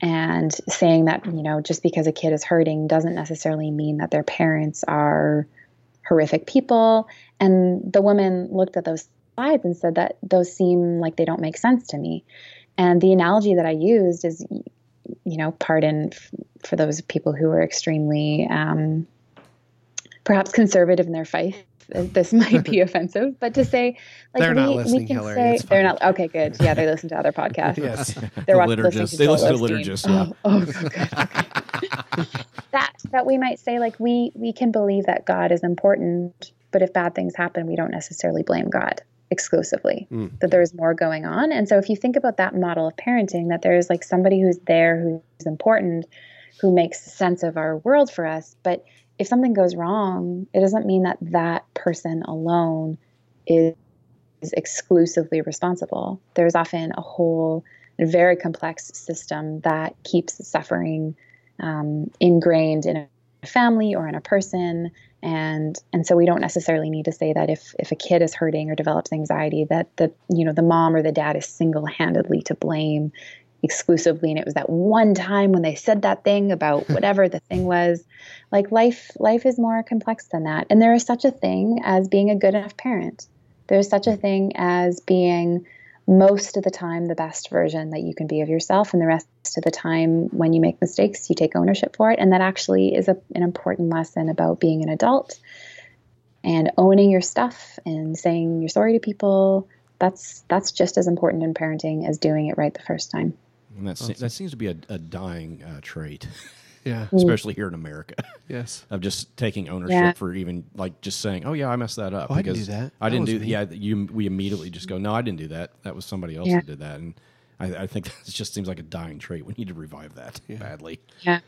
and saying that you know just because a kid is hurting doesn't necessarily mean that their parents are horrific people and the woman looked at those slides and said that those seem like they don't make sense to me and the analogy that i used is you know, pardon f- for those people who are extremely um, perhaps conservative in their faith this might be offensive, but to say like
They're
we,
not
we
listening,
can
Hillary.
say
It's
they're
fine.
not okay. Good, yeah, they listen to other podcasts.
Yes.
they're
The
watching- listening
liturgists. They
Joel
listen to
Osteen.
liturgists, yeah.
Oh, oh, good, good. that that we might say like we we can believe that God is important, but if bad things happen, we don't necessarily blame God exclusively.
Hmm.
That there is more going on, and so if you think about that model of parenting, that there is like somebody who's there who's important, who makes sense of our world for us, but if something goes wrong, it doesn't mean that that person alone is is exclusively responsible. There's often a whole very complex system that keeps suffering um, ingrained in a family or in a person. And and so we don't necessarily need to say that if if a kid is hurting or develops anxiety that the you know the mom or the dad is single handedly to blame exclusively and it was that one time when they said that thing about whatever the thing was like life life is more complex than that and there is such a thing as being a good enough parent there's such a thing as being most of the time the best version that you can be of yourself and the rest of the time when you make mistakes you take ownership for it and that actually is a, an important lesson about being an adult and owning your stuff and saying you're sorry to people that's that's just as important in parenting as doing it right the first time
And that, se- that seems to be a, a dying uh, trait,
Yeah.
especially here in America,
Yes.
of just taking ownership
Yeah.
for even like just saying, "Oh yeah, I messed that up."
Oh, I didn't do that.
I
That
didn't
was
do.
me.
Yeah, you. We immediately just go, "No, I didn't do that. That was somebody else
Yeah.
that did that." And I, I think that just seems like a dying trait. We need to revive that badly.
Yeah.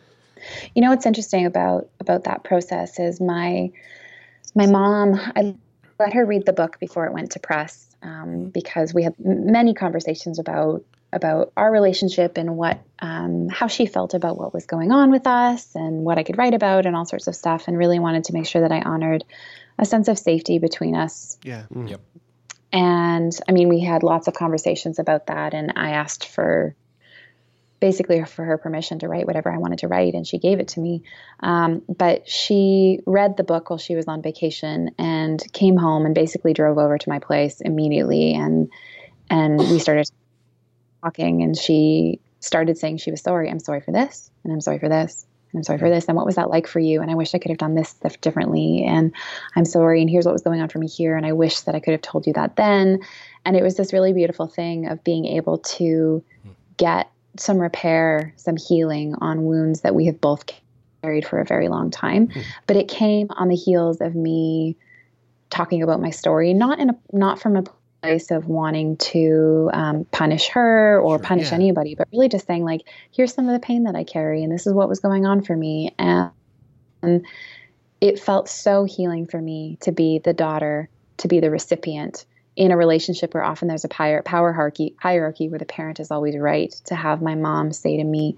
You know what's interesting about about that process is my my mom. I let her read the book before it went to press um, because we had m- many conversations about about our relationship and what um, how she felt about what was going on with us and what I could write about and all sorts of stuff and really wanted to make sure that I honored a sense of safety between us
Yeah.
Yep.
and I mean, we had lots of conversations about that. And I asked for basically for her permission to write whatever I wanted to write, and she gave it to me. Um, but she read the book while she was on vacation and came home and basically drove over to my place immediately. And and we started talking, and she started saying she was sorry. I'm sorry for this, and I'm sorry for this. And I'm sorry for this. And what was that like for you? And I wish I could have done this stuff differently. And I'm sorry. And here's what was going on for me here. And I wish that I could have told you that then. And it was this really beautiful thing of being able to get some repair, some healing on wounds that we have both carried for a very long time. But it came on the heels of me talking about my story, not in a, not from a place of wanting to um, punish her or punish
yeah.
anybody, but really just saying like, here's some of the pain that I carry, and this is what was going on for me, and it felt so healing for me to be the daughter, to be the recipient in a relationship where often there's a power, power hierarchy, hierarchy where the parent is always right. To have my mom say to me,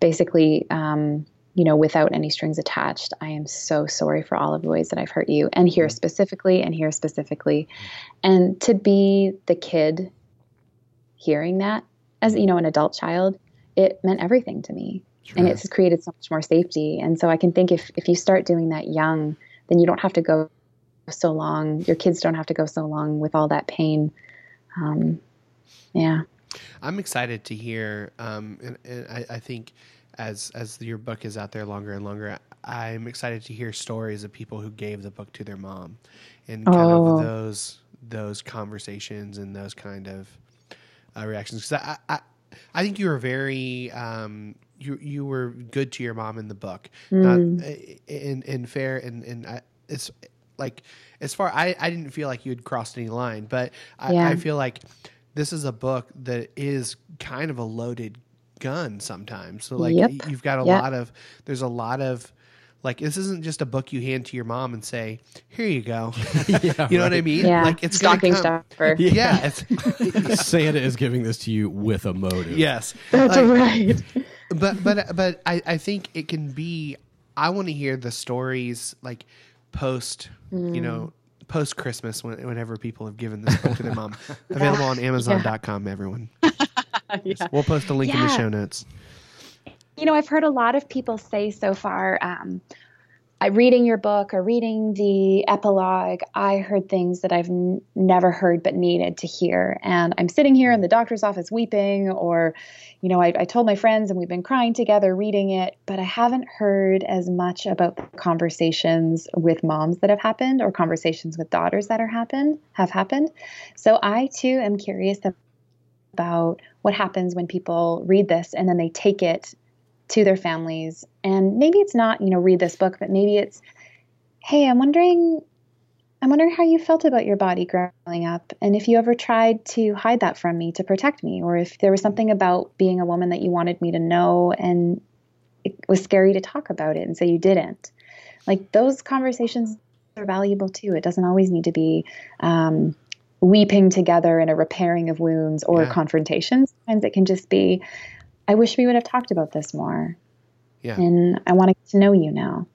basically, um, you know, without any strings attached, I am so sorry for all of the ways that I've hurt you, and here specifically, and here specifically. And to be the kid hearing that as, you know, an adult child, it meant everything to me and it's created so much more safety. And so I can think if if you start doing that young, then you don't have to go so long. Your kids don't have to go so long with all that pain. Um, yeah.
I'm excited to hear, um, and, and I, I think as as your book is out there longer and longer, I'm excited to hear stories of people who gave the book to their mom, and kind
Oh.
of those those conversations and those kind of uh, reactions. Because I, I I think you were very um, you you were good to your mom in the book,
Mm.
not and and fair and and I, it's like as far I I didn't feel like you had crossed any line, but I,
Yeah.
I feel like this is a book that is kind of a loaded gun sometimes. So like
Yep.
y- you've got a
Yep.
lot of there's a lot of like this isn't just a book you hand to your mom and say, "Here you go." you know what I mean?
Yeah.
Like it's gonna
stocking
come-
stuffer.
Yeah. it's,
Santa is giving this to you with a motive.
yes.
That's
Like,
right.
but but but I, I think it can be i want to hear the stories like post you know post christmas when, whenever people have given this book to their mom available on amazon.com everyone we'll post a link in the
Yeah.
show notes
You know, I've heard a lot of people say so far. Um, I, reading your book or reading the epilogue, I heard things that I've n- never heard but needed to hear. And I'm sitting here in the doctor's office weeping, or, you know, I, I told my friends and we've been crying together reading it, but I haven't heard as much about the conversations with moms that have happened or conversations with daughters that are happen have happened. So I too am curious about what happens when people read this and then they take it to their families and maybe it's not you know read this book but maybe it's hey i'm wondering i'm wondering how you felt about your body growing up and if you ever tried to hide that from me to protect me or if there was something about being a woman that you wanted me to know and it was scary to talk about it and so you didn't like those conversations are valuable too it doesn't always need to be um, weeping together and a repairing of wounds or
Yeah.
confrontations sometimes it can just be I wish we would have talked about this more.
Yeah.
And I want to get to know you now.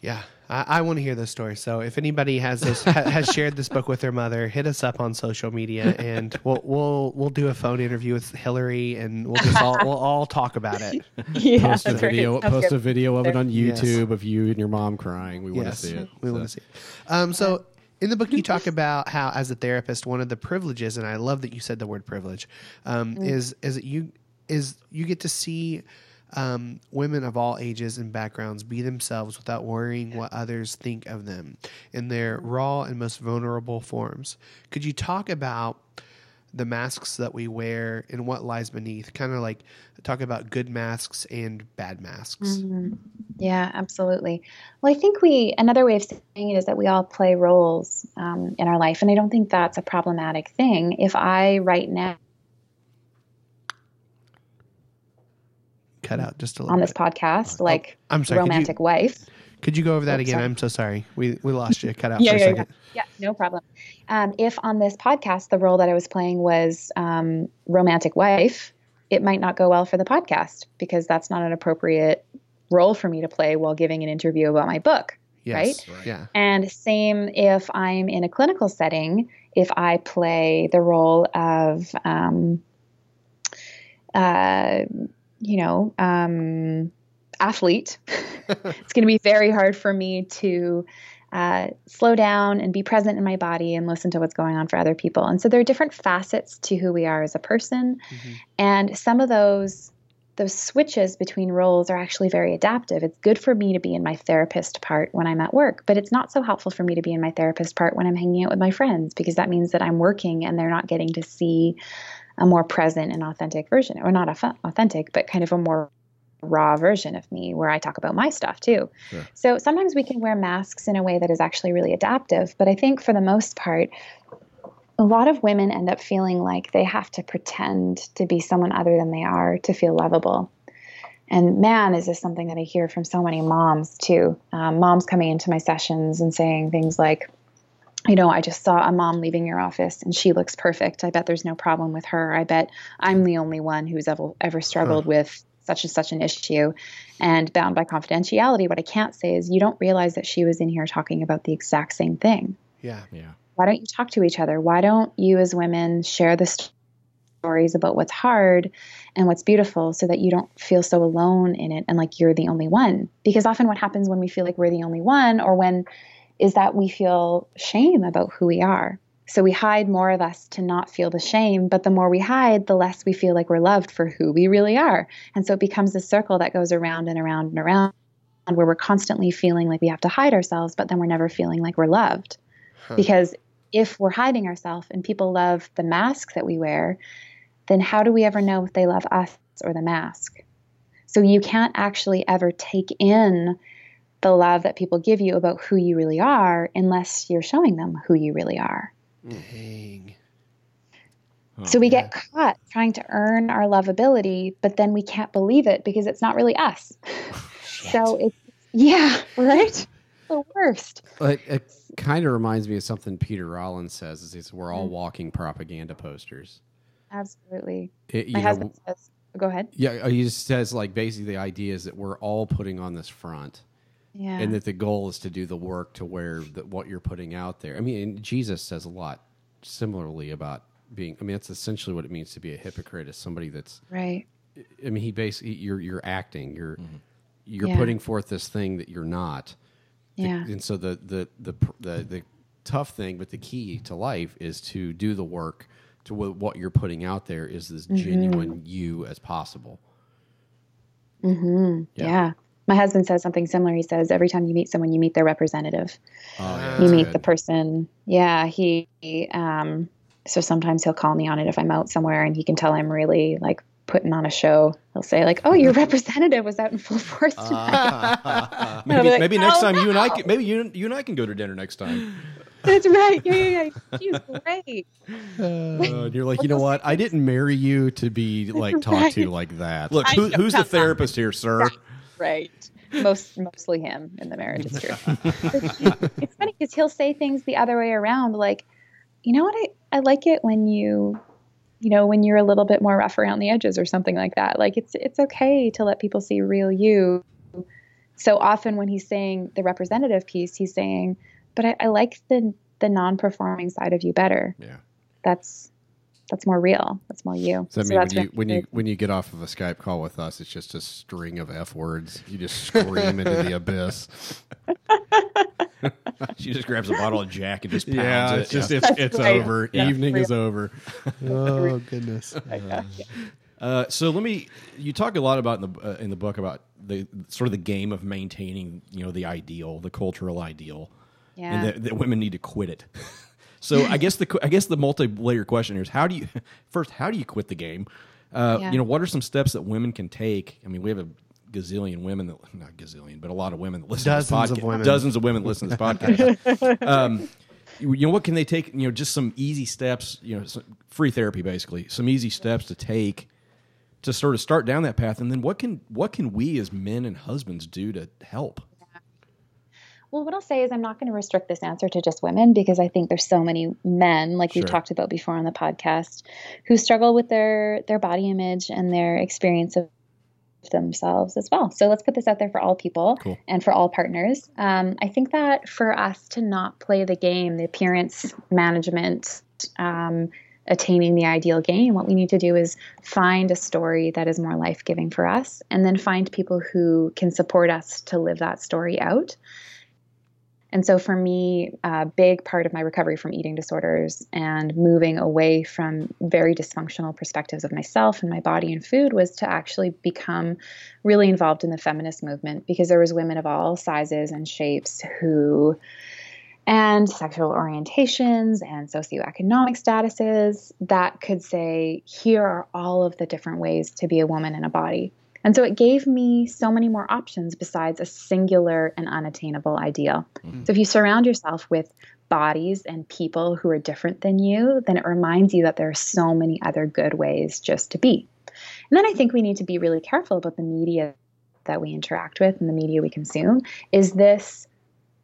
Yeah, I, I want to hear this story. So if anybody has this, ha, has shared this book with their mother, hit us up on social media, and we'll we'll we'll do a phone interview with Hillary, and we'll just all we'll all talk about it.
Yeah.
post a video. Post a video of it on
Yes.
YouTube of you and your mom crying. We want to
Yes,
see it.
We want to see it. Um, so in the book, you talk about how, as a therapist, one of the privileges, and I love that you said the word privilege, um, is is that you is you get to see. Um, women of all ages and backgrounds be themselves without worrying what others think of them in their raw and most vulnerable forms. Could you talk about the masks that we wear and what lies beneath? Kind of like talk about good masks and bad masks.
Yeah, absolutely. Well, I think we, another way of saying it is that we all play roles um, in our life. And I don't think that's a problematic thing. If I, right now,
Cut out just a little
on
bit.
this podcast, like
Oh, I'm sorry, could you-
romantic wife,
Could you go over that
Oh,
again?
sorry.
I'm so sorry. We we lost you. Cut out
Yeah,
for a
yeah,
second.
Yeah, no problem. Um, if on this podcast the role that I was playing was um, romantic wife, it might not go well for the podcast because that's not an appropriate role for me to play while giving an interview about my book.
Yes. Right? Yeah.
And same if I'm in a clinical setting, if I play the role of, um, uh, you know, um, athlete, it's going to be very hard for me to uh, slow down and be present in my body and listen to what's going on for other people. And so there are different facets to who we are as a person. And some of those those switches between roles are actually very adaptive. It's good for me to be in my therapist part when I'm at work, but it's not so helpful for me to be in my therapist part when I'm hanging out with my friends because that means that I'm working and they're not getting to see a more present and authentic version, or not au- authentic, but kind of a more raw version of me where I talk about my stuff too. So sometimes we can wear masks in a way that is actually really adaptive, but I think for the most part, a lot of women end up feeling like they have to pretend to be someone other than they are to feel lovable. And man, is this something that I hear from so many moms too. Um, moms coming into my sessions and saying things like, you know, I just saw a mom leaving your office and she looks perfect. I bet there's no problem with her. I bet I'm the only one who's ever, ever struggled with such and such an issue. And bound by confidentiality, what I can't say is you don't realize that she was in here talking about the exact same thing
Yeah.
why don't you talk to each other why don't you as women share the st- stories about what's hard and what's beautiful so that you don't feel so alone in it and like you're the only one because often what happens when we feel like we're the only one or when is that we feel shame about who we are so we hide more of us to not feel the shame but the more we hide the less we feel like we're loved for who we really are and so it becomes this circle that goes around and around and around where we're constantly feeling like we have to hide ourselves but then we're never feeling like we're loved because if we're hiding ourselves and people love the mask that we wear, then how do we ever know if they love us or the mask? So you can't actually ever take in the love that people give you about who you really are unless you're showing them who you really are.
Dang.
Oh,
So we get caught trying to earn our lovability, but then we can't believe it because it's not really us.
Oh,
so it's, yeah, right? The worst.
It, it kind of reminds me of something Peter Rollins says: "Is it's, we're
Mm.
all walking propaganda posters."
Absolutely.
It, you
My
know,
husband says, go ahead.
yeah, he just says like basically the idea is that we're all putting on this front,
Yeah.
and that the goal is to do the work to where the, what you're putting out there. I mean, and Jesus says a lot similarly about being. I mean, that's essentially what it means to be a hypocrite: is somebody that's
right.
I mean, he basically you're you're acting, you're you're
Yeah.
putting forth this thing that you're not. The-
Yeah.
and so the the the pr- the the tough thing, but the key to life is to do the work to wh- what you're putting out there is this
Mm-hmm.
genuine you as possible.
Yeah. My husband says something similar. He says, every time you meet someone, you meet their representative.
Oh, yeah,
you
that's
meet
good.
the person. Yeah. He, um, so sometimes he'll call me on it if I'm out somewhere and he can tell I'm really like putting on a show. He'll say, like, oh, your representative was out in full force
Uh.
tonight. I'll
Maybe,
be like,
maybe next
"Oh,
time you and I
no."
can, maybe you, you and I can go to dinner next time.
That's right. Yeah, yeah, yeah. She's great.
Uh, and you're like, you know what? I didn't marry you to be like talked to like that.
Look,
I
who,
know
who's the
that.
therapist here, sir?
Right. Most mostly him in the marriage. It's true. But he- it's funny because he'll say things the other way around, like, you know what, I, I like it when you, you know, when you're a little bit more rough around the edges or something like that. Like it's it's okay to let people see real you. So often when he's saying the representative piece, he's saying, but I, I like the the non-performing side of you better.
Yeah.
That's that's more real. That's more you.
Does that
So
mean
that's
when you
really
when you
good.
when you get off of a Skype call with us, it's just a string of f words? You just scream into the abyss.
She just grabs a bottle of Jack and just pounds it.
it's,
it's right. over. Yeah.
Evening is over.
Oh goodness.
Uh, so let me. You talk a lot about in the uh, in the book about the sort of the game of maintaining, you know, the ideal, the cultural ideal,
Yeah.
and that, that women need to quit it. so I guess the I guess the multi layer question here is how do you first how do you quit the game? Uh,
Yeah.
You know, what are some steps that women can take? I mean, we have a gazillion women that not gazillion, but a lot of women that listen
Dozens
to this
of
podcast.
women.
Dozens of women listen to this podcast. um, you you know, what can they take? You know, just some easy steps. You know, some, free therapy basically. Some easy steps to take to sort of start down that path and then what can what can we as men and husbands do to help
Well, what I'll say is I'm not going to restrict this answer to just women because I think there's so many men, like
Sure.
we've talked about before on the podcast, who struggle with their their body image and their experience of themselves as well. So let's put this out there for all people
Cool.
and for all partners. Um, I think that for us to not play the game, the appearance management, um, attaining the ideal game, what we need to do is find a story that is more life giving for us and then find people who can support us to live that story out. And so, for me, a big part of my recovery from eating disorders and moving away from very dysfunctional perspectives of myself and my body and food was to actually become really involved in the feminist movement because there was women of all sizes and shapes who and sexual orientations and socioeconomic statuses that could say, here are all of the different ways to be a woman in a body. And so it gave me so many more options besides a singular and unattainable ideal. So if you surround yourself with bodies and people who are different than you, then it reminds you that there are so many other good ways just to be. And then I think we need to be really careful about the media that we interact with and the media we consume. Is this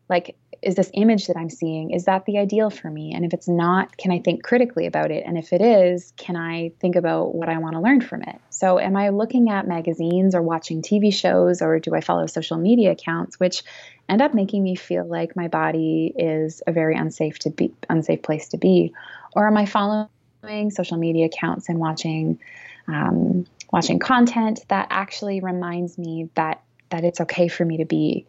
like is this image that I'm seeing is that the ideal for me? And if it's not, can I think critically about it? And if it is, can I think about what I want to learn from it? So am I looking at magazines or watching TV shows or do I follow social media accounts which end up making me feel like my body is a very unsafe to be unsafe place to be? Or am I following social media accounts and watching um, watching content that actually reminds me that that it's okay for me to be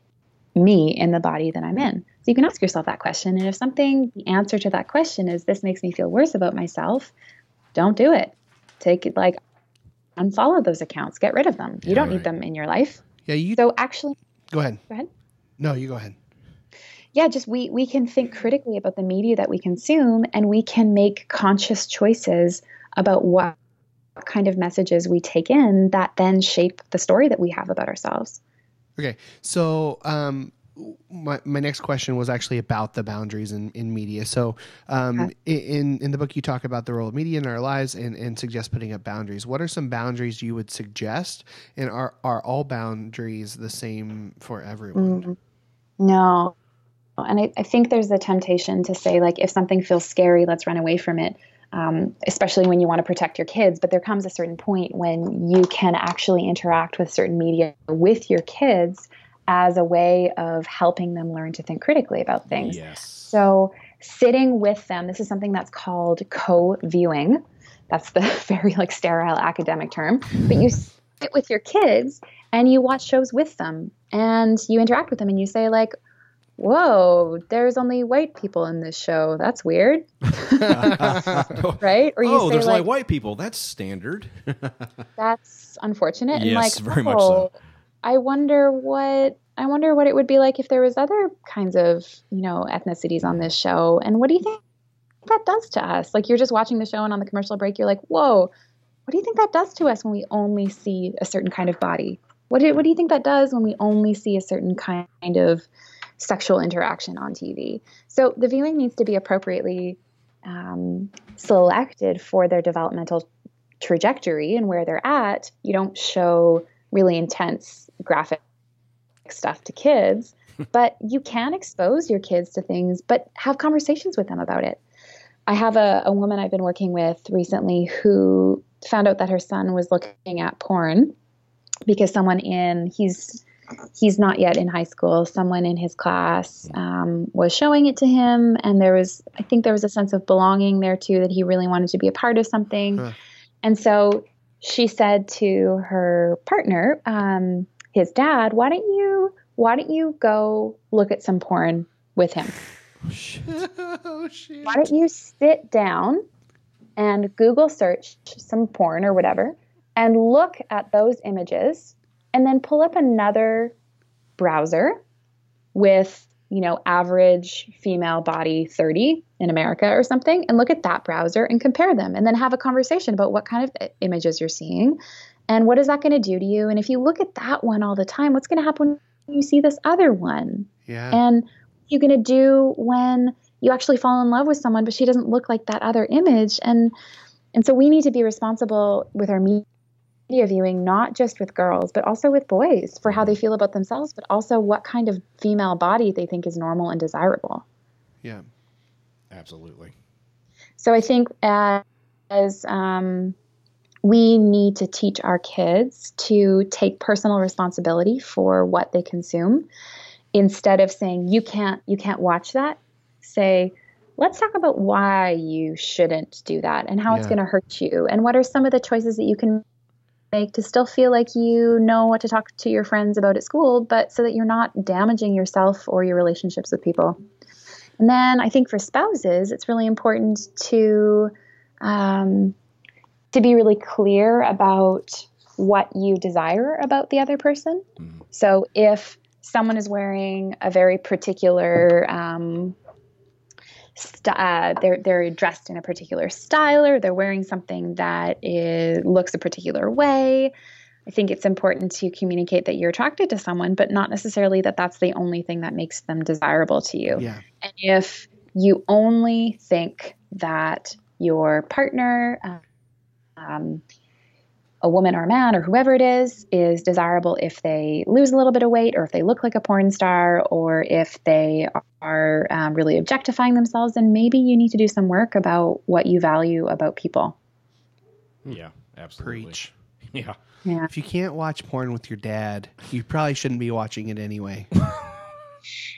me in the body that I'm in. So you can ask yourself that question, and if something the answer to that question is this makes me feel worse about myself, don't do it. Take it like unfollow those accounts, get rid of them. You don't
right.
need them in your life.
Yeah, you
So actually,
go ahead.
go ahead.
No, you go ahead.
yeah, just we we can think critically about the media that we consume, and we can make conscious choices about what kind of messages we take in that then shape the story that we have about ourselves.
Okay. So, um, my, my next question was actually about the boundaries in, in media. So, um,
Okay.
i- in in the book, you talk about the role of media in our lives and, and suggest putting up boundaries. What are some boundaries you would suggest? And are are all boundaries the same for everyone?
Mm. No. And I, I think there's the temptation to say, like, if something feels scary, let's run away from it, um, especially when you want to protect your kids. But there comes a certain point when you can actually interact with certain media with your kids as a way of helping them learn to think critically about things.
yes
So, sitting with them, this is something that's called co viewing. That's the very like sterile academic term. But you sit with your kids and you watch shows with them and you interact with them and you say like whoa there's only white people in this show that's weird right or you
oh,
say
there's like,
like
white people. That's standard.
that's unfortunate and
Yes,
like
very much so.
oh, i wonder what i wonder what it would be like if there was other kinds of you know ethnicities on this show and what do you think that does to us like you're just watching the show and on the commercial break you're like whoa what do you think that does to us when we only see a certain kind of body what do, what do you think that does when we only see a certain kind of sexual interaction on tv so the viewing needs to be appropriately um, selected for their developmental trajectory and where they're at, you don't show really intense graphic stuff to kids, but you can expose your kids to things, but have conversations with them about it. I have a, a woman I've been working with recently who found out that her son was looking at porn because someone in he's he's not yet in high school someone in his class um, was showing it to him and there was i think there was a sense of belonging there too that he really wanted to be a part of something and so she said to her partner, um, his dad, "Why don't you why don't you go look at some porn with him?
oh shit!
Why don't you sit down and Google search some porn or whatever and look at those images and then pull up another browser with, you know, average female body 30 in America or something and look at that browser and compare them and then have a conversation about what kind of i- images you're seeing and what is that going to do to you and if you look at that one all the time what's going to happen when you see this other one
Yeah.
and what you're going to do when you actually fall in love with someone but she doesn't look like that other image and and so we need to be responsible with our media viewing not just with girls but also with boys for how they feel about themselves but also what kind of female body they think is normal and desirable
Yeah.
Absolutely.
so I think as um, we need to teach our kids to take personal responsibility for what they consume, instead of saying you can't you can't watch that, say let's talk about why you shouldn't do that and how it's
Yeah.
going to hurt you and what are some of the choices that you can make to still feel like you know what to talk to your friends about at school but so that you're not damaging yourself or your relationships with people and then I think for spouses, it's really important to um, to be really clear about what you desire about the other person. So if someone is wearing a very particular um, st- uh, they're they're dressed in a particular style or they're wearing something that is, looks a particular way. I think it's important to communicate that you're attracted to someone, but not necessarily that that's the only thing that makes them desirable to you.
Yeah.
And if you only think that your partner, um, um, a woman or a man or whoever it is, is desirable if they lose a little bit of weight or if they look like a porn star or if they are um, really objectifying themselves, then maybe you need to do some work about what you value about people.
Yeah. Absolutely.
Preach.
Yeah.
Yeah.
If you can't watch porn with your dad, you probably shouldn't be watching it anyway.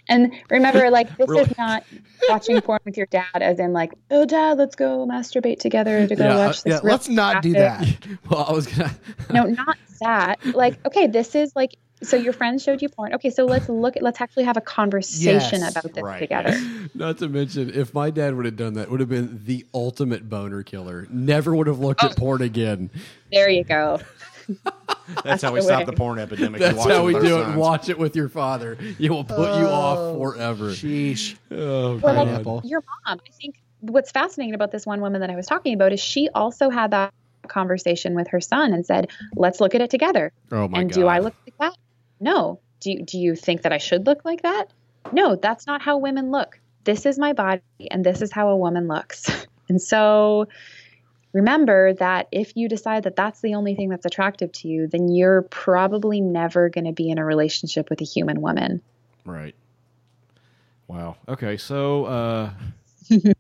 And remember, like, this
Really?
is not watching porn with your dad, as in, like, oh, dad, let's go masturbate together to go
Yeah,
watch this.
yeah,
really
let's not do
graphic-
that.
Well, I was gonna.
no, not that. Like, okay, this is like, so your friend showed you porn. Okay, so let's look at, let's actually have a conversation
Yes,
about this
right,
together.
Not to mention, if my dad would have done that, would have been the ultimate boner killer. Never would have looked at porn again.
There you go.
That's how we
the
stop
way.
the porn epidemic. You
That's
watch
how we
with our
do it.
sons.
Watch it with your father. It will put you
Oh,
off forever.
Sheesh.
Oh,
Well,
God.
like your mom, I think what's fascinating about this one woman that I was talking about is she also had that conversation with her son and said, "Let's look at it together."
oh my
and
God.
do I look like that? No. Do you, do you think that I should look like that? No, that's not how women look. This is my body, and this is how a woman looks. And so remember that if you decide that that's the only thing that's attractive to you, then you're probably never going to be in a relationship with a human woman.
Right. Wow. Okay. So uh,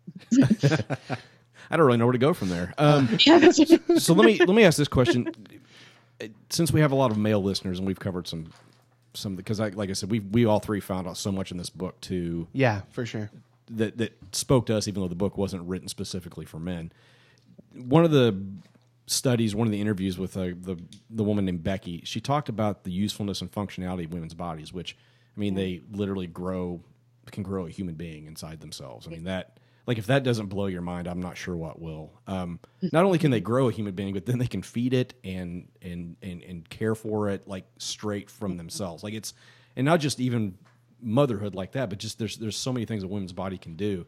I don't really know where to go from there. Um, so let me let me ask this question. Since we have a lot of male listeners and we've covered some some because I, like I said we we all three found out so much in this book too
Yeah, for sure.
that that spoke to us even though the book wasn't written specifically for men. One of the studies, one of the interviews with uh, the the woman named Becky, she talked about the usefulness and functionality of women's bodies, which I mean, they literally grow can grow a human being inside themselves. I mean that like if that doesn't blow your mind, I'm not sure what will. Um, not only can they grow a human being, but then they can feed it and and and and care for it like straight from themselves. Like it's and not just even motherhood like that, but just there's there's so many things a woman's body can do.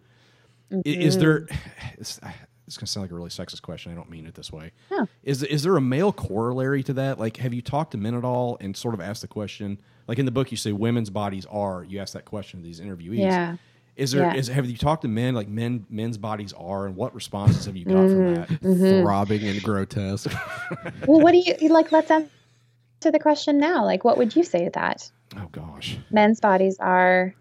I- Is there?
Mm.
It's, it's gonna sound like a really sexist question. I don't mean it this way. Is is there a male corollary to that? Like, have you talked to men at all and sort of asked the question? Like in the book, you say women's bodies are. You ask that question to these interviewees.
Yeah.
Is there? Is
Yeah.
have you talked to men? Like men, men's bodies are, and what responses have you got
Mm.
from that?
Mm-hmm.
throbbing and grotesque.
Well, what do you you, like? Let's answer the question now. Like, what would you say to that?
Oh gosh.
Men's bodies are.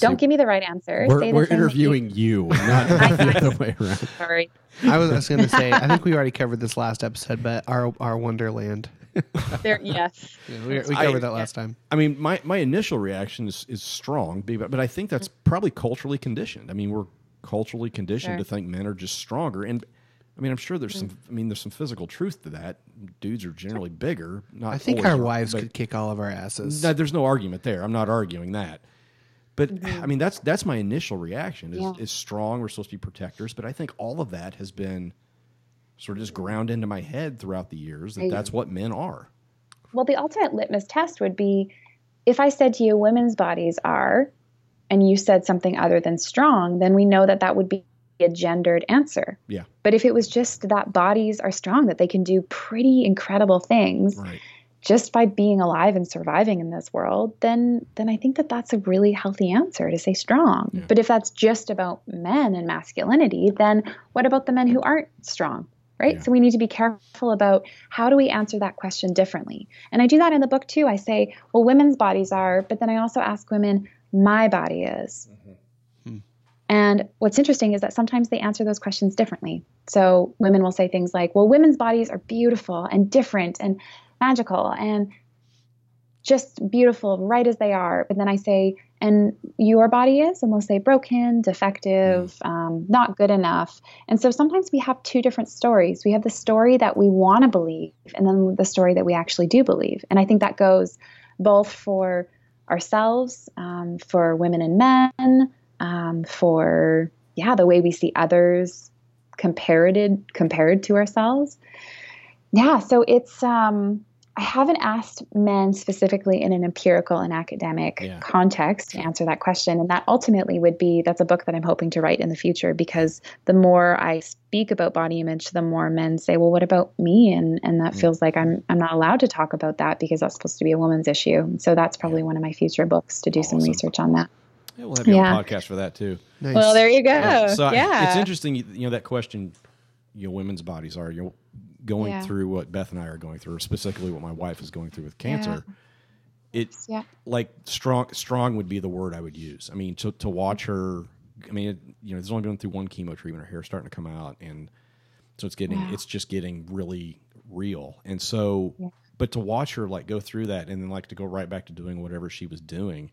Don't give me the right answer.
We're,
Say the
we're
thing that you-
interviewing you, not the other way around.
Sorry.
I was, I was going to say, I think we already covered this last episode, but our our Wonderland.
There, yes.
Yeah, we, we
I-
covered that last time.
I mean, my, my initial reaction is, is strong, be- but I think that's probably culturally conditioned. I mean, we're culturally conditioned
Sure. Hmm.
to think men are just stronger, and I mean, I'm sure there's some. I mean, there's some physical truth to that. Dudes are generally bigger. Not
I think
always
our
are,
wives
but-
could kick all of our asses.
no, there's no argument there. I'm not arguing that. But
Mm-hmm.
I mean, that's that's my initial reaction. Is, is strong. We're supposed to be protectors, but I think all of that has been sort of just ground into my head throughout the years that that's what men are.
Well, the ultimate litmus test would be if I said to you, women's bodies are, and you said something other than strong, then we know that that would be a gendered answer.
Yeah.
But if it was just that bodies are strong, that they can do pretty incredible things
Right.
just by being alive and surviving in this world, then then I think that that's a really healthy answer to say strong. But if that's just about men and masculinity, then what about the men who aren't strong? Right? So we need to be careful about how do we answer that question differently. And I do that in the book too. I say, well, women's bodies are, but then I also ask women, my body is. And what's interesting is that sometimes they answer those questions differently. So women will say things like, well, women's bodies are beautiful and different and magical and just beautiful right as they are. But then I say, and your body is, and they'll say broken, defective, um, not good enough. And so sometimes we have two different stories. We have the story that we want to believe, and then the story that we actually do believe. And I think that goes both for ourselves, um, for women and men, um, for yeah, the way we see others compared compared to ourselves. Yeah, so it's um, I haven't asked men specifically in an empirical and academic
Yeah.
context to answer that question, and that ultimately would be that's a book that I'm hoping to write in the future because the more I speak about body image, the more men say, "Well, what about me?" and and that feels like I'm I'm not allowed to talk about that because that's supposed to be a woman's issue. So that's probably one of my future books to do some
Awesome.
research on that.
Yeah, we'll have you on
Yeah.
a podcast for that too.
Nice.
Well, there you go. Yeah,
Uh, so I- it's interesting, you you know, that question, you know, women's bodies are, you know, going
Yeah.
through what Beth and I are going through, specifically what my wife is going through with cancer. It
yeah.
like strong, strong would be the word I would use. I mean, to, to watch her, I mean, it, you know, there's only been through one chemo treatment, her hair's starting to come out. And so it's getting, it's just getting really real. And so, but to watch her like go through that and then like to go right back to doing whatever she was doing,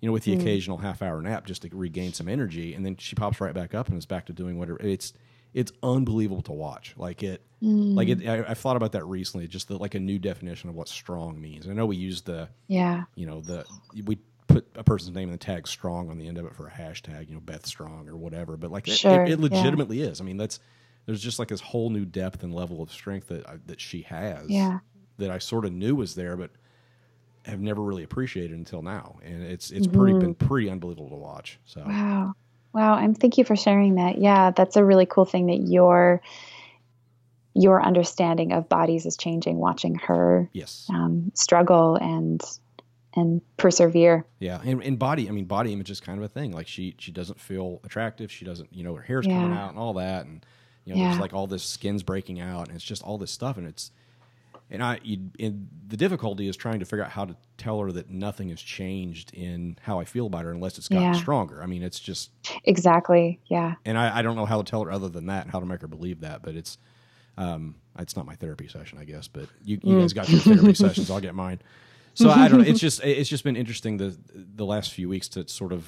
you know, with the occasional half hour nap just to regain some energy, and then she pops right back up and is back to doing whatever. It's it's unbelievable to watch. Like it, like it. I, I've thought about that recently. Just the, like a new definition of what strong means. I know we use the,
Yeah.
you know, the we put a person's name and the tag strong on the end of it for a hashtag. You know, Beth Strong or whatever. But like it-
Sure,
it, it
yeah.
legitimately is. I mean, that's there's just like this whole new depth and level of strength that I, that she has.
Yeah.
That I sort of knew was there, but have never really appreciated until now, and it's it's pretty been pretty unbelievable to watch. So
Mm-hmm. Wow. Wow. And thank you for sharing that. Yeah, that's a really cool thing that your your understanding of bodies is changing watching her
yes,
um, struggle and and persevere.
yeah, and, and body. I mean, body image is kind of a thing. Like she she doesn't feel attractive. She doesn't. You know, her hair's coming
Yeah.
out and all that, and you know, there's
Yeah.
like all this skin's breaking out, and it's just all this stuff, and it's and I you, and the difficulty is trying to figure out how to tell her that nothing has changed in how I feel about her unless it's gotten
Yeah.
stronger. I mean, it's just
Exactly. Yeah.
and I, I don't know how to tell her other than that and how to make her believe that but it's um it's not my therapy session i guess but you, you guys got your therapy sessions i'll get mine So I don't know. It's just it's just been interesting the the last few weeks to sort of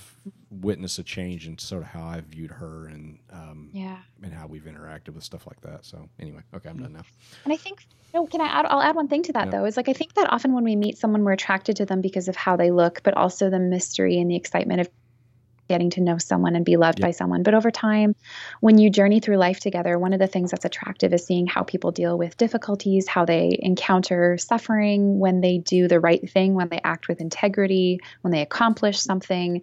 witness a change in sort of how I viewed her and um,
Yeah.
and how we've interacted with stuff like that. So anyway, okay, I'm done now.
And I think no, can I add I'll add one thing to that
Yeah.
though, is like I think that often when we meet someone we're attracted to them because of how they look, but also the mystery and the excitement of getting to know someone and be loved by someone. But over time, when you journey through life together, one of the things that's attractive is seeing how people deal with difficulties, how they encounter suffering, when they do the right thing, when they act with integrity, when they accomplish something.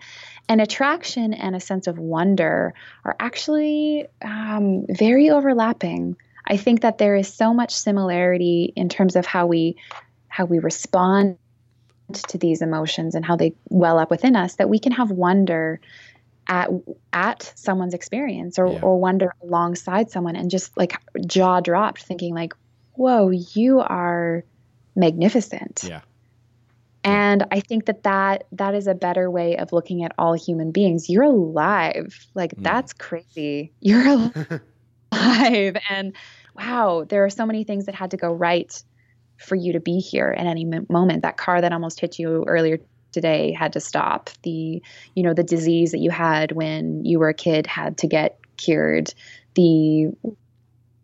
And attraction and a sense of wonder are actually um, very overlapping. I think that there is so much similarity in terms of how we how we respond to these emotions and how they well up within us that we can have wonder at at someone's experience or,
Yeah.
or wonder alongside someone and just like jaw dropped thinking like whoa you are magnificent
Yeah.
and i think that that that is a better way of looking at all human beings you're alive like
Mm.
that's crazy you're alive and wow there are so many things that had to go right for you to be here at any mo- moment that car that almost hit you earlier today had to stop the you know the disease that you had when you were a kid had to get cured the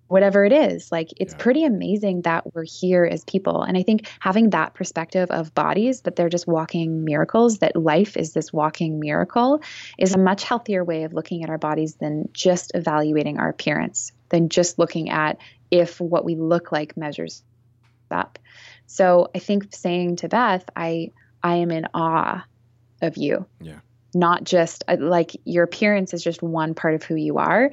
whatever it is like it's
Yeah.
pretty amazing that we're here as people and i think having that perspective of bodies that they're just walking miracles that life is this walking miracle is a much healthier way of looking at our bodies than just evaluating our appearance than just looking at if what we look like measures up so i think saying to beth i i am in awe of you
Yeah.
not just uh, like your appearance is just one part of who you are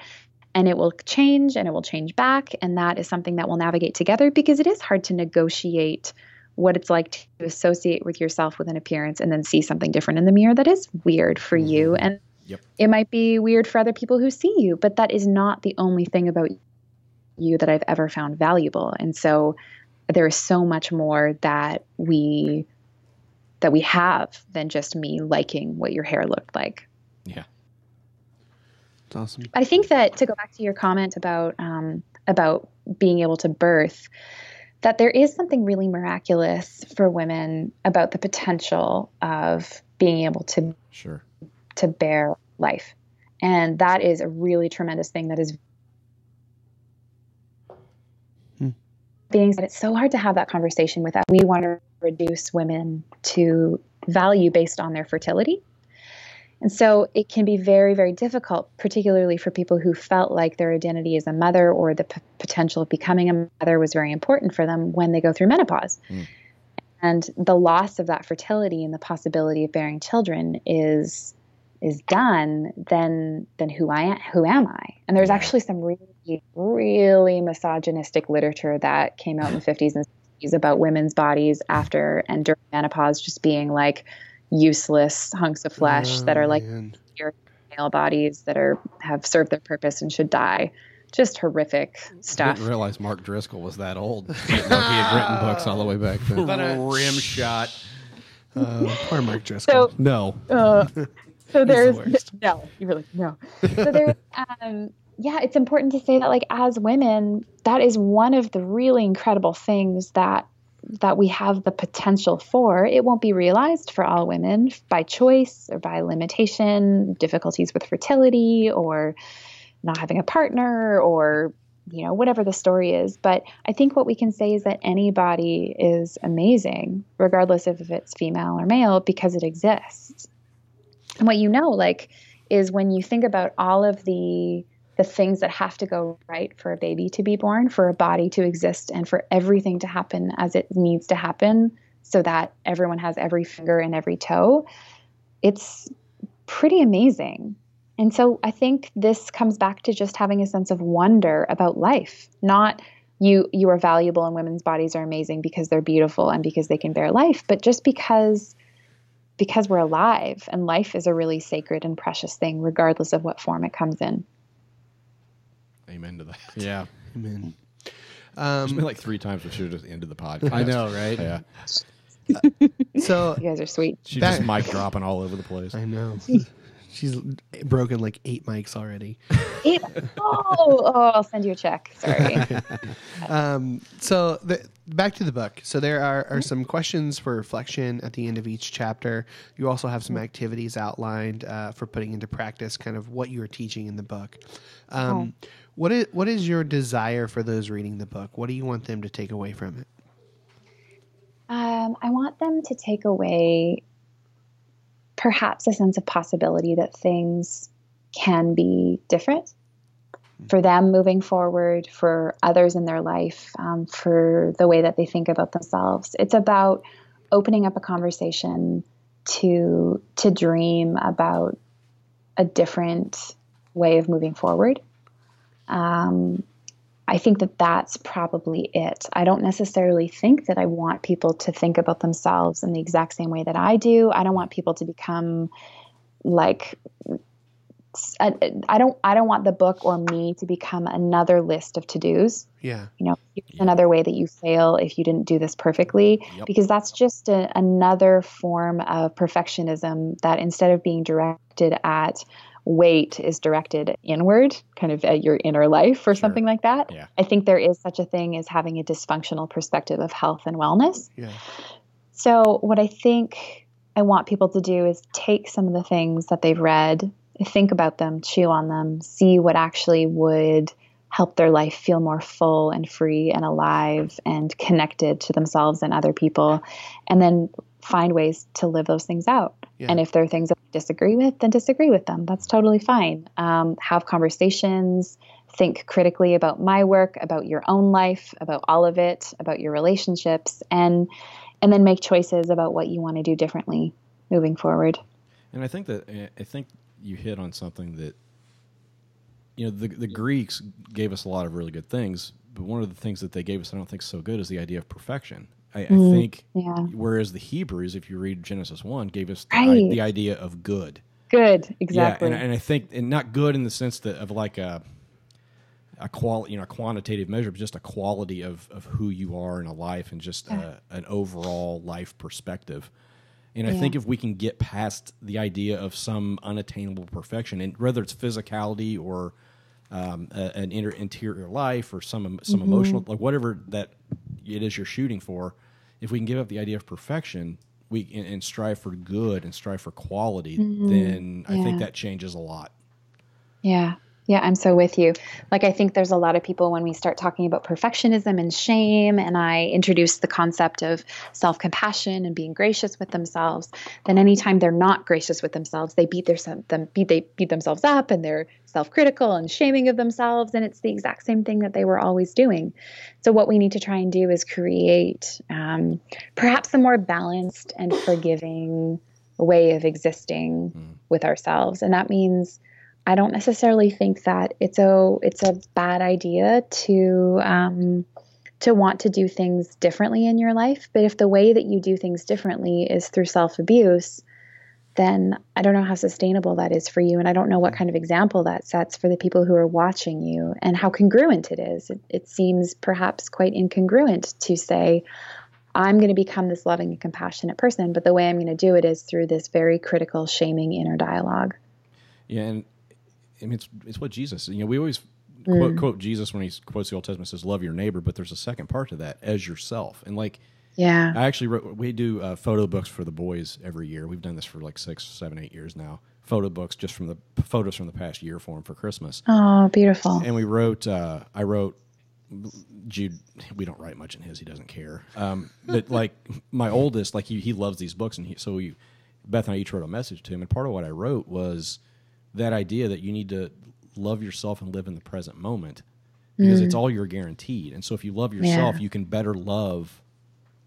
and it will change and it will change back and that is something that we'll navigate together because it is hard to negotiate what it's like to associate with yourself with an appearance and then see something different in the mirror that is weird for you and
Yep.
it might be weird for other people who see you but that is not the only thing about you that I've ever found valuable and so there is so much more that we that we have than just me liking what your hair looked like
Yeah.
It's awesome.
I think that to go back to your comment about um, about being able to birth, that there is something really miraculous for women about the potential of being able to
Sure.
to bear life, and that is a really tremendous thing that is.
Hmm.
Being that it's so hard to have that conversation without we want to reduce women to value based on their fertility. And so it can be very, very difficult, particularly for people who felt like their identity as a mother or the p- potential of becoming a mother was very important for them when they go through menopause.
Mm.
And the loss of that fertility and the possibility of bearing children is is done, then then who I am, who am I? And there's
Yeah.
actually some really, really misogynistic literature that came out in the 50s and 60s about women's bodies after and during menopause just being like useless hunks of flesh that are like
Man.
male bodies that are have served their purpose and should die. Just horrific
I
stuff.
didn't realize Mark Driscoll was that old. I didn't know he had
Oh.
written books all the way back then.
But, uh,
Rim shot.
Uh, poor Mark Driscoll.
So
No.
uh, so there's
worst.
no. You were like no. So there's um, yeah. It's important to say that like as women, that is one of the really incredible things that that we have the potential for. It won't be realized for all women by choice or by limitation, difficulties with fertility, or not having a partner, or you know whatever the story is but i think what we can say is that any body is amazing regardless of if it's female or male because it exists and what you know like is when you think about all of the the things that have to go right for a baby to be born for a body to exist and for everything to happen as it needs to happen so that everyone has every finger and every toe it's pretty amazing and so i think this comes back to just having a sense of wonder about life not you you are valuable and women's bodies are amazing because they're beautiful and because they can bear life but just because because we're alive and life is a really sacred and precious thing regardless of what form it comes in
Amen to that.
Yeah.
Amen.
There's been
Um,
like three times we should have just ended the podcast.
I know, right?
Yeah.
so
you guys are sweet
She
That-
just mic dropping all over the place.
I know. She's broken like eight mics already.
It- oh, oh, I'll send you a check. Sorry.
Um, so the, back to the book. So there are, are some questions for reflection at the end of each chapter. You also have some activities outlined uh, for putting into practice kind of what you are teaching in the book. Um,
Oh.
What is what is your desire for those reading the book? What do you want them to take away from it?
Um, I want them to take away perhaps a sense of possibility that things can be different for them moving forward, for others in their life, um, for the way that they think about themselves. It's about opening up a conversation to to dream about a different way of moving forward. Um, I think that that's probably it. I don't necessarily think that I want people to think about themselves in the exact same way that I do. I don't want people to become like s- I I don't I don't want the book or me to become another list of to-dos.
Yeah,
You know, here's another way that you fail if you didn't do this perfectly because that's just a, another form of perfectionism that instead of being directed at weight is directed inward, kind of at your inner life or something like that.
Yeah.
I think there is such a thing as having a dysfunctional perspective of health and wellness.
yeah,
So, what I think I want people to do is take some of the things that they've read, think about them, chew on them, see what actually would help their life feel more full and free and alive and connected to themselves and other people, and then find ways to live those things out.
Yeah.
And if there are things that they disagree with, then disagree with them. That's totally fine. Um, have conversations, think critically about my work, about your own life, about all of it, about your relationships, and and then make choices about what you want to do differently moving forward.
And I think that eh, I think you hit on something that you know the the Greeks gave us a lot of really good things, but one of the things that they gave us I don't think so good is the idea of perfection. I, I think
Mm, yeah.
whereas the Hebrews, if you read Genesis one, gave us the,
Right.
the idea of good.
Good, exactly.
Yeah, and, and I think and not good in the sense that of like a a qual you know a quantitative measure, but just a quality of of who you are in a life and just uh, an overall life perspective. And I think if we can get past the idea of some unattainable perfection, and whether it's physicality or um, a, an inner interior life or some some emotional like whatever that it is you're shooting for, if we can give up the idea of perfection, we and, and strive for good and strive for quality, then I think
Yeah.
that changes a lot.
Yeah. Yeah, I'm so with you. Like, I think there's a lot of people when we start talking about perfectionism and shame, and I introduce the concept of self compassion and being gracious with themselves. Then, anytime they're not gracious with themselves, they beat their them beat they beat themselves up, and they're self critical and shaming of themselves, and it's the exact same thing that they were always doing. So, what we need to try and do is create um, perhaps a more balanced and forgiving way of existing with ourselves, and that means. I don't necessarily think that it's a it's a bad idea to um, to want to do things differently in your life. But if the way that you do things differently is through self abuse, then I don't know how sustainable that is for you, and I don't know what kind of example that sets for the people who are watching you, and how congruent it is. It, it seems perhaps quite incongruent to say. I'm going to become this loving and compassionate person, but the way I'm going to do it is through this very critical, shaming inner dialogue.
Yeah, and I mean it's it's what Jesus. You know, we always quote quote Jesus when he quotes the Old Testament says, "Love your neighbor," but there's a second part to that, as yourself, and like.
Yeah.
I actually wrote. We do uh, photo books for the boys every year. We've done this for like six, seven, eight years now. Photo books just from the photos from the past year for 'em for Christmas.
Oh, beautiful.
And we wrote. Uh, I wrote. Jude, we don't write much in his. He doesn't care. Um, but like my oldest, like he he loves these books, and he, so we, Beth and I each wrote a message to him. And part of what I wrote was that idea that you need to love yourself and live in the present moment because it's all you're guaranteed. And so if you love yourself,
Mm. Yeah.
you can better love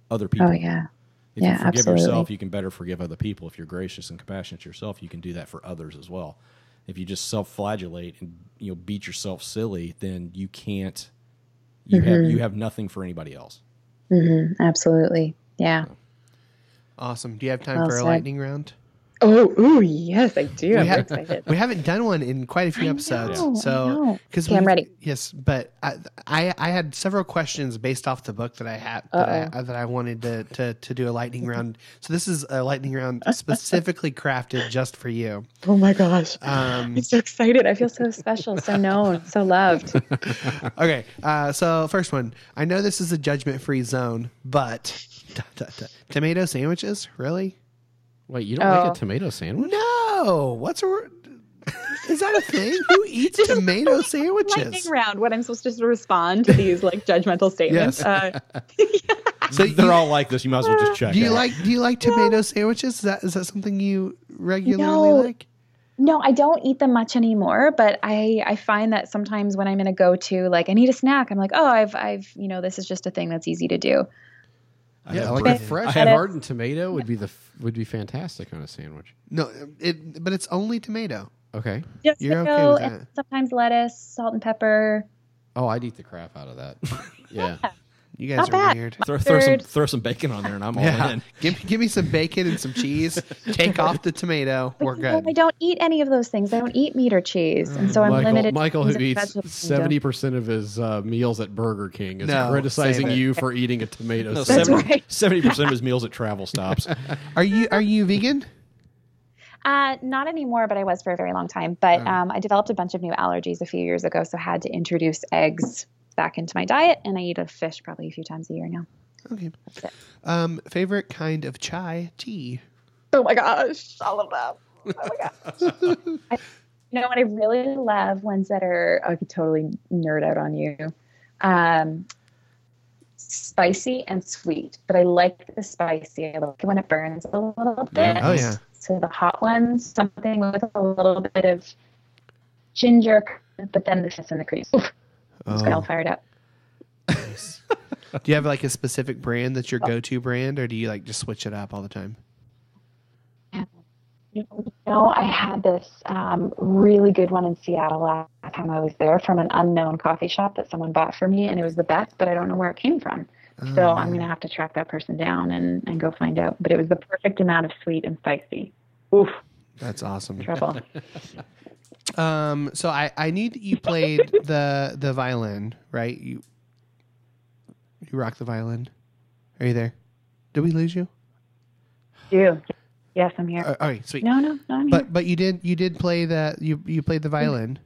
other people.
Oh yeah.
If you
Yeah,
forgive
absolutely.
yourself, you can better forgive other people. If you're gracious and compassionate to yourself, you can do that for others as well. If you just self-flagellate and you know beat yourself silly, then you can't. You
Mm-hmm.
have you have nothing for anybody else.
Absolutely. Yeah.
awesome. Do you have time
Well
for a
said.
lightning round?
Oh, ooh, yes, I do. I'm very excited.
We haven't done one in quite a few episodes,
know, I
so
know.
because
Okay, I'm ready.
Yes, but I, I I had several questions based off the book that I had that I, that I wanted to, to to do a lightning round. So this is a lightning round specifically crafted just for you.
Oh my gosh.
Um,
I'm so excited. I feel so special, so known, so loved.
okay, uh, so first one. I know this is a judgment free zone, but dot, dot, dot. tomato sandwiches really?
Wait, you don't like
Oh.
a tomato sandwich?
No, what's a wor- is that a thing? Who eats tomato
Lightning
sandwiches?
round. What I'm supposed to respond to these like judgmental statements.
Yes.
Uh,
So
They're
you-
all like this. You might as well just check.
Do you
out.
like do you like tomato sandwiches? Is that is that something you regularly
No.
like?
no, I don't eat them much anymore, but I I find that sometimes when I'm in a go-to, like I need a snack, I'm like, oh, I've I've you know this is just a thing that's easy to do.
I
Yeah,
have
like
bread.
a fresh
I have-
hardened tomato would be the f- would be fantastic on a sandwich.
No, it but it's only tomato.
Okay.
Just
You're okay
tomato
with
and
that?
sometimes lettuce, salt and pepper.
Oh, I'd eat the crap out of that. Yeah.
You guys
Not
are
bad.
weird.
throw, throw some
Mustard.
throw some bacon on there, and I'm all
Yeah.
in.
Give, give me some bacon and some cheese. Take off the tomato. We're
But you know, I
good. Mm.
don't eat any of those things. I don't eat meat or cheese, and so I'm
Michael,
limited.
Michael
to
who eats
vegetables.
seventy percent of his uh, meals at Burger King, is
No,
criticizing
save it.
you for eating a tomato.
No,
sandwich.
right.
70 percent of his meals at travel stops.
Are you are you vegan?
Uh, not anymore, but I was for a very long time. But um, I developed a bunch of new allergies a few years ago, so had to introduce eggs back into my diet, and I eat a fish probably a few times a year now.
Okay.
That's it.
Um, favorite kind of chai tea.
Oh my gosh, all of them. Oh my gosh. I, you know what? I really love ones that are oh, I could totally nerd out on you. Um, spicy and sweet, but I like the spicy. I like when it burns a little bit.
Oh, yeah.
So the hot ones, something with a little bit of ginger, but then the fish and the cream. Oof,
Oh.
it's got all fired up.
Um, Do you have like a specific brand that's your go to brand, or do you like just switch it up all the time?
You know, I had this um, really good one in Seattle last time I was there from an unknown coffee shop that someone bought for me, and it was the best, but I don't know where it came from.
Oh,
So I'm going to have to track that person down and, and go find out. But it was the perfect amount of sweet and spicy. Oof,
That's awesome.
trouble.
Um, so I I knew that you played the the violin, right? You you rock the violin. Are you there? Did we lose you?
Do. Yes, I'm here.
Uh, all right, sweet.
No, no, no, I'm here.
But but you did you did play the you you played the violin.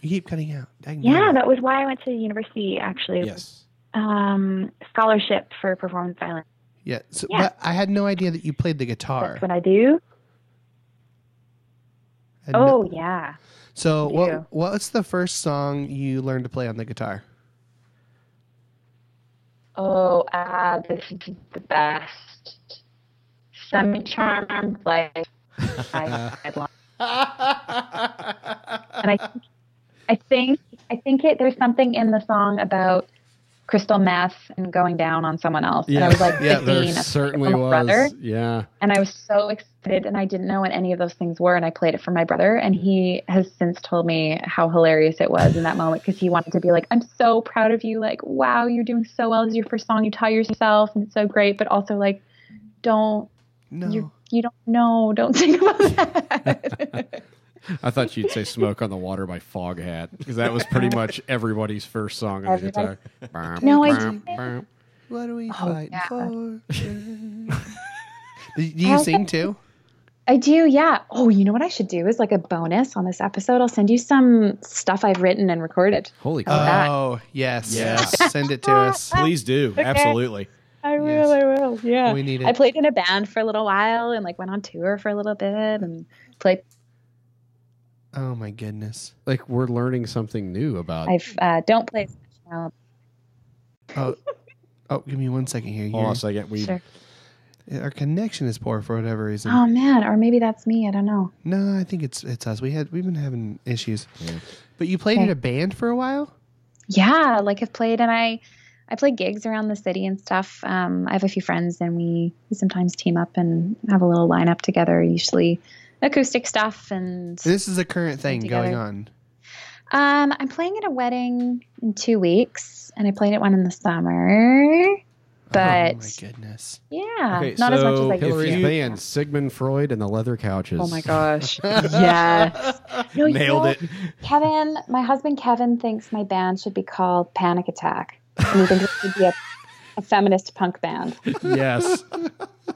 You keep cutting out. Dang
Yeah,
it.
that was why I went to university, actually.
Yes.
Um, scholarship for performance violin.
yeah. So,
yeah.
But I had no idea that you played the guitar.
That's what I do.
I had no-
Oh, yeah.
so
yeah.
what what's the first song you learned to play on the guitar?
Oh, ah, this is the best. Semi charmed life. I, I love. and I, think- I think, I think it. There's something in the song about crystal meth and going down on someone else. And I was like,
yeah,
15,
there
I was
certainly
with
was.
my brother.
Yeah.
and I was so excited, and I didn't know what any of those things were. And I played it for my brother, and he has since told me how hilarious it was in that moment because he wanted to be like, "I'm so proud of you! Like, wow, you're doing so well. This is your first song you taught yourself, and it's so great." But also, like, don't
No.
you you don't know? Don't think about that.
I thought you'd say "Smoke on the Water" by Foghat because that was pretty much everybody's first song on the
Everybody-
guitar. Bam,
No, I
bam,
didn't.
bam.
What are we
Oh,
fighting
yeah.
for? do do you
I
sing too?
I do, yeah. Oh, you know what I should do is like a bonus on this episode. I'll send you some stuff I've written and recorded.
Holy
Oh,
crap!
that.
Oh, yes.
Yeah.
Send it to us.
Please do. Absolutely.
I will.
Yes.
I will. Yeah.
We need
I
it.
played in a band for a little while and like went on tour for a little bit and played.
Oh my goodness.
Like we're learning something new about.
I've uh, don't play. as much now.
Oh, oh, give me one second here.
Hold on
You're-
a second. We
Sure.
Our connection is poor for whatever reason.
Oh man, or maybe that's me. I don't know.
No, I think it's it's us. We had we've been having issues. But you played in
Okay.
a band for a while.
Yeah, like I've played and I, I play gigs around the city and stuff. Um, I have a few friends and we, we sometimes team up and have a little lineup together. Usually, acoustic stuff and
This is a current thing going
Together.
on.
Um, I'm playing at a wedding in two weeks, and I played at one in the summer. But
oh my goodness.
yeah,
Okay,
not as much as
so
I
if
used
Hillary's
to.
you-
band, Sigmund Freud and the leather couches.
Oh my gosh. yes. No, you
Nailed
know,
it.
Kevin, my husband Kevin thinks my band should be called Panic Attack. And he thinks it should be a, a feminist punk band.
Yes.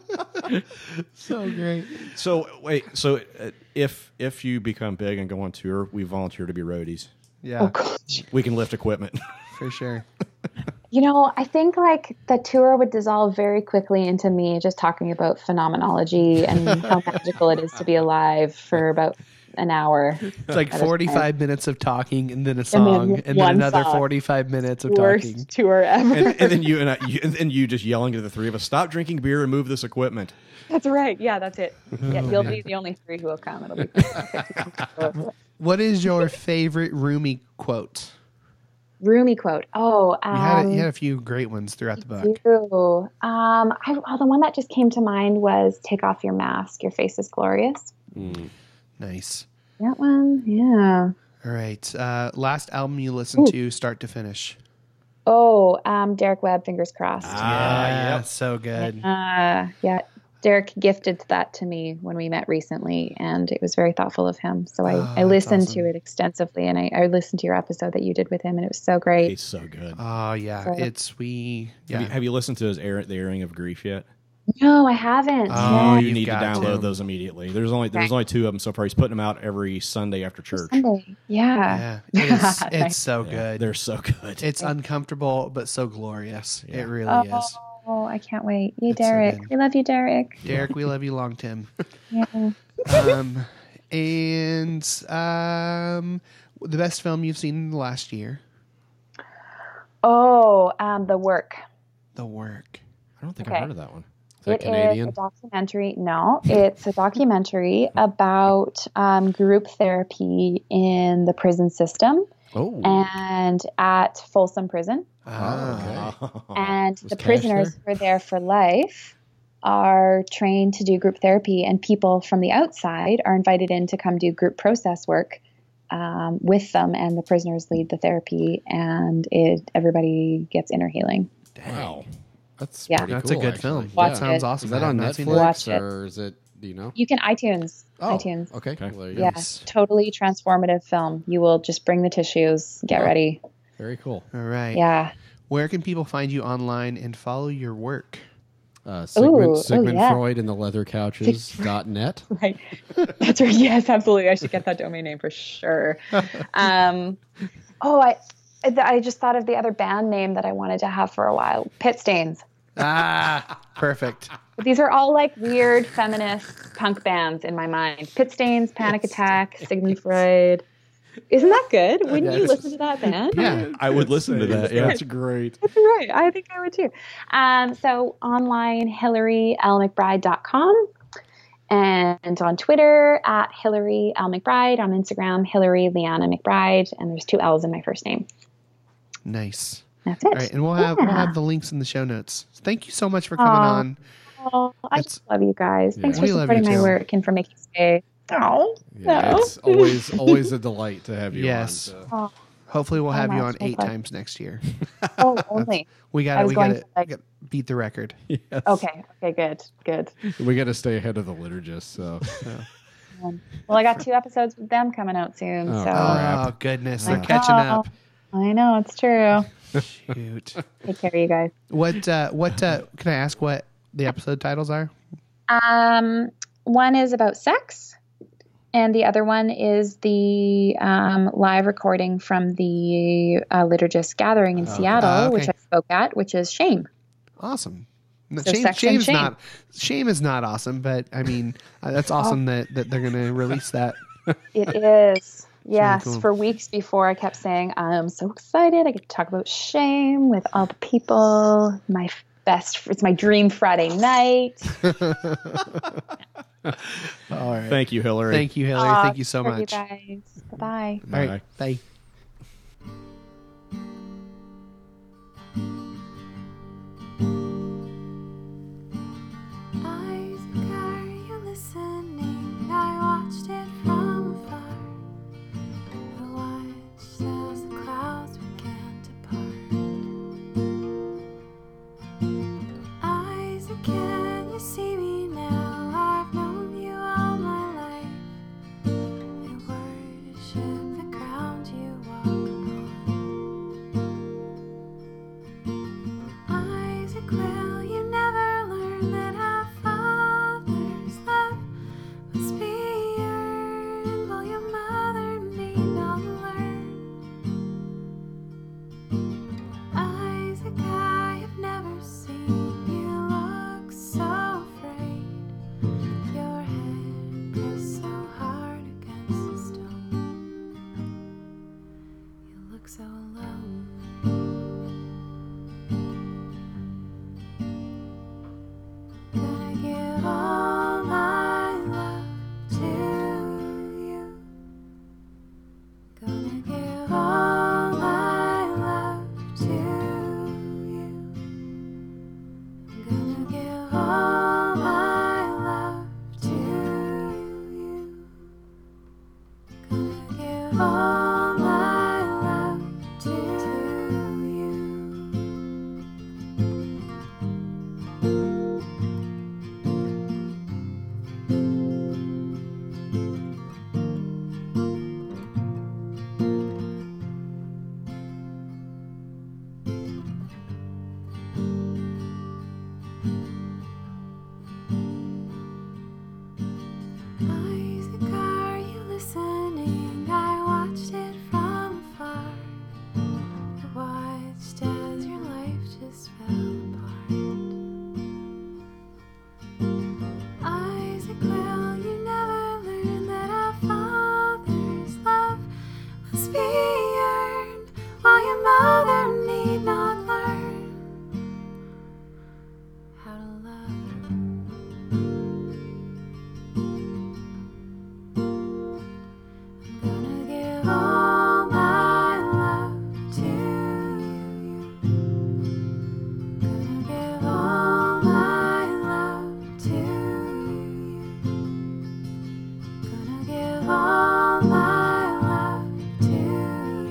So great.
So wait. So uh, if if you become big and go on tour, we volunteer to be roadies.
Yeah,
Oh gosh.
We can lift equipment.
for sure.
You know, I think like the tour would dissolve very quickly into me just talking about phenomenology and how magical it is to be alive for about an hour.
It's like
That is
45 minutes of talking and then a
then
song and then,
one
another
song.
45 minutes of talking.
Worst tour ever.
and, and then you and I, you, and then you just yelling to the three of us, stop drinking beer and move this equipment.
that's right. Yeah, that's it. Yeah, you'll be the only three who will come. It'll be
What is your favorite Rumi quote?
Roomy quote. Oh, um,
You had, a, you had a few great ones throughout the book.
do. Um, I, oh, the one that just came to mind was "Take off your mask, your face is glorious."
Nice.
That one, yeah.
All right. Uh, last album you listened to, start to finish.
Oh, um, Derek Webb, fingers crossed.
Ah,
Ah,
yeah, so good.
Uh, yeah, Derek gifted that to me when we met recently, and it was very thoughtful of him. So I,
Oh,
I
that's
listened
awesome.
to it extensively, and I, I listened to your episode that you did with him, and it was so great.
It's so good.
Oh yeah, it's we. Yeah,
Have, you, have you listened to his air, the airing of grief yet?
No, I haven't.
Oh,
Oh,
Yeah.
you
you've
need to
got
download
to.
those immediately. There's only there's
Right.
only two of them so far. He's putting them out every Sunday after church.
Sunday. Yeah.
yeah. It's, it's so
Yeah,
good.
They're so good.
It's uncomfortable but so glorious.
Yeah.
It really is.
Oh, I can't wait. Yay,
It's so
Derek.
good.
we love you, Derek.
Derek, we love you long, Tim.
Yeah.
Um, and um, the best film you've seen in the last year,
Oh, um, The Work.
The Work.
I don't think I've
okay.
heard of that one.
Is that
It is
Canadian?
a documentary. No, it's a documentary about um, group therapy in the prison system
oh,
and at Folsom Prison.
Ah,
Oh,
and the
Oh, Cash
prisoners
there?
who are there for life are trained to do group therapy, and people from the outside are invited in to come do group process work um, with them, and the prisoners lead the therapy, and it everybody gets inner healing.
Wow.
that's
yeah.
pretty
that's
cool,
a good
actually.
film.
Watch
that
it.
sounds awesome.
Is that
I have
on
not seen
Netflix
Watch it.
or is it do you know?
You can iTunes,
Oh,
iTunes.
Okay,
Okay.
Well, there you go.
Yeah,
Nice.
totally transformative film. You will just bring the tissues, get ready.
Very cool.
All right.
Yeah.
Where can people find you online and follow your work?
Uh, Sigmund,
Ooh, oh,
Sigmund
yeah.
Freud and the leather couches dot net.
Right. That's right. Yes, absolutely. I should get that domain name for sure. Um, oh, I I just thought of the other band name that I wanted to have for a while. Pit Stains.
Ah, perfect.
But these are all like weird feminist punk bands in my mind. Pit Stains, Panic Attack, Sigmund Freud. Isn't that good? Wouldn't you listen to that band?
Yeah.
I would listen to that. Yeah.
That's great.
That's right. I think I would too. Um, so online, HillaryLMcBride.com. And on Twitter at Hillary L. McBride, on Instagram, Hillary Leanna McBride, and there's two L's in my first name.
Nice.
That's it.
All right, and we'll have we'll
Yeah.
have the links in the show notes. Thank you so much for coming
Aw.
on.
Well, I
It's-
just love you guys. Thanks
Yeah.
for
We love you
supporting my
too.
work and for making space. Oh,
Yeah,
No.
It's always always a delight to have you.
Yes.
On, so.
Hopefully, we'll
Oh,
have you
wow,
on
it's my
eight
pleasure.
times next year.
oh only.
We got
I
to
was
we got
going
to
for, like-
beat the record.
Okay. Okay. Good. Good.
We got to stay ahead of the liturgist. So
Um, well, I got two episodes with them coming out soon.
Oh,
so
crap.
Oh goodness,
I
they're catching up.
know. I know it's true.
Shoot.
Take care, you guys.
What uh, what uh, can I ask? What the episode titles are?
Um, one is about sex, and the other one is the um, live recording from the uh, liturgist gathering in Seattle,
Ah, okay.
which I spoke at, which is shame.
Awesome. No,
So
shame,
sex and
shame's
shame.
not shame is not awesome, but I mean uh, that's
Oh.
awesome that, that they're gonna release that.
It is. Yes,
cool.
for weeks before I kept saying, I'm so excited. I get to talk about shame with all the people. My best, it's my dream Friday night.
All right.
Thank you, Hillary.
Thank you, Hillary.
Aw,
Thank you so
for
much. All
guys. Bye.
right. Bye.
Eyes, are you listening? I watched it from afar. I watched as the clouds began to part. all my love to you. Gonna give all my love to you. Gonna give all my love to you.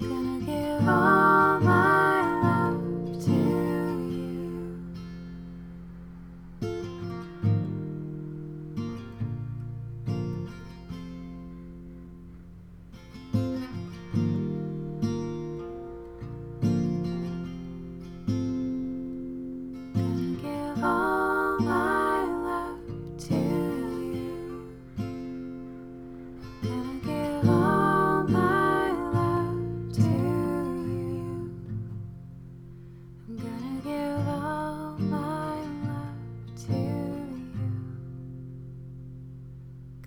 Gonna give all my love to you. Gonna give all my love to you. Gonna give all my love to you. I'm gonna give all my love to you.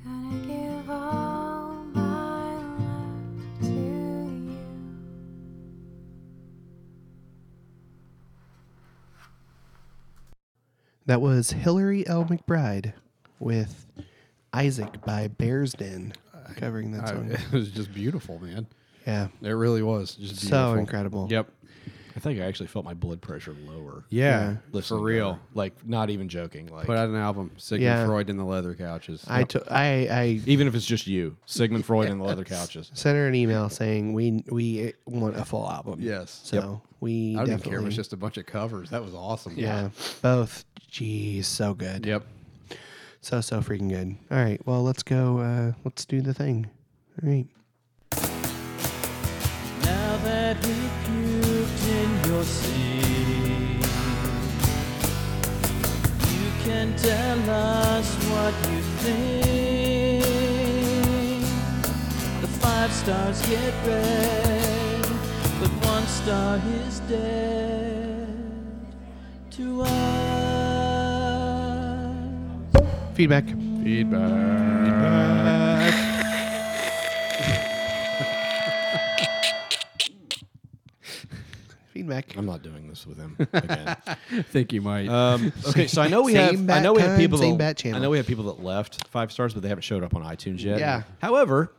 Gonna give all my love to you.
That was Hillary L. McBride with Isaac by Bears Den covering that song.
it was just beautiful, man.
yeah.
It really was just
So
beautiful.
incredible.
Yep.
I think I actually felt my blood pressure lower.
Yeah.
for real. Like not even joking. Like
Put out an album, Sigmund
Yeah.
Freud and the Leather Couches.
I took I I
even if it's just you, Sigmund Freud and the leather couches.
sent her an email saying we we want a full album.
Yes.
So we
I don't even
definitely
care. It was just a bunch of covers. That was awesome.
yeah, both. Jeez, so good.
Yep.
So so freaking good. All right. Well, let's go. Uh, let's do the thing. All right.
Now that we've puked in your sleep, you can tell us what you think. The five stars get red, but one star is dead to us.
Feedback. Feedback.
I'm not doing this with him again.
I think you might.
Um, okay, so I know we
Same
have I
bat
know we have
time,
people
same bat
that,
channel.
I know we have people that left five stars, but they haven't showed up on iTunes yet.
Yeah.
However,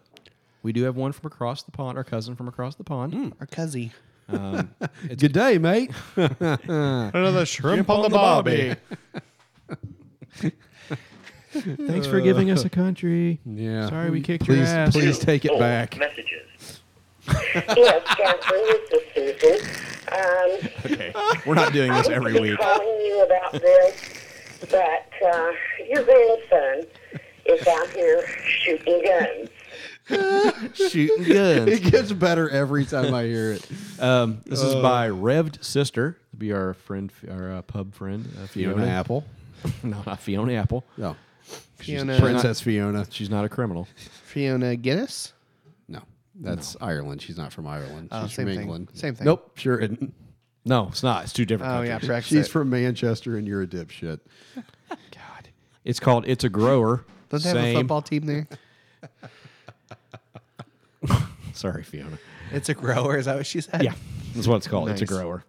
we do have one from across the pond, our cousin from across the pond.
Our cuzzy.
Good day, mate.
Another shrimp on the
Bobby. Thanks for giving us a country.
Yeah.
Sorry we kicked your
please,
ass.
please take
Oh,
it back.
Yes, Catherine, this is Susan. Um,
Okay. We're not doing this every
I'm
week.
calling you about this, but uh, your grandson is out here shooting guns.
Shooting guns.
It gets better every time I hear it.
Um, this is by Revved Sister. It'll be our friend, our uh, pub friend, uh, Fiona.
Fiona Apple.
No, not Fiona Apple.
No.
Fiona,
Princess Fiona.
She's not a criminal.
Fiona Guinness.
No. That's Ireland. She's not from Ireland.
Oh,
She's
same
from
thing.
England.
Same thing.
Nope. Sure isn't.
No, it's not. It's two different
Oh
countries.
yeah, Brexit.
She's from Manchester and you're a dipshit.
It's called It's a Grower.
Don't they have a
Same.
football team there?
Sorry, Fiona.
It's a grower. Is that what she said?
Yeah, that's what it's called. It's a
Nice.
grower.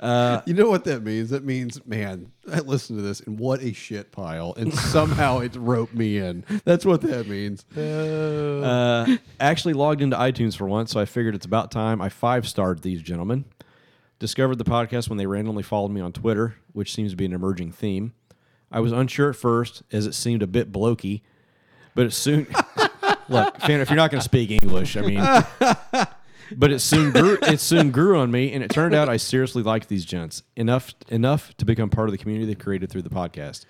Uh, You know what that means? That means, man, I listened to this and what a shit pile. And somehow it's roped me in. That's what that means.
Uh, actually logged into iTunes for once, so I figured it's about time I five starred these gentlemen. Discovered the podcast when they randomly followed me on Twitter, which seems to be an emerging theme. I was unsure at first, as it seemed a bit blokey, but it soon. Look, Fiona, if you're not going to speak English, I mean, but it soon grew. It soon grew on me, and it turned out I seriously liked these gents enough enough to become part of the community they created through the podcast.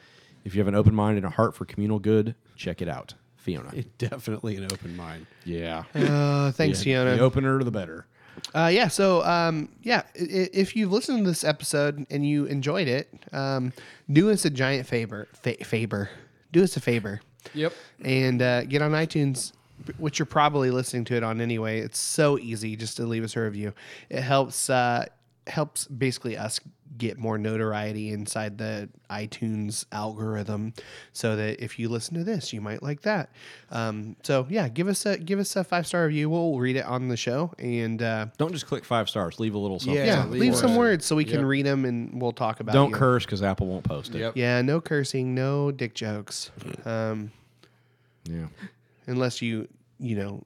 If you have an open mind and a heart for communal good, check it out, Fiona.
Definitely an open mind.
Yeah.
Uh, thanks, Fiona.
The opener, the better.
Uh, yeah. So, um, yeah, i- i- if you've listened to this episode and you enjoyed it, um, do us a giant favor, fa- favor, do us a favor,
Yep.
and uh, get on iTunes, which you're probably listening to it on anyway. It's so easy just to leave us a review. It helps uh, helps basically us get more notoriety inside the iTunes algorithm, so that if you listen to this, you might like that. Um, so yeah, give us a give us a five star review. We'll read it on the show and. Uh,
Don't just click five stars. Leave a little something.
Yeah,
yeah,
leave
leave,
words.
some words so we can
Yep.
read them and we'll talk about.
Don't
you.
curse because Apple won't post it.
Yep.
Yeah, no cursing, no dick jokes, um,
Yeah.
unless you you know,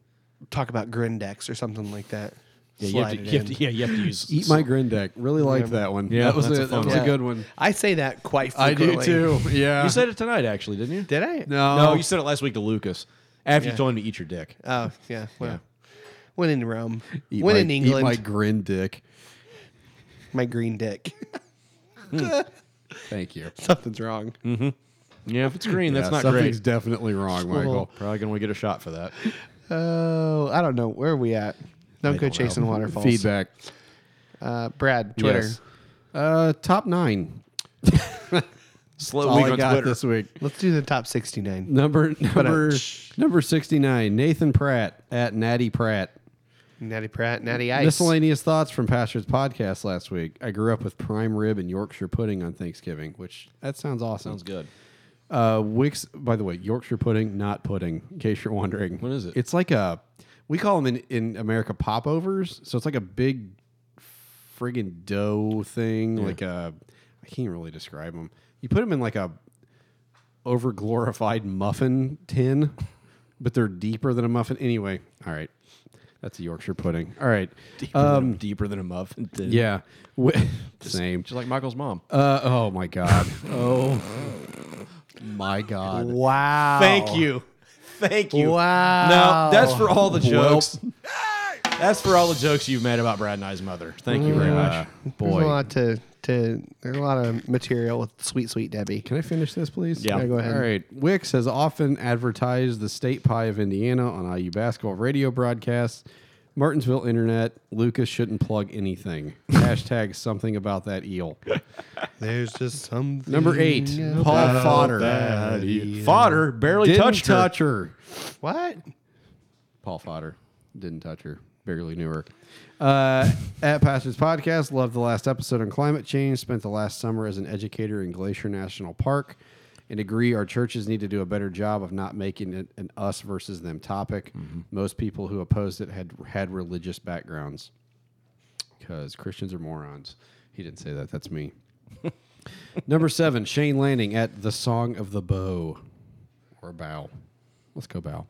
talk about Grindex or something like that.
Yeah, you have
Slide
to-
it
you have
in.
to- yeah, you have to use-
Eat my Grin Deck. Really liked that one.
Yeah,
that was,
that's
a,
a fun
that was
one.
a good one.
I say that quite
I do
frequently.
too. Yeah.
You said it tonight, actually, didn't you?
Did I?
No.
No, Uh, you said it last week to Lucas after
Yeah.
you told him to eat your dick.
Oh, yeah. Well,
Yeah.
When in Rome,
Eat
when
my,
in England,
Eat my
my,
Grin Dick.
green dick.
Thank you.
Something's wrong.
Yeah, if it's green, that's
Yeah,
not
something's
great.
definitely wrong,
little-
Michael.
Probably gonna get a shot for that.
Oh, I don't know. Where are we at? Don't go
don't know.
chasing waterfalls.
Feedback.
Uh, Brad, Twitter.
Yes.
Uh, top nine.
Slow
That's all
week
I
on
got
Twitter.
this week.
Let's do the top 69.
Number
I-
number number sixty nine. Nathan Pratt at Natty Pratt.
Natty Pratt, Natty Ice.
Miscellaneous thoughts from Pastor's podcast last week. I grew up with prime rib and Yorkshire pudding on Thanksgiving, which that sounds awesome.
Sounds good.
Uh, Wix, by the way, Yorkshire pudding, not pudding. In case you're wondering,
What is it?
It's like a we call them in in America popovers. So it's like a big friggin' dough thing. Like a I can't really describe them. You put them in like a over glorified muffin tin, but they're deeper than a muffin. Anyway, all right, that's a Yorkshire pudding. All right,
Deeper, than, a- deeper than a muffin.
yeah, Wi- same.
Just like Michael's mom.
Uh, oh my god. oh my god.
Wow.
Thank you. Thank you.
Wow.
No, that's for all the jokes. that's for all the jokes you've made about Brad and I's mother. Thank you very much.
Uh,
There's a
boy.
lot to, to there's a lot of material with Sweet Sweet Debbie.
Can I finish this, please?
Yeah. Yeah, go
ahead.
All right. Wix has often advertised the state pie of Indiana on IU basketball radio broadcasts. Martinsville Internet. Lucas shouldn't plug anything. Hashtag something about that eel.
There's just some
Number eight, Paul Fodder.
Fodder barely
Didn't
touched her.
touch her.
What?
Paul Fodder. Didn't touch her. Barely knew her. Uh, at Pastors Podcast, loved the last episode on climate change. Spent the last summer as an educator in Glacier National Park and agree our churches need to do a better job of not making it an us versus them topic. Most people who opposed it had had religious backgrounds because Christians are morons. He didn't say that. That's me. Number seven, Shane Lanning at The Song of the Bow or Bow. Let's go Bow.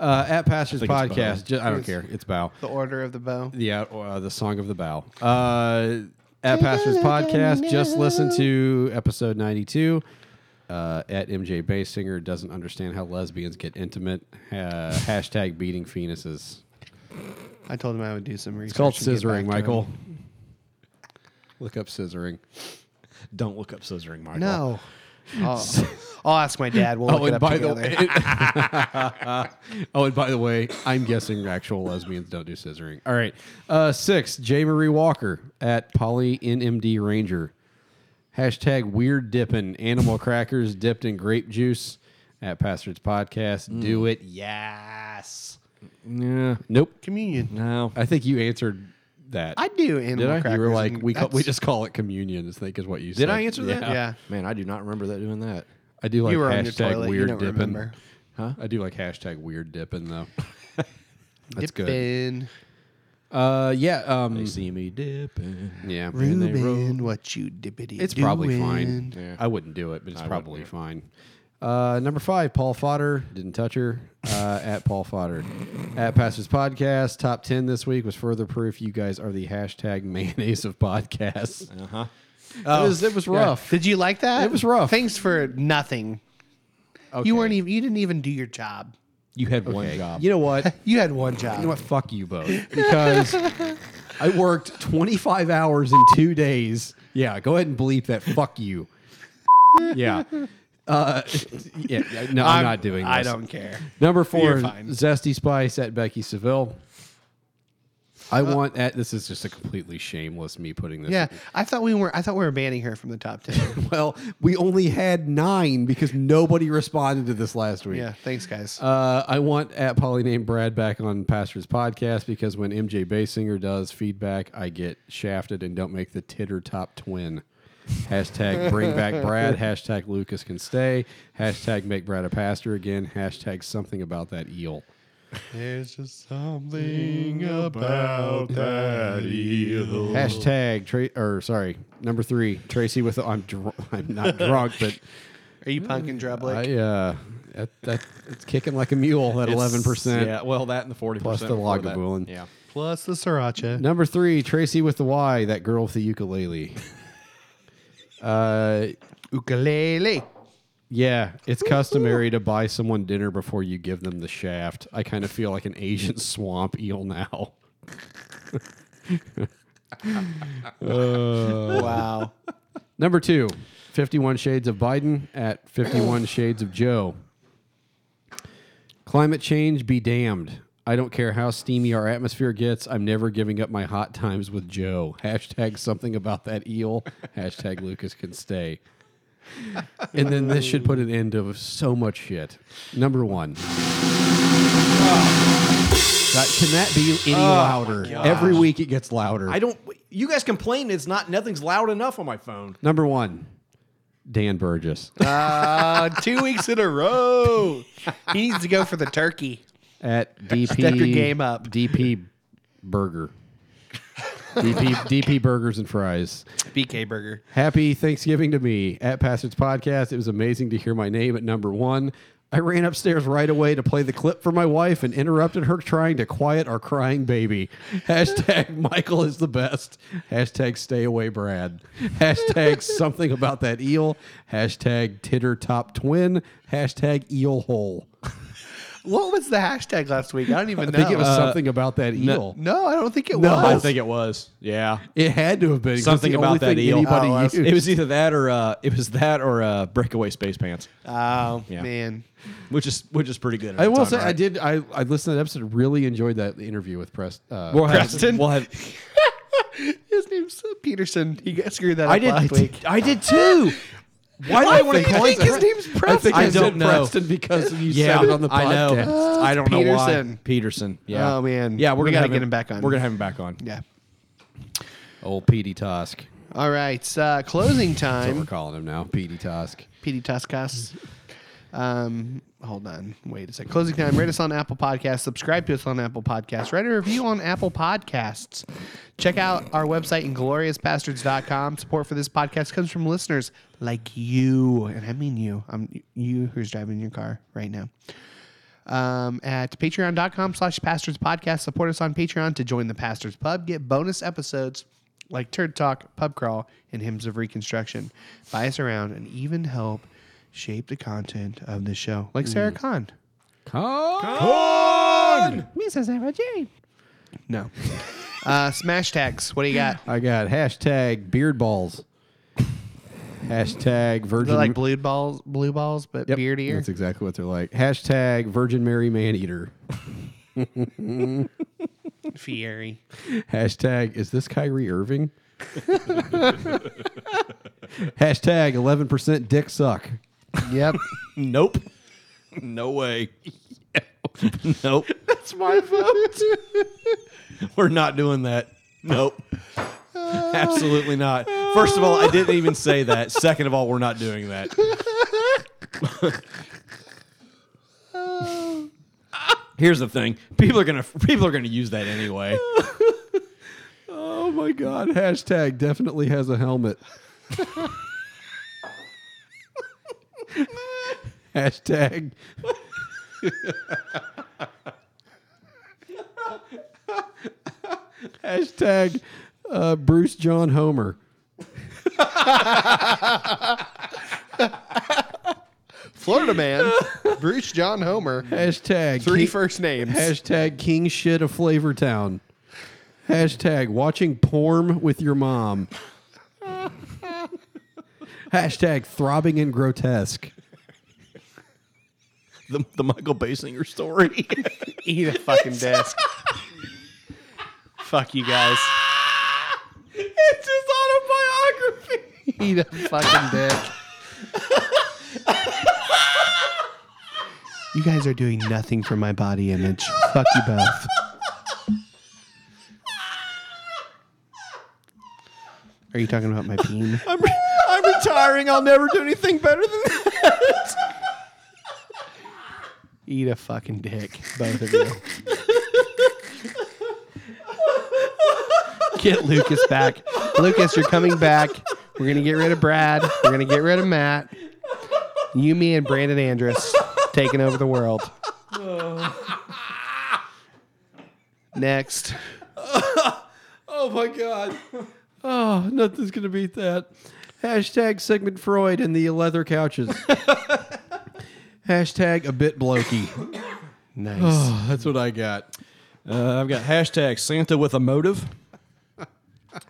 Uh, at Pastors
think it's Oh. bow.
Podcast. Ju- I don't care. It's Bow.
The Order of the Bow.
Yeah, uh, the song of the bow. Uh, at Pastors Podcast, just listen to episode 92. Uh, at MJ Bassinger doesn't understand how lesbians get intimate. Uh, hashtag beating penises.
I told him I would do some research.
It's called
and get
scissoring,
back to
Michael.
him.
Look up scissoring.
Don't look up scissoring, Michael.
No. I'll, I'll ask my dad. We'll
Oh,
look
and
it up
by the
together.
way, oh, and by the way, I'm guessing actual lesbians don't do scissoring. All right, uh, six. J. Marie Walker at Poly NMD Ranger. Hashtag weird dipping animal crackers dipped in grape juice at Pastor's Podcast.
Mm.
Do it, yes.
Yeah.
Nope.
communion.
No.
I think you answered that.
I do
did.
animal
I.
crackers.
You were like
and
we ca-
that's-
we just call it communion. I think is what you said.
Did I answer that?
Yeah.
Yeah.
Man, I do not remember that doing that.
I do like
You were on your
hashtag
toilet. You
weird
don't
dipping.
remember.
Huh? I do like hashtag weird dipping though. That's good.
Dippin',
Uh, yeah. Um,
They see me dipping.
yeah.
Reuben, what you dippity
It's probably
doing?
fine.
Yeah.
I wouldn't do it, but it's
I wouldn't
probably
do it.
fine. Uh, number five, Paul Fodder. Didn't touch her. Uh, at Paul Fodder. At Pastors Podcast. Top 10 this week was further proof you guys are the hashtag mayonnaise of podcasts.
Uh huh.
it, was, it was
Oh,
Yeah.
rough.
Did you like that?
It was rough.
Thanks for nothing.
Okay.
You weren't even. You didn't even do your job.
You had one job.
You know what?
You had one
You know
job.
what? Fuck you both. Because I worked 25 hours in two days. Yeah, go ahead and bleep that. Fuck you. Yeah. Uh, yeah, yeah, no, I'm, not doing this.
I don't care.
Number 4
You're fine.
Zesty Spice at Becky Seville. I want at this is just a completely shameless me putting this.
Uh, Yeah, I thought we were. I thought we were banning her from the top ten.
Well, we only had nine because nobody responded to this last week.
yeah, thanks guys.
Uh, I want at Polly named Brad back on Pastor's podcast because when MJ Basinger does feedback, I get shafted and don't make the titter top twin. Hashtag bring back Brad. Hashtag Lucas can stay. Hashtag make Brad a pastor again. Hashtag something about that eel.
There's just something about that
Hashtag tra- or sorry number three Tracy with I'm dr- I'm not drunk but
Are you punking Drublick?
I uh That, that it's kicking like a mule at
It's-
eleven percent.
Yeah, well, that and the forty
Plus the
percent
Lagavulin.
Yeah,
Plus the sriracha.
Number three, Tracy with the Y, that girl with the ukulele. uh,
Ukulele.
yeah, it's customary to buy someone dinner before you give them the shaft. I kind of feel like an Asian swamp eel now. Uh,
Wow.
number two, 51 Shades of Biden at 51 Shades of Joe. Climate change be damned. I don't care how steamy our atmosphere gets. I'm never giving up my hot times with Joe. Hashtag something about that eel. Hashtag Lucas can stay. And then this should put an end to so much shit. Number one. That, can that be any louder? Every week it gets louder.
I don't. You guys complain it's not nothing's loud enough on my phone.
Number one, Dan Burgess
Uh, two weeks in a row. He needs to go for the turkey.
at DP.
Step your game up.
DP Burger. DP DP Burgers and Fries.
BK burger.
Happy Thanksgiving to me at Passage Podcast. It was amazing to hear my name at number one. I ran upstairs right away to play the clip for my wife and interrupted her trying to quiet our crying baby. Hashtag Michael is the best. Hashtag stay away, Brad. Hashtag something about that eel. Hashtag titter top twin. Hashtag eel hole.
What was the hashtag last week? I don't even
I
know.
think it was
Uh,
something about that eel.
no, I don't think it
No,
was.
I think it was. Yeah,
It had to have been 'cause it's
something
the
about
only
that
thing
eel.
Anybody
Oh,
used.
that's-
It was either that or uh, it was that or uh, breakaway space pants,
Oh
Yeah.
man.
which is which is pretty good. in
I
its
will
own
say I
right.
did. I, I listened to that episode. Really enjoyed that interview with Press. Uh,
We'll have,
Preston.
We'll have,
His name's Peterson. He got screwed that
I
up last week.
did. I did too.
Why
Why, do I want
do you
to call
think
it
his
that?
name's
I
Preston?
think I,
I
said
don't know.
Preston because you said it on the podcast.
I know. I don't know why.
Peterson.
Peterson. Yeah.
Oh, man.
Yeah, we're
We
gonna
gotta
have
get him back on.
We're gonna have him back on.
yeah.
Old Petey Tusk.
All right. Uh, closing
That's what we're
time.
calling him now. Petey Tusk.
PD Tuskas. Um, hold on. Wait a second. Closing time. Rate us on Apple Podcasts. Subscribe to us on Apple Podcasts. Write a review on Apple Podcasts. Check out our website, ingloriousbastards.com. Support for this podcast comes from listeners like you. And I mean you. I'm you who's driving your car right now. um, at patreon.com slash pastors podcast support us on patreon to join the pastors pub get bonus episodes like turd talk pub crawl and hymns of reconstruction buy us around and even help shape the content of the show like sarah kahn Mrs. Sarah Jane. no uh, smash tags what do you got
I got hashtag beard balls. hashtag virgin.
they're like blue balls blue balls but
Mm-hmm. Yep,
beardier
That's exactly what they're like. Hashtag Virgin Mary Man Eater.
fiery
Hashtag is this Kyrie Irving? Hashtag eleven percent dick suck.
yep
Nope. No way. nope.
that's my vote
We're not doing that. Nope. Absolutely not. First of all, I didn't even say that. Second of all, we're not doing that. Here's the thing. People are gonna people are gonna use that anyway.
Oh my god. Hashtag definitely has a helmet. Hashtag Hashtag uh, Bruce John Homer.
florida man bruce john homer
Hashtag
three
King-
first names
Hashtag King Shit of Flavortown. Hashtag watching porn with your mom. Hashtag throbbing and grotesque.
The, the Michael Basinger story.
Eat a fucking desk. Fuck you guys.
it's his autobiography.
Eat a fucking dick. you guys are doing nothing for my body image. Fuck you both. Are you talking about my peen?
I'm, re- I'm retiring. I'll never do anything better than that.
Eat a fucking dick, both of you. Get Lucas back. Lucas, you're coming back. We're gonna get rid of Brad. We're gonna get rid of Matt. You, me, and Brandon Andrus. taking over the world. Next.
Oh my god. Oh, nothing's gonna beat that. Hashtag Sigmund Freud and the leather couches. Hashtag a bit blokey.
Nice.
Oh, that's what I got.
Uh, I've got hashtag Santa with a motive.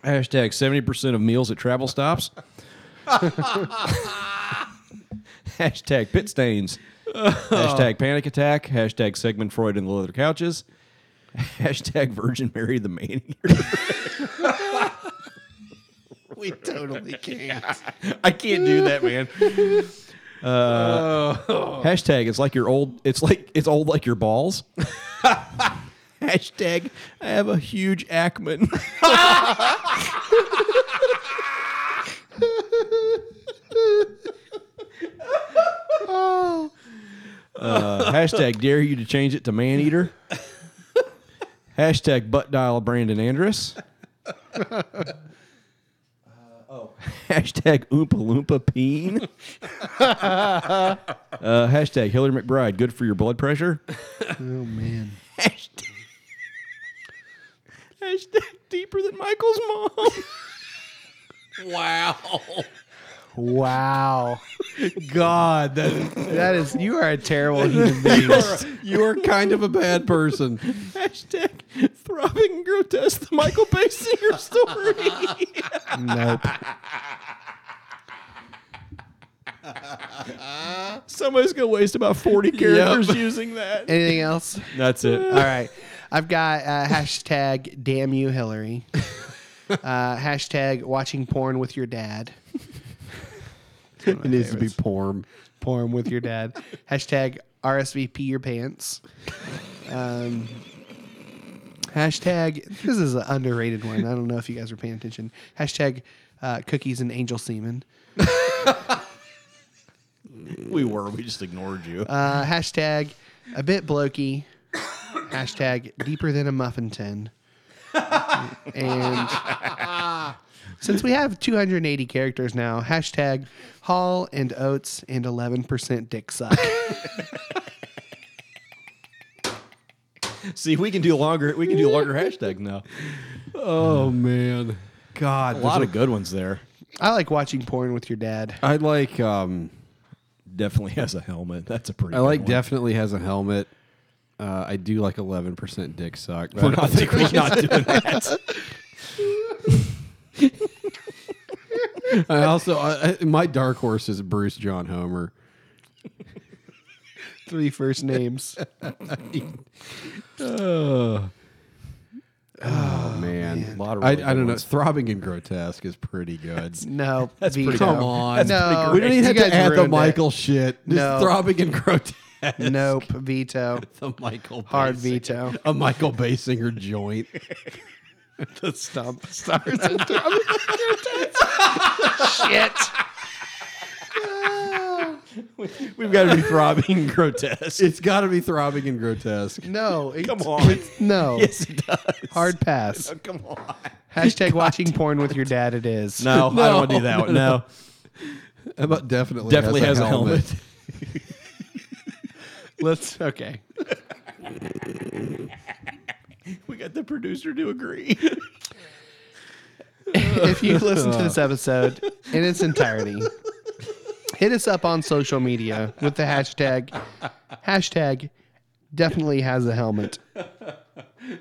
hashtag 70% of meals at travel stops. hashtag pit stains. hashtag panic attack. Hashtag Sigmund Freud in the leather couches. Hashtag Virgin Mary the manicure.
we totally can't.
I can't do that, man. Uh, Hashtag it's like your old it's like it's old like your balls. hashtag I have a huge Ackman. Uh, hashtag dare you to change it to man eater. Hashtag butt dial Brandon Andrus. Hashtag Oompa Loompa Peen. uh, hashtag Hillary McBride, good for your blood pressure. Oh, man. Hashtag, hashtag deeper than Michael's mom.
Wow.
God, that,
That is, you are a terrible human being.
you are kind of a bad person.
hashtag throbbing and grotesque, the Michael Bay singer story.
nope.
Somebody's going to waste about 40 characters using that. Uh,
Anything else?
That's it.
All right. I've got uh, hashtag damn you, Hillary. Uh, hashtag watching porn with your dad.
It needs to be porn.
Porn with your dad. Hashtag RSVP your pants. Um, hashtag, this is an underrated one. I don't know if you guys are paying attention. Hashtag uh, cookies and angel semen.
We were. We just ignored you.
Uh, hashtag a bit blokey. hashtag deeper than a muffin tin. and since we have 280 characters now, hashtag Hall and Oates and 11% dick suck.
See, we can do longer. We can do longer hashtags now.
Oh man, God,
A lot of good ones there.
I like watching porn with your dad.
I like. um
Definitely has a helmet. That's a pretty.
I like definitely
Definitely.
has a helmet. Uh, I do like eleven percent dick suck.
We're not, we're not doing that.
I also I, I- my dark horse is Bruce John Homer.
Three first names.
Oh, man,
Lot of
I,
really
I
good
don't know.
ones.
Throbbing and grotesque is pretty good.
No.
That's pretty
veto.
good.
Come on,
no.
we don't even
you
have
guys
to add the
ruined it.
Michael shit. Just
No.
throbbing and grotesque.
Nope. Veto.
The Michael Bay
Hard
singer-
veto.
A Michael Basinger joint.
The stump stars and Shit.
We've got to be throbbing grotesque.
It's got to be throbbing and grotesque.
No. it-
Come on.
No.
yes, it does.
Hard pass.
Come on.
Hashtag watching porn with your dad. It is.
No, I don't want to do that one. No,
How about definitely
definitely has, a helmet.
Let's okay.
we got the producer to agree.
If you listen to this episode in its entirety, hit us up on social media with the hashtag hashtag definitely has a helmet. You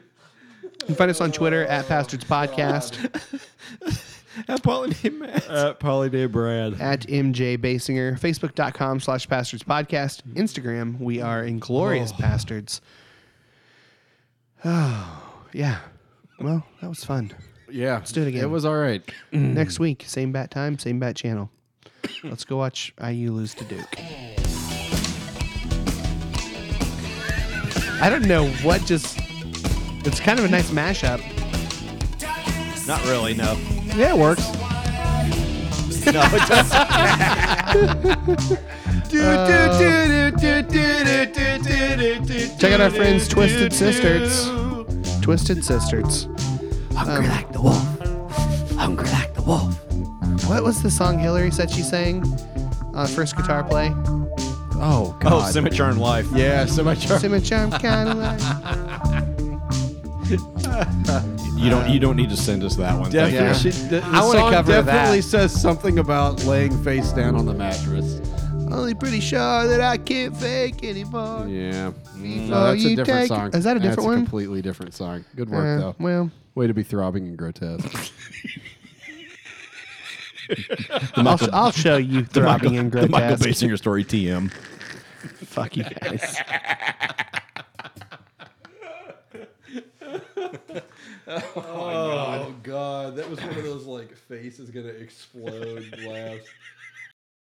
can find us on Twitter at Bastards Podcast,
At Polly Day Matt. At Uh, Polly Day Brad.
at MJ Basinger, Facebook.com slash Bastards Podcast, Instagram, we are Inglorious Bastards. Oh, yeah. Well, that was fun.
Yeah, let's
do it again.
It was all right.
next week. Same bat time, same bat channel. Let's go watch IU lose to Duke. I don't know what just. It's kind of a nice mashup.
Not really. No.
Yeah, it works.
No, it doesn't.
Check out our friends Twisted Sisters. Twisted Sisters. Um, Hungry like the wolf. Hungry like the wolf. What was the song Hillary said she sang on first guitar play?
Uh, Oh,
Oh,
God.
Simicharm Life.
Yeah, Simicharm.
Simicharm kind of like.
You don't. You don't need to send us that one. Thank
Definitely,
you.
she- the, the
I wanna
song
cover that.
definitely says something about laying face down on the mattress.
Only pretty sure that I can't fake anymore.
Yeah.
Oh,
Mm. No, that's
you
a different
take-
song.
is that a
That's
different one?
completely different song. Good work,
Uh,
though.
Well,
Way to be throbbing and grotesque.
I'll, sh- I'll show you throbbing and
The Michael
grotesque.
Basinger story. TM.
Fuck you guys.
oh, God. That was one of those, like, face is going to explode laughs.